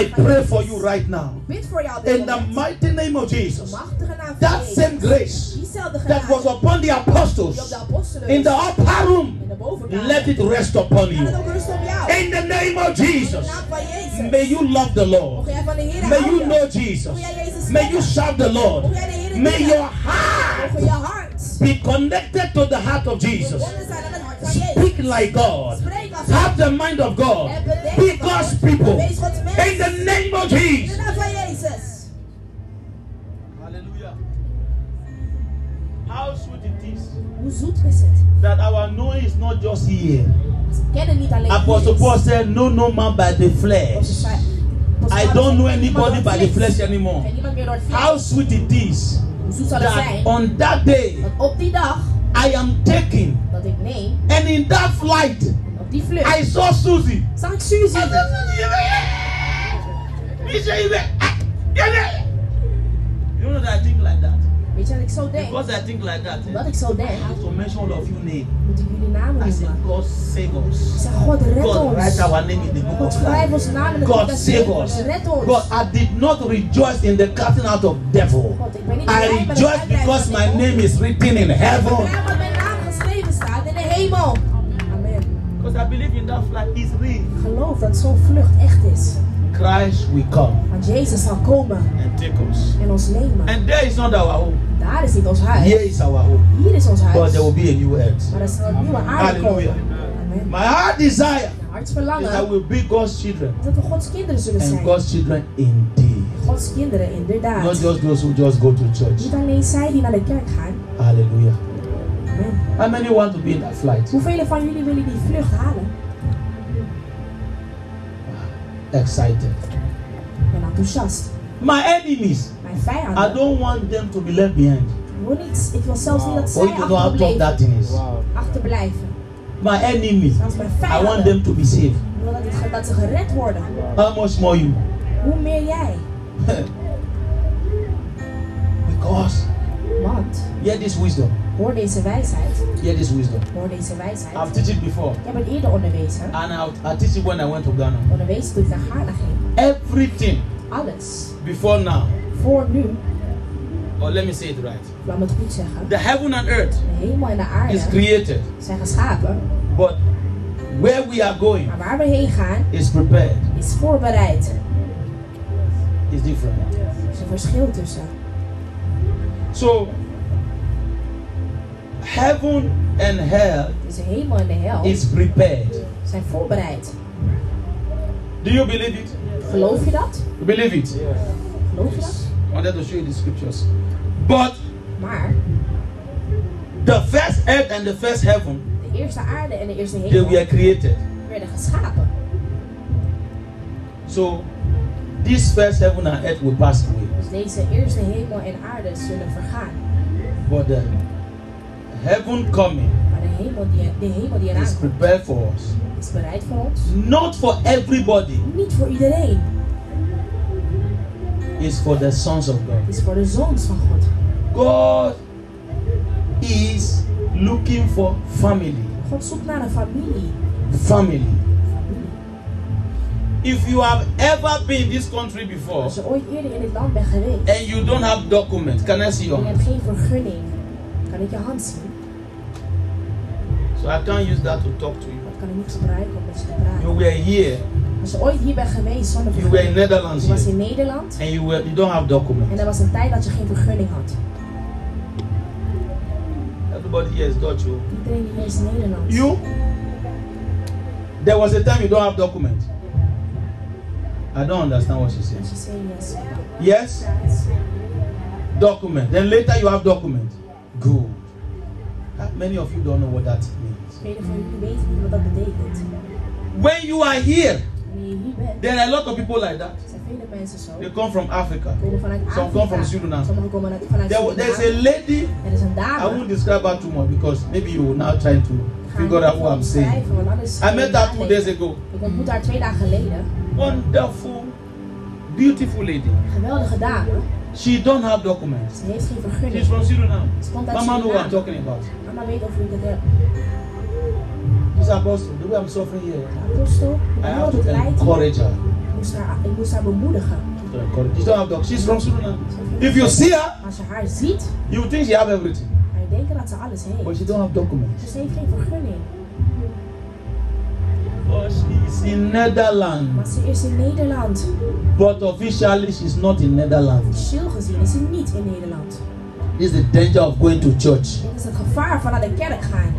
D: I pray for you right now.
B: Bid voor jou op dit
D: In the
B: moment.
D: mighty name of Jesus,
B: Machtige naam van
D: that
B: Jezus.
D: same grace
B: Diezelfde
D: that was
B: genade
D: upon the
B: die op
D: apostles
B: de apostelen
D: in the
B: is,
D: upper
B: in
D: room,
B: de bovenkamer.
D: let it rest upon
B: Laat het
D: you.
B: ook rust op jou.
D: In the name of
B: In de
D: Jesus,
B: naam van Jezus.
D: may you love the
B: Mogen
D: Lord.
B: jij van de Heer
D: May you
B: houden.
D: know Jesus. May you shout the Lord. May your heart
B: Mogen je hart
D: be connected to the heart of Jesus.
B: verbonden zijn aan het hart van Jezus.
D: Speak like God.
B: Spreek als
D: Have the mind of God. Be God's people. In the name of
B: In
D: Jesus.
B: de naam van Jezus.
A: Hallelujah. How sweet it is
B: Hoe zoet is het?
A: that our knowing is not just here.
B: Ze kennen niet alleen
A: Apostle
B: Jezus.
A: Paul said, No, no man by the
B: Apostel
A: flesh.
B: Paulus zei,
A: I don't know
B: "Ik ken
A: anybody
B: niemand door
A: by
B: het
A: the
B: vlees."
A: flesh
B: Ik ken
A: anymore.
B: niemand meer door het vlees.
A: How sweet it is
B: Hoe zoet zal het zijn?
A: that on dat day
B: Want op die dag
A: I am taken,
B: dat ik neem,
A: and in that flight
B: op die vlucht,
A: I saw Susie.
B: zag ik Suzy.
A: I said, "Susie, you were here." He said, "You were- ah, you were-" You know that I think like that.
B: Weet je wat ik zo denk?
A: Because I think like that. eh,
B: Wat ik zo
A: I
B: denk,
A: have to mention all of you name.
B: moet ik jullie namen
A: I said,
B: noemen.
A: God save
B: Ik
A: us.
B: zeg, God red
A: God write
B: ons.
A: our name in the book
B: God
A: of life.
B: schrijf ons naam in het boek
A: God
B: des
A: save
B: levens.
A: us.
B: Red
A: God,
B: ons.
A: I did not rejoice in the casting out of devil.
B: God, ik ben niet
A: I
B: blij met het
A: rejoice
B: uitbreiden
A: because
B: van
A: my
B: dit boek.
A: name is written in
B: Ik ben
A: heaven.
B: blij omdat mijn naam geschreven staat in de hemel. Amen.
A: Because I believe in that flight is real.
B: Geloof dat zo'n vlucht echt is.
A: Christ will come
B: Want Jezus zal komen
A: and take us.
B: en ons nemen.
A: And there is not our home.
B: Daar is niet ons huis.
A: Here is our home.
B: Hier is ons
A: But there will
B: huis.
A: be a new earth.
B: Maar er zal een nieuwe aarde
A: Hallelujah.
B: komen. Amen.
A: My heart desire
B: Mijn hart
A: is that
B: verlangen
A: we'll be God's children
B: dat we Gods kinderen zullen
D: And
B: zijn.
D: God's children indeed.
B: Gods kinderen, inderdaad.
A: Not just those who just go to
B: Niet
A: church.
B: alleen zij die naar de kerk gaan.
A: Hallelujah.
B: Amen.
A: How many want to be in that flight?
B: Hoeveel van jullie willen die vlucht halen?
A: Excited.
B: Ik ben enthousiast.
A: My enemies,
B: Mijn
A: I
B: vijanden.
A: don't want them to be left behind.
B: Ik wil, niet, ik wil zelfs niet dat
A: For
B: zij
A: you to know how tough
B: achterblijven.
A: that thing is.
B: achterblijven.
A: My enemies,
B: Zelfs mijn
A: I
B: vijanden.
A: want them to be saved.
B: Ik wil dat, het ge- dat ze gered worden.
A: How much more you? (laughs)
B: Hoe meer jij.
A: because
B: Want,
A: hear this wisdom.
B: hoor deze wijsheid.
A: Hear this wisdom.
B: Hoor deze wijsheid.
A: I've taught it before,
B: Ik heb het eerder onderwezen.
A: and I, I teach it when I went to Ghana.
B: Onderwezen toen ik naar Ghana ging.
A: Everything
B: Alles.
A: before now,
B: Voor nu,
A: or let me say it right.
B: laat me het goed zeggen.
A: The heaven and earth
B: De hemel en de
A: is
B: aarde
A: created,
B: zijn geschapen.
A: but where we are going
B: Maar waar we heen gaan,
A: is prepared.
B: is voorbereid.
A: It's different.
B: Er is een verschil tussen.
A: So, heaven and hell
B: Dus de hemel en de hel
A: is prepared.
B: zijn voorbereid.
A: Do you believe it?
B: Geloof je dat?
A: You believe it?
B: Geloof je dat?
A: I wanted to show you the scriptures. But
B: Maar
A: the first earth and the first heaven,
B: de eerste aarde en de eerste
A: they
B: hemel
A: were created.
B: werden geschapen.
A: So this first heaven and earth will pass away,
B: Dus deze eerste hemel en aarde zullen vergaan.
A: but the heaven coming
B: Maar de hemel die, de hemel die eraan
A: is
B: komt,
A: prepared for us.
B: is bereid voor ons.
A: Not for everybody,
B: Niet voor iedereen.
A: it's for the sons of God.
B: Het is voor de zoons van God.
A: God is looking for family.
B: God zoekt naar een familie.
A: Family. If you have ever been in this country before
B: Als je ooit eerder in dit land bent geweest
A: and you don't have documents, can I see
B: en
A: your
B: je
A: hand?
B: hebt geen vergunning, kan ik je hand zien?
A: So I can't use that to talk to you.
B: Dat kan ik niet gebruiken om met je te
A: You
B: praten.
A: were here,
B: Als je ooit hier bent geweest zonder
A: you were in
B: vergunning,
A: Netherlands
B: je was
A: here,
B: in Nederland
A: and you were you don't have
B: en
A: documents.
B: er was een tijd dat je geen vergunning had.
A: Everybody here is Dutch. oh.
B: Iedereen die hier is in Nederland.
A: You? There was a time you don't have documents. I don't understand what she
B: Als
A: says.
B: je serious
A: Yes? Document. Then later you have document. Good. That many of you don't know what that means.
B: Velen van jullie weten niet wat dat betekent.
A: When you are here,
B: Wanneer je hier bent,
A: there are a lot of people like that.
B: zijn vele mensen zo.
A: They come from Africa.
B: komen vanuit
A: Some
B: Afrika.
A: come from Suriname.
B: Sommigen komen uit, vanuit
A: There, wa- there's a
B: Suriname.
A: lady,
B: Er is een
A: I
B: dame.
A: won't describe her too much because maybe you will now try to
B: Ik ga
A: figure
B: haar
A: out
B: niet
A: who I'm saying.
B: omschrijven, want anders-
A: I met her two days ago.
B: Ik ontmoette haar twee dagen geleden.
A: Wonderful, beautiful lady.
B: Een geweldige dame.
A: She don't have documents.
B: Ze heeft geen
A: She's
B: vergunning.
A: from Suriname.
B: Ze komt uit
A: Mama know what I'm
B: Suriname.
A: talking about.
B: Mama weet over wie ik het heb.
A: This apostle, the way I'm suffering here,
B: De apostel. Ik
A: I
B: ben
A: have
B: altijd
A: to
B: blij.
A: encourage her.
B: Ik moest haar- Ik moest haar bemoedigen.
A: To encourage. She don't have doc. She's from Suriname. If you see her,
B: Als je haar ziet,
A: you think she have everything,
B: ga je denken dat ze alles
A: but
B: heeft.
A: she don't have documents.
B: Dus ze heeft geen vergunning.
A: But she's in
B: Maar
A: Netherlands.
B: ze is in Nederland.
A: But officially, she's not in Netherlands.
B: Officieel gezien is ze niet in Nederland.
A: This is the danger of going to church.
B: Dit is het gevaar van naar de kerk gaan.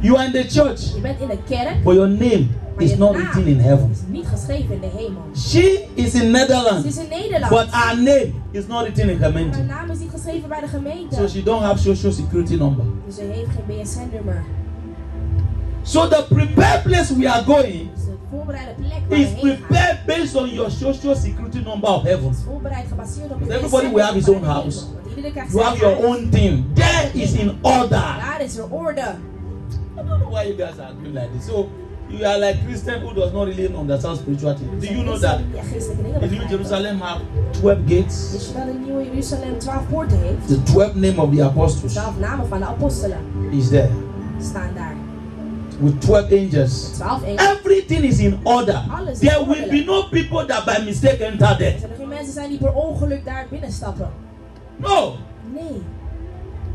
A: You are in the church,
B: Je bent in de kerk,
A: but your name
B: maar
A: is
B: je
A: not
B: naam
A: written in heaven.
B: is niet geschreven in de hemel.
A: She is in
B: Ze
A: Netherlands,
B: is in Nederland.
A: but her name is not written in
B: Haar
A: Gemeente.
B: naam is niet geschreven bij de gemeente.
A: So she don't have social security number.
B: Dus ze heeft geen BSN-nummer.
A: So the prepared place we are going
B: Dus de voorbereide plek waar
A: is
B: we heen gaan,
A: prepared based on your social security number of heaven.
B: is voorbereid gebaseerd op het
A: Everybody
B: BSN-nummer
A: will have his
B: van de
A: own
B: hemel.
A: house.
B: Want iedereen krijgt
A: You
B: zijn
A: have your
B: huis.
A: own thing. There is in order. I
B: Daar is er orde.
A: don't know why you guys are doing like this. So you are like Christian who does not really understand spirituality. Do you know that
B: Ja, geestelijke dingen
A: the New
B: begrijpen.
A: Jerusalem have 12 gates?
B: Wist je dat in Nieuwe Jeruzalem twaalf poorten heeft?
A: The 12 name of the apostles
B: Twaalf namen van de apostelen
A: is there
B: staan daar.
A: with 12 angels.
B: Twaalf engelen.
A: Everything is in order. There will be no people that by mistake enter there.
B: Er geen mensen zijn die per ongeluk daar binnenstappen.
A: No,
B: Nee,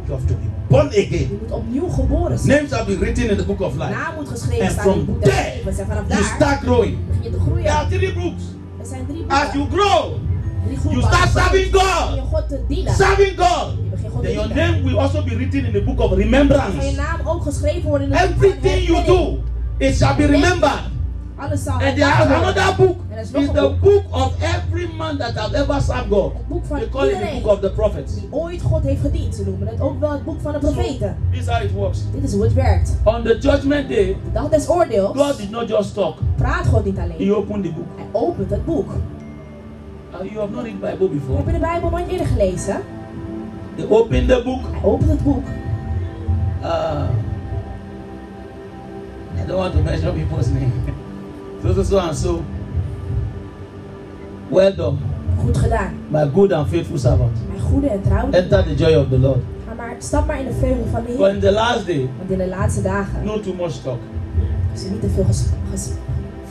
A: you have to be born again.
B: je moet opnieuw geboren zijn.
A: Names have been written in the book of life.
B: Naam moet
A: And
B: geschreven staan in
A: from
B: het boek der
A: there,
B: levens. En vanaf
A: You
B: daar
A: start growing.
B: begin je te
A: There
B: groeien.
A: are three books.
B: Er zijn drie
A: As
B: boeken.
A: you grow,
B: Drie
A: you
B: groepen.
A: start serving
B: Begin je
A: God.
B: God te dienen.
A: Serving God.
B: Je begint God te
A: Then your
B: dienen.
A: name will also be written in the book of
B: Zal je
A: remembrance.
B: naam ook geschreven worden in het boek van
A: Everything you
B: herinnering.
A: do, it shall be remembered.
B: Alles zal
A: And there is
B: ontdekt worden.
A: another book.
B: En er is
A: It's
B: nog een
A: the
B: boek.
A: book of every man that has ever served God.
B: Het boek van
A: They call it the
B: iedereen
A: book of the prophets.
B: die ooit God heeft gediend. Ze noemen het ook wel het boek van de
A: So,
B: profeten.
A: this is how it works.
B: Dit is hoe het werkt.
A: On the judgment day,
B: De dag des oordeels
A: God did not just talk.
B: praat God niet
A: He
B: alleen.
A: opened the book.
B: Hij opent het boek.
A: Uh, you have not read Bible
B: Heb
A: before.
B: je de Bijbel nooit eerder gelezen?
A: They opened the book.
B: Hij opent het boek.
A: Uh, I don't want to mention people's name. So, so, so, and so. Well done,
B: Goed gedaan.
A: my good and faithful servant.
B: Mijn goede en trouwe.
A: Enter the joy of the Lord.
B: Ga maar, stap maar in de vreugde van de
A: For
B: Heer.
A: in the last day,
B: Want in de laatste dagen
A: no too much talk,
B: is er niet te veel ges- ges-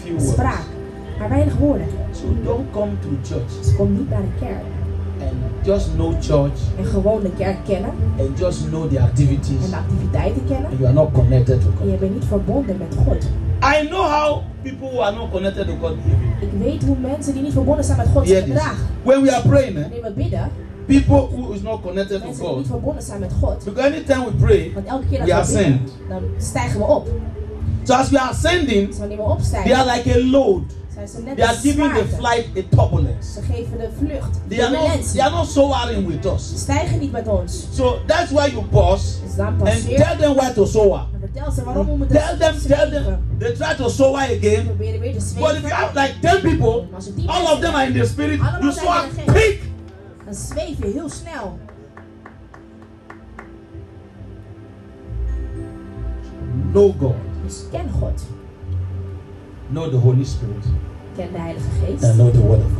A: few words.
B: spraak. Maar weinig woorden.
A: So don't come to church
B: Dus kom niet naar de kerk.
A: and just know church
B: En gewoon de kerk kennen.
A: and just know the
B: En
A: activities
B: de activiteiten kennen.
A: and you are not connected to
B: En je
A: God.
B: bent niet verbonden met God.
A: I know how people who are not connected to God behave.
B: Ik weet hoe mensen die niet verbonden zijn met God
A: Hear
B: zich
A: this.
B: gedragen.
A: When we are praying, eh,
B: Wanneer we bidden,
A: people who is not connected to
B: mensen die niet
A: God,
B: verbonden zijn met God.
A: because anytime we pray,
B: Want elke keer
A: We
B: dat we
A: ascend.
B: bidden, dan stijgen we op.
A: so as we are ascending,
B: Dus wanneer we
A: they
B: opstijgen,
A: are like a load.
B: zijn ze net
A: They are
B: als
A: giving the
B: zwaarden.
A: flight a turbulence.
B: Ze geven de vlucht.
A: They are not,
B: turbulentie.
A: they are not soaring with
B: Ze
A: us.
B: stijgen niet met ons.
A: So that's why you pause
B: Dus dan
A: and
B: passeer.
A: tell them why to soar.
B: Dan vertel ze waarom we moeten
A: Tell them, tell them. They try to soar
B: We
A: again,
B: proberen weer te
A: but if
B: zweven.
A: you have like ten people,
B: Maar als je tien
A: all
B: mensen
A: of them are in the spirit.
B: Allemaal
A: You
B: zijn
A: saw
B: in de geest.
A: quick.
B: hebt, dan zweef je heel snel.
A: Know God,
B: Dus ken God.
A: know the Holy Spirit,
B: Ken de Heilige
A: and
B: Geest.
A: know the Word of God.